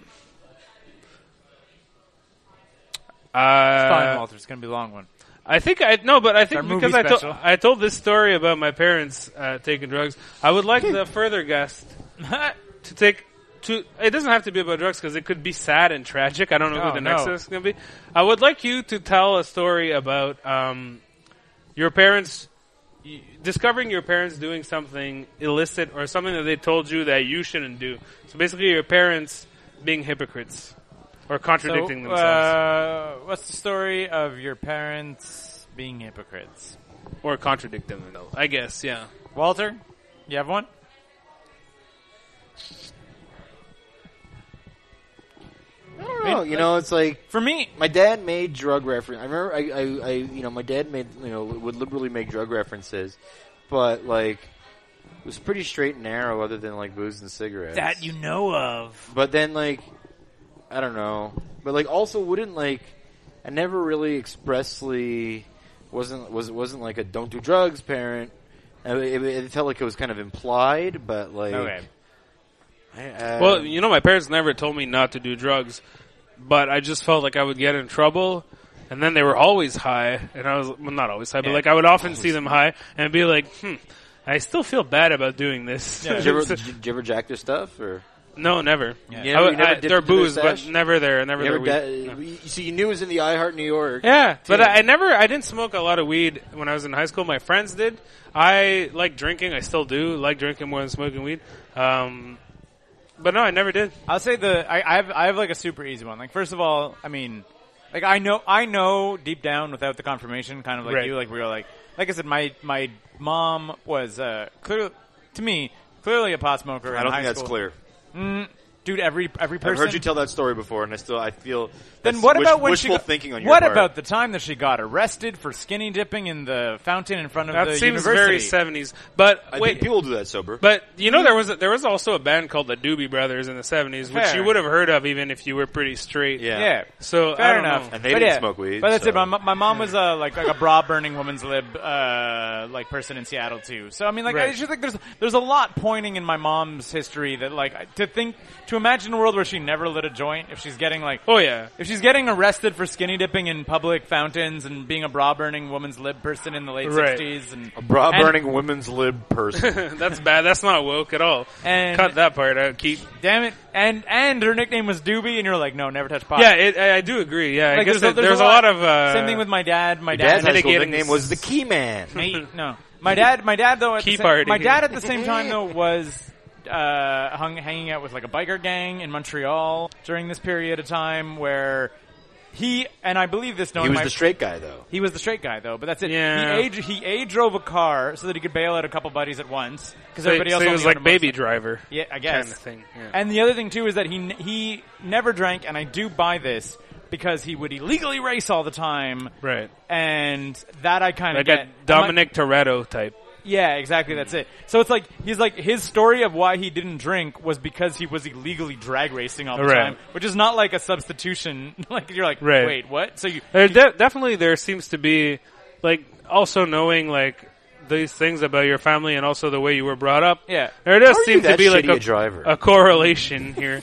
[SPEAKER 4] Fine,
[SPEAKER 5] Uh,
[SPEAKER 4] Walter. It's gonna be a long one.
[SPEAKER 5] I think I no, but I think
[SPEAKER 4] our
[SPEAKER 5] because
[SPEAKER 4] movie
[SPEAKER 5] I told
[SPEAKER 4] special.
[SPEAKER 5] I told this story about my parents uh, taking drugs. I would like the further guest to take to. It doesn't have to be about drugs because it could be sad and tragic. I don't know
[SPEAKER 4] No,
[SPEAKER 5] who the
[SPEAKER 4] Oh, no.
[SPEAKER 5] next guest is going to be. I would like you to tell a story about um, your parents y- discovering your parents doing something illicit or something that they told you that you shouldn't do. So basically, your parents being hypocrites or contradicting
[SPEAKER 4] so,
[SPEAKER 5] themselves
[SPEAKER 4] uh, what's the story of your parents being hypocrites?
[SPEAKER 5] or contradicting themselves. I guess, yeah.
[SPEAKER 4] Walter, you have one?
[SPEAKER 8] I don't
[SPEAKER 3] Oh,
[SPEAKER 8] know. You know, it's like
[SPEAKER 4] For me,
[SPEAKER 8] my dad made drug reference. I remember, I, I, I, you know, my dad made, you know, would liberally make drug references, but like, it was pretty straight and narrow, other than like booze and cigarettes.
[SPEAKER 4] you know of.
[SPEAKER 8] But then, like, I don't know. But like, also wouldn't like, I never really expressly wasn't was wasn't like a don't do drugs parent. I- It, it felt like it was kind of implied, but like,
[SPEAKER 4] Okay.
[SPEAKER 8] I, I-
[SPEAKER 5] Well, you know, my parents never told me not to do drugs, but I just felt like I would get in trouble. And then they were always high, and I was well, not always high, but like I would often see them high and be like, "Hmm, I still feel bad about doing this."
[SPEAKER 4] Yeah.
[SPEAKER 8] did you, ever, did you- did you ever jack their stuff or
[SPEAKER 5] no, never.
[SPEAKER 8] You never-
[SPEAKER 5] I,
[SPEAKER 8] you never
[SPEAKER 5] I-
[SPEAKER 8] dipped
[SPEAKER 5] they're
[SPEAKER 8] into their
[SPEAKER 5] booze, but
[SPEAKER 8] stash?
[SPEAKER 5] never there, never
[SPEAKER 8] you
[SPEAKER 5] their
[SPEAKER 8] ever?
[SPEAKER 5] weed.
[SPEAKER 8] Da- you- so you knew it was in the I Heart New York.
[SPEAKER 5] Yeah, but
[SPEAKER 8] Yeah.
[SPEAKER 5] I, I never, I didn't smoke a lot of weed when I was in high school. My friends did. I like drinking. I still do like drinking more than smoking weed. Um, but no, I never did.
[SPEAKER 4] I'll say the I, I have I have like a super easy one. Like first of all, I mean, like I know I know deep down without the confirmation, kind of like
[SPEAKER 5] Right.
[SPEAKER 4] you, like we were like like I said, my my mom was uh clear to me clearly a pot smoker.
[SPEAKER 7] I
[SPEAKER 4] in
[SPEAKER 7] don't
[SPEAKER 4] high
[SPEAKER 7] think that's
[SPEAKER 4] school.
[SPEAKER 7] clear.
[SPEAKER 4] dude, every every person.
[SPEAKER 8] I've heard you tell that story before, and I still I feel
[SPEAKER 4] then
[SPEAKER 8] that's
[SPEAKER 4] what
[SPEAKER 8] wish-
[SPEAKER 4] about when she
[SPEAKER 8] wishful
[SPEAKER 4] got-
[SPEAKER 8] thinking on your
[SPEAKER 4] what
[SPEAKER 8] part.
[SPEAKER 4] about the time that she got arrested for skinny dipping in the fountain in front of
[SPEAKER 5] That
[SPEAKER 4] the
[SPEAKER 5] seems
[SPEAKER 4] university?
[SPEAKER 5] very seventies. But
[SPEAKER 8] I
[SPEAKER 5] wait,
[SPEAKER 8] think people do that sober.
[SPEAKER 5] But you
[SPEAKER 4] Hmm.
[SPEAKER 5] know there was a, there was also a band called the Doobie Brothers in the seventies, which
[SPEAKER 4] Fair.
[SPEAKER 5] you would have heard of even if you were pretty straight.
[SPEAKER 8] Yeah.
[SPEAKER 4] yeah.
[SPEAKER 5] So I
[SPEAKER 4] Fair
[SPEAKER 5] don't
[SPEAKER 4] enough.
[SPEAKER 5] know.
[SPEAKER 8] And they
[SPEAKER 4] But
[SPEAKER 8] didn't
[SPEAKER 4] yeah.
[SPEAKER 8] smoke weed,
[SPEAKER 4] But that's it.
[SPEAKER 8] so-
[SPEAKER 4] My, my mom was uh, like like a bra burning woman's lib uh, like person in Seattle too. So I mean, like
[SPEAKER 5] Right.
[SPEAKER 4] I just think there's there's a lot pointing in my mom's history that like to think to imagine a world where she never lit a joint if she's getting like
[SPEAKER 5] Oh yeah.
[SPEAKER 4] if she's getting arrested for skinny dipping in public fountains and being a bra burning woman's lib person in the late
[SPEAKER 5] Right.
[SPEAKER 4] sixties and a
[SPEAKER 8] Bra burning women's lib person.
[SPEAKER 5] That's bad. That's not woke at all.
[SPEAKER 4] And-
[SPEAKER 5] Cut that part out. Keep.
[SPEAKER 4] damn it and and her nickname was Doobie and you're like no never touch pot
[SPEAKER 5] Yeah, it, I, I do agree. Yeah, I
[SPEAKER 4] like,
[SPEAKER 5] guess that- there's, a lot, of uh,
[SPEAKER 4] same thing with my dad my dad
[SPEAKER 8] Dad's high school
[SPEAKER 5] mitigating
[SPEAKER 8] nickname was the Key Man.
[SPEAKER 4] Mate, no. My dad, my dad though, at
[SPEAKER 5] Key
[SPEAKER 4] the same,
[SPEAKER 5] party.
[SPEAKER 4] my dad at the same time though was uh, hung, hanging out with like a biker gang in Montreal during this period of time where he and I believe this.
[SPEAKER 8] He
[SPEAKER 4] Knowing
[SPEAKER 8] was
[SPEAKER 4] my,
[SPEAKER 8] the straight guy though.
[SPEAKER 4] he was the straight guy though, but that's it.
[SPEAKER 5] Yeah.
[SPEAKER 4] He a, he a drove a car so that he could bail out a couple buddies at once because
[SPEAKER 5] So,
[SPEAKER 4] everybody
[SPEAKER 5] so
[SPEAKER 4] else
[SPEAKER 5] it
[SPEAKER 4] only
[SPEAKER 5] was
[SPEAKER 4] owned a
[SPEAKER 5] like baby
[SPEAKER 4] motorcycle.
[SPEAKER 5] driver
[SPEAKER 4] Yeah, I guess.
[SPEAKER 5] kind of thing. Yeah.
[SPEAKER 4] And the other thing too is that he n- he never drank, and I do buy this because he would illegally race all the time,
[SPEAKER 5] Right.
[SPEAKER 4] And that I kind of
[SPEAKER 5] like
[SPEAKER 4] get
[SPEAKER 5] a
[SPEAKER 4] I'm like-
[SPEAKER 5] Dominic Toretto type.
[SPEAKER 4] yeah, exactly. That's it. So it's like he's like his story of why he didn't drink was because he was illegally drag racing all the
[SPEAKER 5] Right.
[SPEAKER 4] time, which is not like a substitution. like you're like,
[SPEAKER 5] Right.
[SPEAKER 4] wait, what? So you
[SPEAKER 5] There de- definitely there seems to be like also knowing like these things about your family and also the way you were brought up.
[SPEAKER 4] Yeah.
[SPEAKER 5] there does
[SPEAKER 8] How are you
[SPEAKER 5] seem to
[SPEAKER 8] that
[SPEAKER 5] be like
[SPEAKER 8] shitty
[SPEAKER 5] a,
[SPEAKER 8] a driver?
[SPEAKER 5] a correlation here.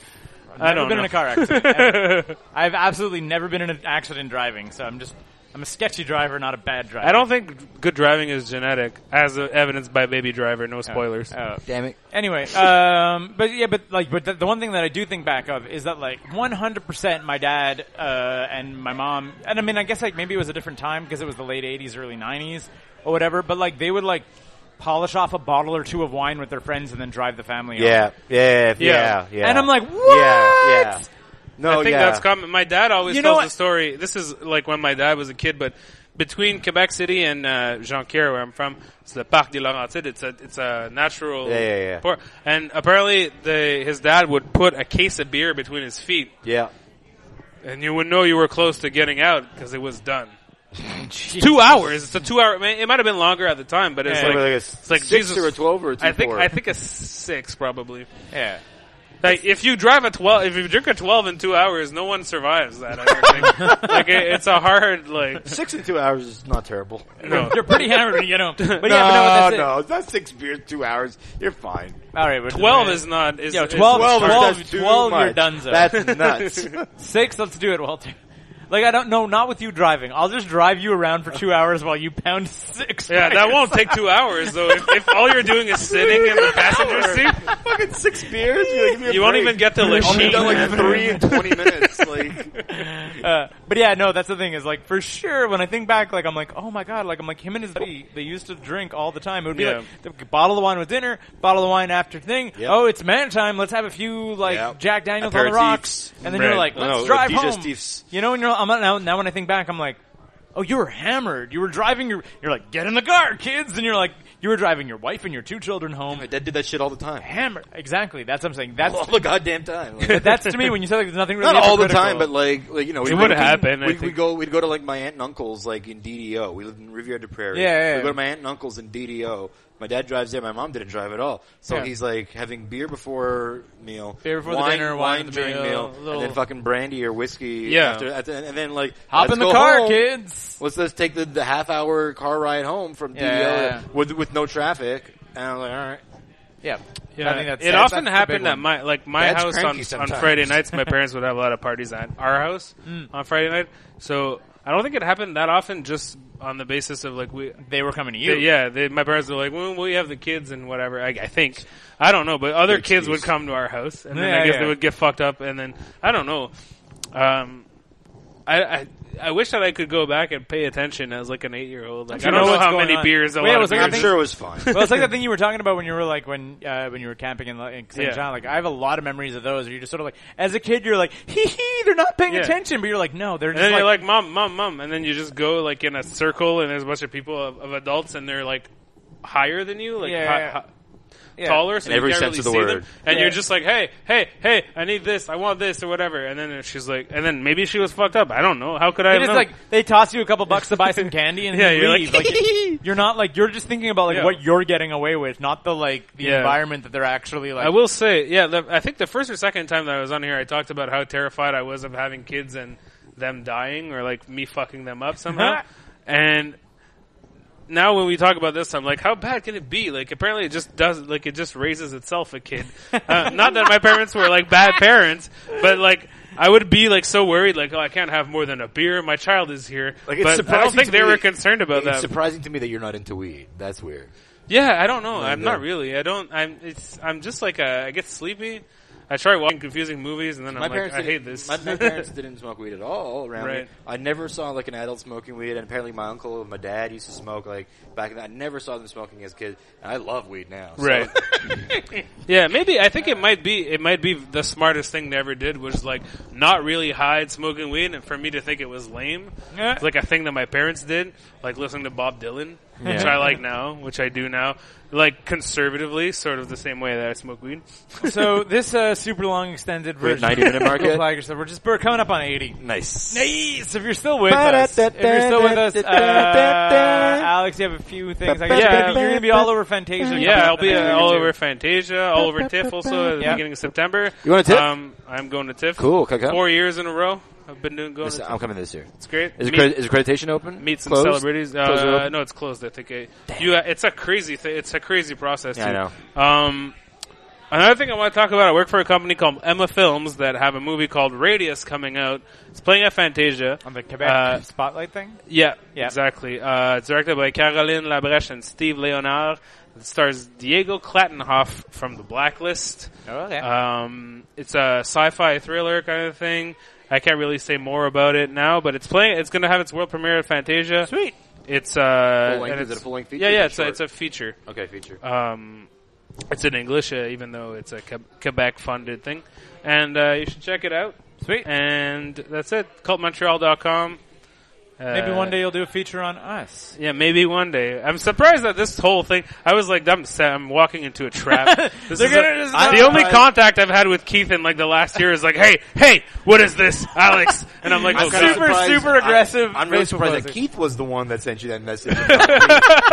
[SPEAKER 5] I
[SPEAKER 4] I've never
[SPEAKER 5] don't
[SPEAKER 4] been
[SPEAKER 5] know.
[SPEAKER 4] in a car accident. ever. I've absolutely never been in an accident driving, so I'm just I'm a sketchy driver, not a bad driver.
[SPEAKER 5] I don't think good driving is genetic, as evidenced by Baby Driver. No spoilers.
[SPEAKER 4] Oh.
[SPEAKER 3] Damn it.
[SPEAKER 4] Anyway, um, but yeah, but like, but the, the one thing that I do think back of is that like 100% my dad, uh, and my mom, and I mean, I guess like maybe it was a different time because it was the late 80s, early 90s or whatever, but like they would like polish off a bottle or two of wine with their friends and then drive the family home.
[SPEAKER 8] Yeah, yeah, yeah, yeah.
[SPEAKER 4] And I'm like, what?
[SPEAKER 8] Yeah, yeah. No,
[SPEAKER 5] I think
[SPEAKER 8] Oh, yeah.
[SPEAKER 5] that's common. My dad always
[SPEAKER 4] You know
[SPEAKER 5] tells
[SPEAKER 4] what-
[SPEAKER 5] the story. This is like when my dad was a kid, but between Quebec City and uh, Jonquière, where I'm from, it's the Parc des Laurentides. It's a it's a natural.
[SPEAKER 8] Yeah, yeah, yeah.
[SPEAKER 5] port. And apparently, the his dad would put a case of beer between his feet,
[SPEAKER 8] yeah.
[SPEAKER 5] and you would know you were close to getting out because it was done. It's two hours. It's a two hour. It might have been longer at the time, but it's
[SPEAKER 4] Yeah.
[SPEAKER 5] like,
[SPEAKER 8] Like a
[SPEAKER 5] it's like
[SPEAKER 8] six
[SPEAKER 5] Jesus.
[SPEAKER 8] or a 12 or a
[SPEAKER 5] I think
[SPEAKER 8] 24.
[SPEAKER 5] I think a six probably.
[SPEAKER 4] Yeah.
[SPEAKER 5] Like if you drive a twelve, if you drink a twelve in two hours, no one survives that. I don't think. like it, it's a hard like.
[SPEAKER 8] Six and two hours is not terrible.
[SPEAKER 5] No.
[SPEAKER 4] You're pretty hammered when you get home. But yeah, but no, that's it.
[SPEAKER 8] no, it's not six beers, two hours. You're fine.
[SPEAKER 4] All right, we're-
[SPEAKER 5] Twelve is not. Is,
[SPEAKER 4] Yo,
[SPEAKER 5] is-
[SPEAKER 4] 12
[SPEAKER 5] is-
[SPEAKER 4] Twelve is-
[SPEAKER 8] that's
[SPEAKER 4] that's
[SPEAKER 8] too
[SPEAKER 4] 12, you're
[SPEAKER 8] much.
[SPEAKER 4] donezo.
[SPEAKER 8] That's nuts.
[SPEAKER 4] Six, let's do it, Walter. Like I don't know, not with you driving. I'll just drive you around for two hours while you pound six.
[SPEAKER 5] yeah,
[SPEAKER 4] by
[SPEAKER 5] that won't
[SPEAKER 4] yourself.
[SPEAKER 5] take two hours though. If, if all you're doing is sitting in the passenger seat,
[SPEAKER 8] Fucking six beers? You're like, give me a
[SPEAKER 5] you won't
[SPEAKER 8] break.
[SPEAKER 5] even get to
[SPEAKER 8] Only done
[SPEAKER 5] Lachine.
[SPEAKER 8] like three in 20 minutes. Like,
[SPEAKER 4] Uh, but yeah, no, that's the thing is like for sure when I think back, like I'm like, oh my god, like I'm like him and his buddy, they used to drink all the time. It would be
[SPEAKER 5] Yeah.
[SPEAKER 4] like the bottle of wine with dinner, bottle of wine after thing.
[SPEAKER 8] Yep.
[SPEAKER 4] Oh, it's man time. Let's have a few like
[SPEAKER 8] Yep.
[SPEAKER 4] Jack Daniels on the
[SPEAKER 8] Aperitifs.
[SPEAKER 4] rocks, and then you're
[SPEAKER 5] Right.
[SPEAKER 4] like, let's
[SPEAKER 8] No,
[SPEAKER 4] drive home.
[SPEAKER 8] digestifs.
[SPEAKER 4] You know, and you're I'm now, now when I think back, I'm like, oh, you were hammered. You were driving your. You're like, get in the car, kids, and you're like, you were driving your wife and your two children home.
[SPEAKER 8] my dad did that shit all the time.
[SPEAKER 4] Hammered. Exactly. That's what I'm saying. That's
[SPEAKER 8] All the goddamn time. Like,
[SPEAKER 4] that's to me when you say like there's nothing really
[SPEAKER 8] not all the time,
[SPEAKER 4] hypocritical.
[SPEAKER 8] but like, like you know,
[SPEAKER 5] It would happen, I
[SPEAKER 8] We
[SPEAKER 5] think.
[SPEAKER 8] would go, we'd go to like my aunt and uncle's, like in DDO. We lived in Riviera de Prairie.
[SPEAKER 4] Yeah, yeah,
[SPEAKER 8] We
[SPEAKER 4] yeah.
[SPEAKER 8] go to my aunt and uncle's in DDO. My dad drives there. My mom didn't drive at all. So
[SPEAKER 4] Yeah.
[SPEAKER 8] he's like having beer before meal,
[SPEAKER 4] Beer before the
[SPEAKER 8] wine,
[SPEAKER 4] dinner, wine
[SPEAKER 8] wine,
[SPEAKER 4] at the
[SPEAKER 8] during
[SPEAKER 4] meal,
[SPEAKER 8] meal,
[SPEAKER 4] little-
[SPEAKER 8] and then fucking brandy or whiskey.
[SPEAKER 5] Yeah.
[SPEAKER 8] After, at the, and then like
[SPEAKER 4] hop
[SPEAKER 8] let's
[SPEAKER 4] in the
[SPEAKER 8] go
[SPEAKER 4] car,
[SPEAKER 8] home.
[SPEAKER 4] kids.
[SPEAKER 8] Let's let's take the, the half hour car ride home from DDO
[SPEAKER 4] Yeah.
[SPEAKER 8] with with no traffic. And I'm like, all right.
[SPEAKER 4] Yeah.
[SPEAKER 5] Yeah,
[SPEAKER 4] I think that's
[SPEAKER 5] it
[SPEAKER 4] that's
[SPEAKER 5] often
[SPEAKER 4] the big
[SPEAKER 5] happened
[SPEAKER 4] one.
[SPEAKER 5] at my like my
[SPEAKER 8] Dad's
[SPEAKER 5] house
[SPEAKER 8] cranky
[SPEAKER 5] on, on
[SPEAKER 8] sometimes.
[SPEAKER 5] Friday nights. My parents would have a lot of parties at our house
[SPEAKER 4] Hmm.
[SPEAKER 5] on Friday night. So I don't think it happened that often. Just on the basis of like we
[SPEAKER 4] They were coming to you.
[SPEAKER 5] They- yeah, they, my parents were like, "Well, we have the kids and whatever." I, I think I don't know, but other kids would come to our house, and then
[SPEAKER 4] Yeah,
[SPEAKER 5] I guess
[SPEAKER 4] yeah.
[SPEAKER 5] they would get fucked up, and then I don't know. Um, I, I I wish that I could go back and pay attention as like an eight year old. Like,
[SPEAKER 4] sure
[SPEAKER 5] I don't
[SPEAKER 4] know
[SPEAKER 5] know,
[SPEAKER 4] what's
[SPEAKER 5] how
[SPEAKER 4] going
[SPEAKER 5] many
[SPEAKER 4] on.
[SPEAKER 5] beers. A
[SPEAKER 4] Wait,
[SPEAKER 5] lot
[SPEAKER 4] I
[SPEAKER 5] of
[SPEAKER 4] was like,
[SPEAKER 5] beers.
[SPEAKER 4] I
[SPEAKER 8] I'm
[SPEAKER 4] think-
[SPEAKER 8] sure it was fine.
[SPEAKER 4] well, it's like the thing you were talking about when you were like when uh, when you were camping in, in St.
[SPEAKER 5] Yeah.
[SPEAKER 4] John. Like I have a lot of memories of those. Where you just sort of like, as a kid, you're like, hee hee, they're not paying
[SPEAKER 5] Yeah.
[SPEAKER 4] attention, but you're like, no, they're
[SPEAKER 5] And
[SPEAKER 4] just
[SPEAKER 5] then
[SPEAKER 4] like,
[SPEAKER 5] you're like, mom, mom, mom, and then you just go like in a circle, and there's a bunch of people of, of adults, and they're like higher than you, like
[SPEAKER 4] Yeah,
[SPEAKER 5] hi-
[SPEAKER 4] yeah.
[SPEAKER 5] hi- taller, so
[SPEAKER 7] In
[SPEAKER 5] you
[SPEAKER 7] every
[SPEAKER 5] can't
[SPEAKER 7] sense
[SPEAKER 5] really
[SPEAKER 7] of the
[SPEAKER 5] see them.
[SPEAKER 7] word.
[SPEAKER 5] And
[SPEAKER 4] Yeah.
[SPEAKER 5] you're just like, hey, hey, hey, I need this, I want this, or whatever. And then she's like, and then maybe she was fucked up. I don't know. How could I?
[SPEAKER 4] They
[SPEAKER 5] have
[SPEAKER 4] just
[SPEAKER 5] known?
[SPEAKER 4] like they toss you a couple bucks to buy some candy and
[SPEAKER 5] Yeah,
[SPEAKER 4] you
[SPEAKER 5] you're
[SPEAKER 4] leave.
[SPEAKER 5] like,
[SPEAKER 4] you- you're not like you're just thinking about like
[SPEAKER 5] Yeah.
[SPEAKER 4] what you're getting away with, not the like the
[SPEAKER 5] Yeah.
[SPEAKER 4] environment that they're actually like.
[SPEAKER 5] I will say, yeah, the, I think the first or second time that I was on here, I talked about how terrified I was of having kids and them dying or like me fucking them up somehow. and now when we talk about this, I'm like, how bad can it be? Like, apparently it just does, like, it just raises itself a kid. Uh, not that my parents were like bad parents, but like, I would be like so worried, like, oh, I can't have more than a beer. My child is here.
[SPEAKER 3] Like, it's
[SPEAKER 5] but I don't
[SPEAKER 3] surprising
[SPEAKER 5] think
[SPEAKER 3] to
[SPEAKER 5] they
[SPEAKER 3] me-
[SPEAKER 5] were concerned about
[SPEAKER 3] It's
[SPEAKER 5] that.
[SPEAKER 3] surprising to me that you're not into weed. That's weird.
[SPEAKER 5] Yeah, I don't know. I'm
[SPEAKER 3] yeah.
[SPEAKER 5] not really. I don't. I'm. It's. I'm just like a. I get sleepy. I try watching confusing movies, and then
[SPEAKER 8] my
[SPEAKER 5] I'm like,
[SPEAKER 8] parents
[SPEAKER 5] I hate
[SPEAKER 8] didn't-
[SPEAKER 5] this.
[SPEAKER 8] My, my parents didn't smoke weed at all around me.
[SPEAKER 5] Right.
[SPEAKER 8] I never saw like an adult smoking weed, and apparently my uncle and my dad used to smoke like back then. I never saw them smoking as kids, and I love weed now. so-
[SPEAKER 5] Right. yeah, maybe I think it might be it might be the smartest thing they ever did was like not really hide smoking weed and for me to think it was lame.
[SPEAKER 4] Yeah.
[SPEAKER 5] It's like a thing that my parents did, like listening to Bob Dylan, which I like now, which I do now. Like conservatively, sort of the same way that I smoke weed.
[SPEAKER 4] so this uh, super long extended version.
[SPEAKER 8] 90 minute mark
[SPEAKER 4] Go
[SPEAKER 8] yet?
[SPEAKER 4] Flag yourself. We're just we're coming up on eighty.
[SPEAKER 8] Nice.
[SPEAKER 4] Nice. If you're still with us, if you're still with us, uh, Alex, you have a few things. I guess
[SPEAKER 5] Yeah.
[SPEAKER 4] you're gonna be all over Fantasia.
[SPEAKER 5] Yeah, I'll be uh, all
[SPEAKER 4] Two.
[SPEAKER 5] over Fantasia, all over TIFF also at the
[SPEAKER 4] Yeah.
[SPEAKER 5] beginning of September.
[SPEAKER 8] You want a TIFF?
[SPEAKER 5] Um, I'm going to TIFF.
[SPEAKER 8] Cool, can I come?
[SPEAKER 5] Four years in a row. I've been doing going.
[SPEAKER 8] This-
[SPEAKER 5] To TIFF.
[SPEAKER 8] I'm coming this year.
[SPEAKER 5] It's great.
[SPEAKER 8] Is,
[SPEAKER 5] meet,
[SPEAKER 8] accre- is accreditation open?
[SPEAKER 5] meet some
[SPEAKER 8] Closed?
[SPEAKER 5] celebrities.
[SPEAKER 8] Closed or
[SPEAKER 5] Uh,
[SPEAKER 8] open?
[SPEAKER 5] no, it's closed. I think. It, you, uh, it's a crazy thing. It's a crazy process.
[SPEAKER 8] Yeah, I
[SPEAKER 5] too. Um, another thing I want to talk about. I work for a company called Emma Films that have a movie called Radius coming out. It's playing at Fantasia.
[SPEAKER 4] on the Quebec
[SPEAKER 5] Uh,
[SPEAKER 4] spotlight thing.
[SPEAKER 5] yeah,
[SPEAKER 4] Yeah.
[SPEAKER 5] exactly. Uh, it's directed by Caroline Labrèche and Steve Leonard. It stars Diego Klattenhoff from The Blacklist.
[SPEAKER 4] Oh, yeah.
[SPEAKER 5] Um, it's a sci-fi thriller kind of thing. I can't really say more about it now, but it's playing. It's going to have its world premiere at Fantasia. Sweet. It's uh,
[SPEAKER 8] Full length?
[SPEAKER 5] and
[SPEAKER 8] Is
[SPEAKER 5] it's,
[SPEAKER 8] it a full length feature
[SPEAKER 5] Yeah,
[SPEAKER 8] or
[SPEAKER 5] yeah.
[SPEAKER 8] is
[SPEAKER 5] It's
[SPEAKER 8] it
[SPEAKER 5] a,
[SPEAKER 8] short?
[SPEAKER 5] it's a feature.
[SPEAKER 8] Okay, feature.
[SPEAKER 5] Um, it's in English, uh, even though it's a Queb- Quebec-funded thing, and uh, you should check it out.
[SPEAKER 4] Sweet.
[SPEAKER 5] And that's it. CultMontreal.com. Uh,
[SPEAKER 4] Maybe one day you'll do a feature on us.
[SPEAKER 5] Yeah, maybe one day. I'm surprised that this whole thing. I was like, I'm, sa- I'm walking into a trap. This is
[SPEAKER 4] gonna
[SPEAKER 5] a-
[SPEAKER 4] just-
[SPEAKER 5] I- the only contact I've had with Keith in like the last year is like, hey, hey, what is this, Alex? And I'm like, oh,
[SPEAKER 8] kinda
[SPEAKER 5] God.
[SPEAKER 4] Super, super aggressive.
[SPEAKER 8] I'm really
[SPEAKER 4] Facebook
[SPEAKER 8] surprised
[SPEAKER 4] posting.
[SPEAKER 8] that Keith was the one that sent you that message.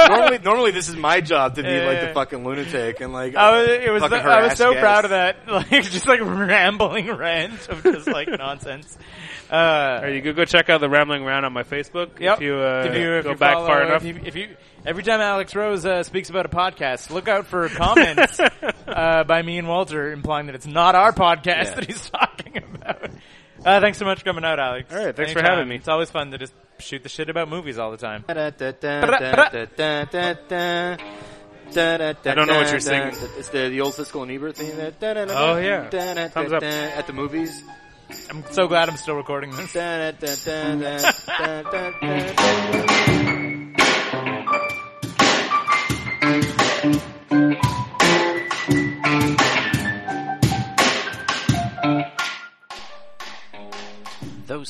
[SPEAKER 8] normally, normally this is my job to be like
[SPEAKER 4] yeah.
[SPEAKER 8] the fucking lunatic and like.
[SPEAKER 4] I was, it was
[SPEAKER 8] fucking
[SPEAKER 4] I was
[SPEAKER 8] harass
[SPEAKER 4] so
[SPEAKER 8] guests.
[SPEAKER 4] proud of that, like just like rambling rant of just like nonsense. Uh,
[SPEAKER 5] Or you could go check out the rambling round on my Facebook
[SPEAKER 4] yep.
[SPEAKER 5] if you, uh,
[SPEAKER 4] If you- if
[SPEAKER 5] go
[SPEAKER 4] you
[SPEAKER 5] back
[SPEAKER 4] follow-
[SPEAKER 5] far enough.
[SPEAKER 4] if you, if you- every time Alex Rose uh, speaks about a podcast, look out for comments uh, by me and Walter implying that it's not our podcast that he's talking about. Uh, thanks so much for coming out, Alex. All
[SPEAKER 5] right, thanks for having me.
[SPEAKER 4] It's always fun to just shoot the shit about movies all the time.
[SPEAKER 8] I
[SPEAKER 5] don't know what you're singing.
[SPEAKER 8] It's the, the old Siskel and Ebert thing. That,
[SPEAKER 5] Oh, yeah. Thumbs up.
[SPEAKER 8] At the movies.
[SPEAKER 4] I'm so glad I'm still recording this.
[SPEAKER 2] Those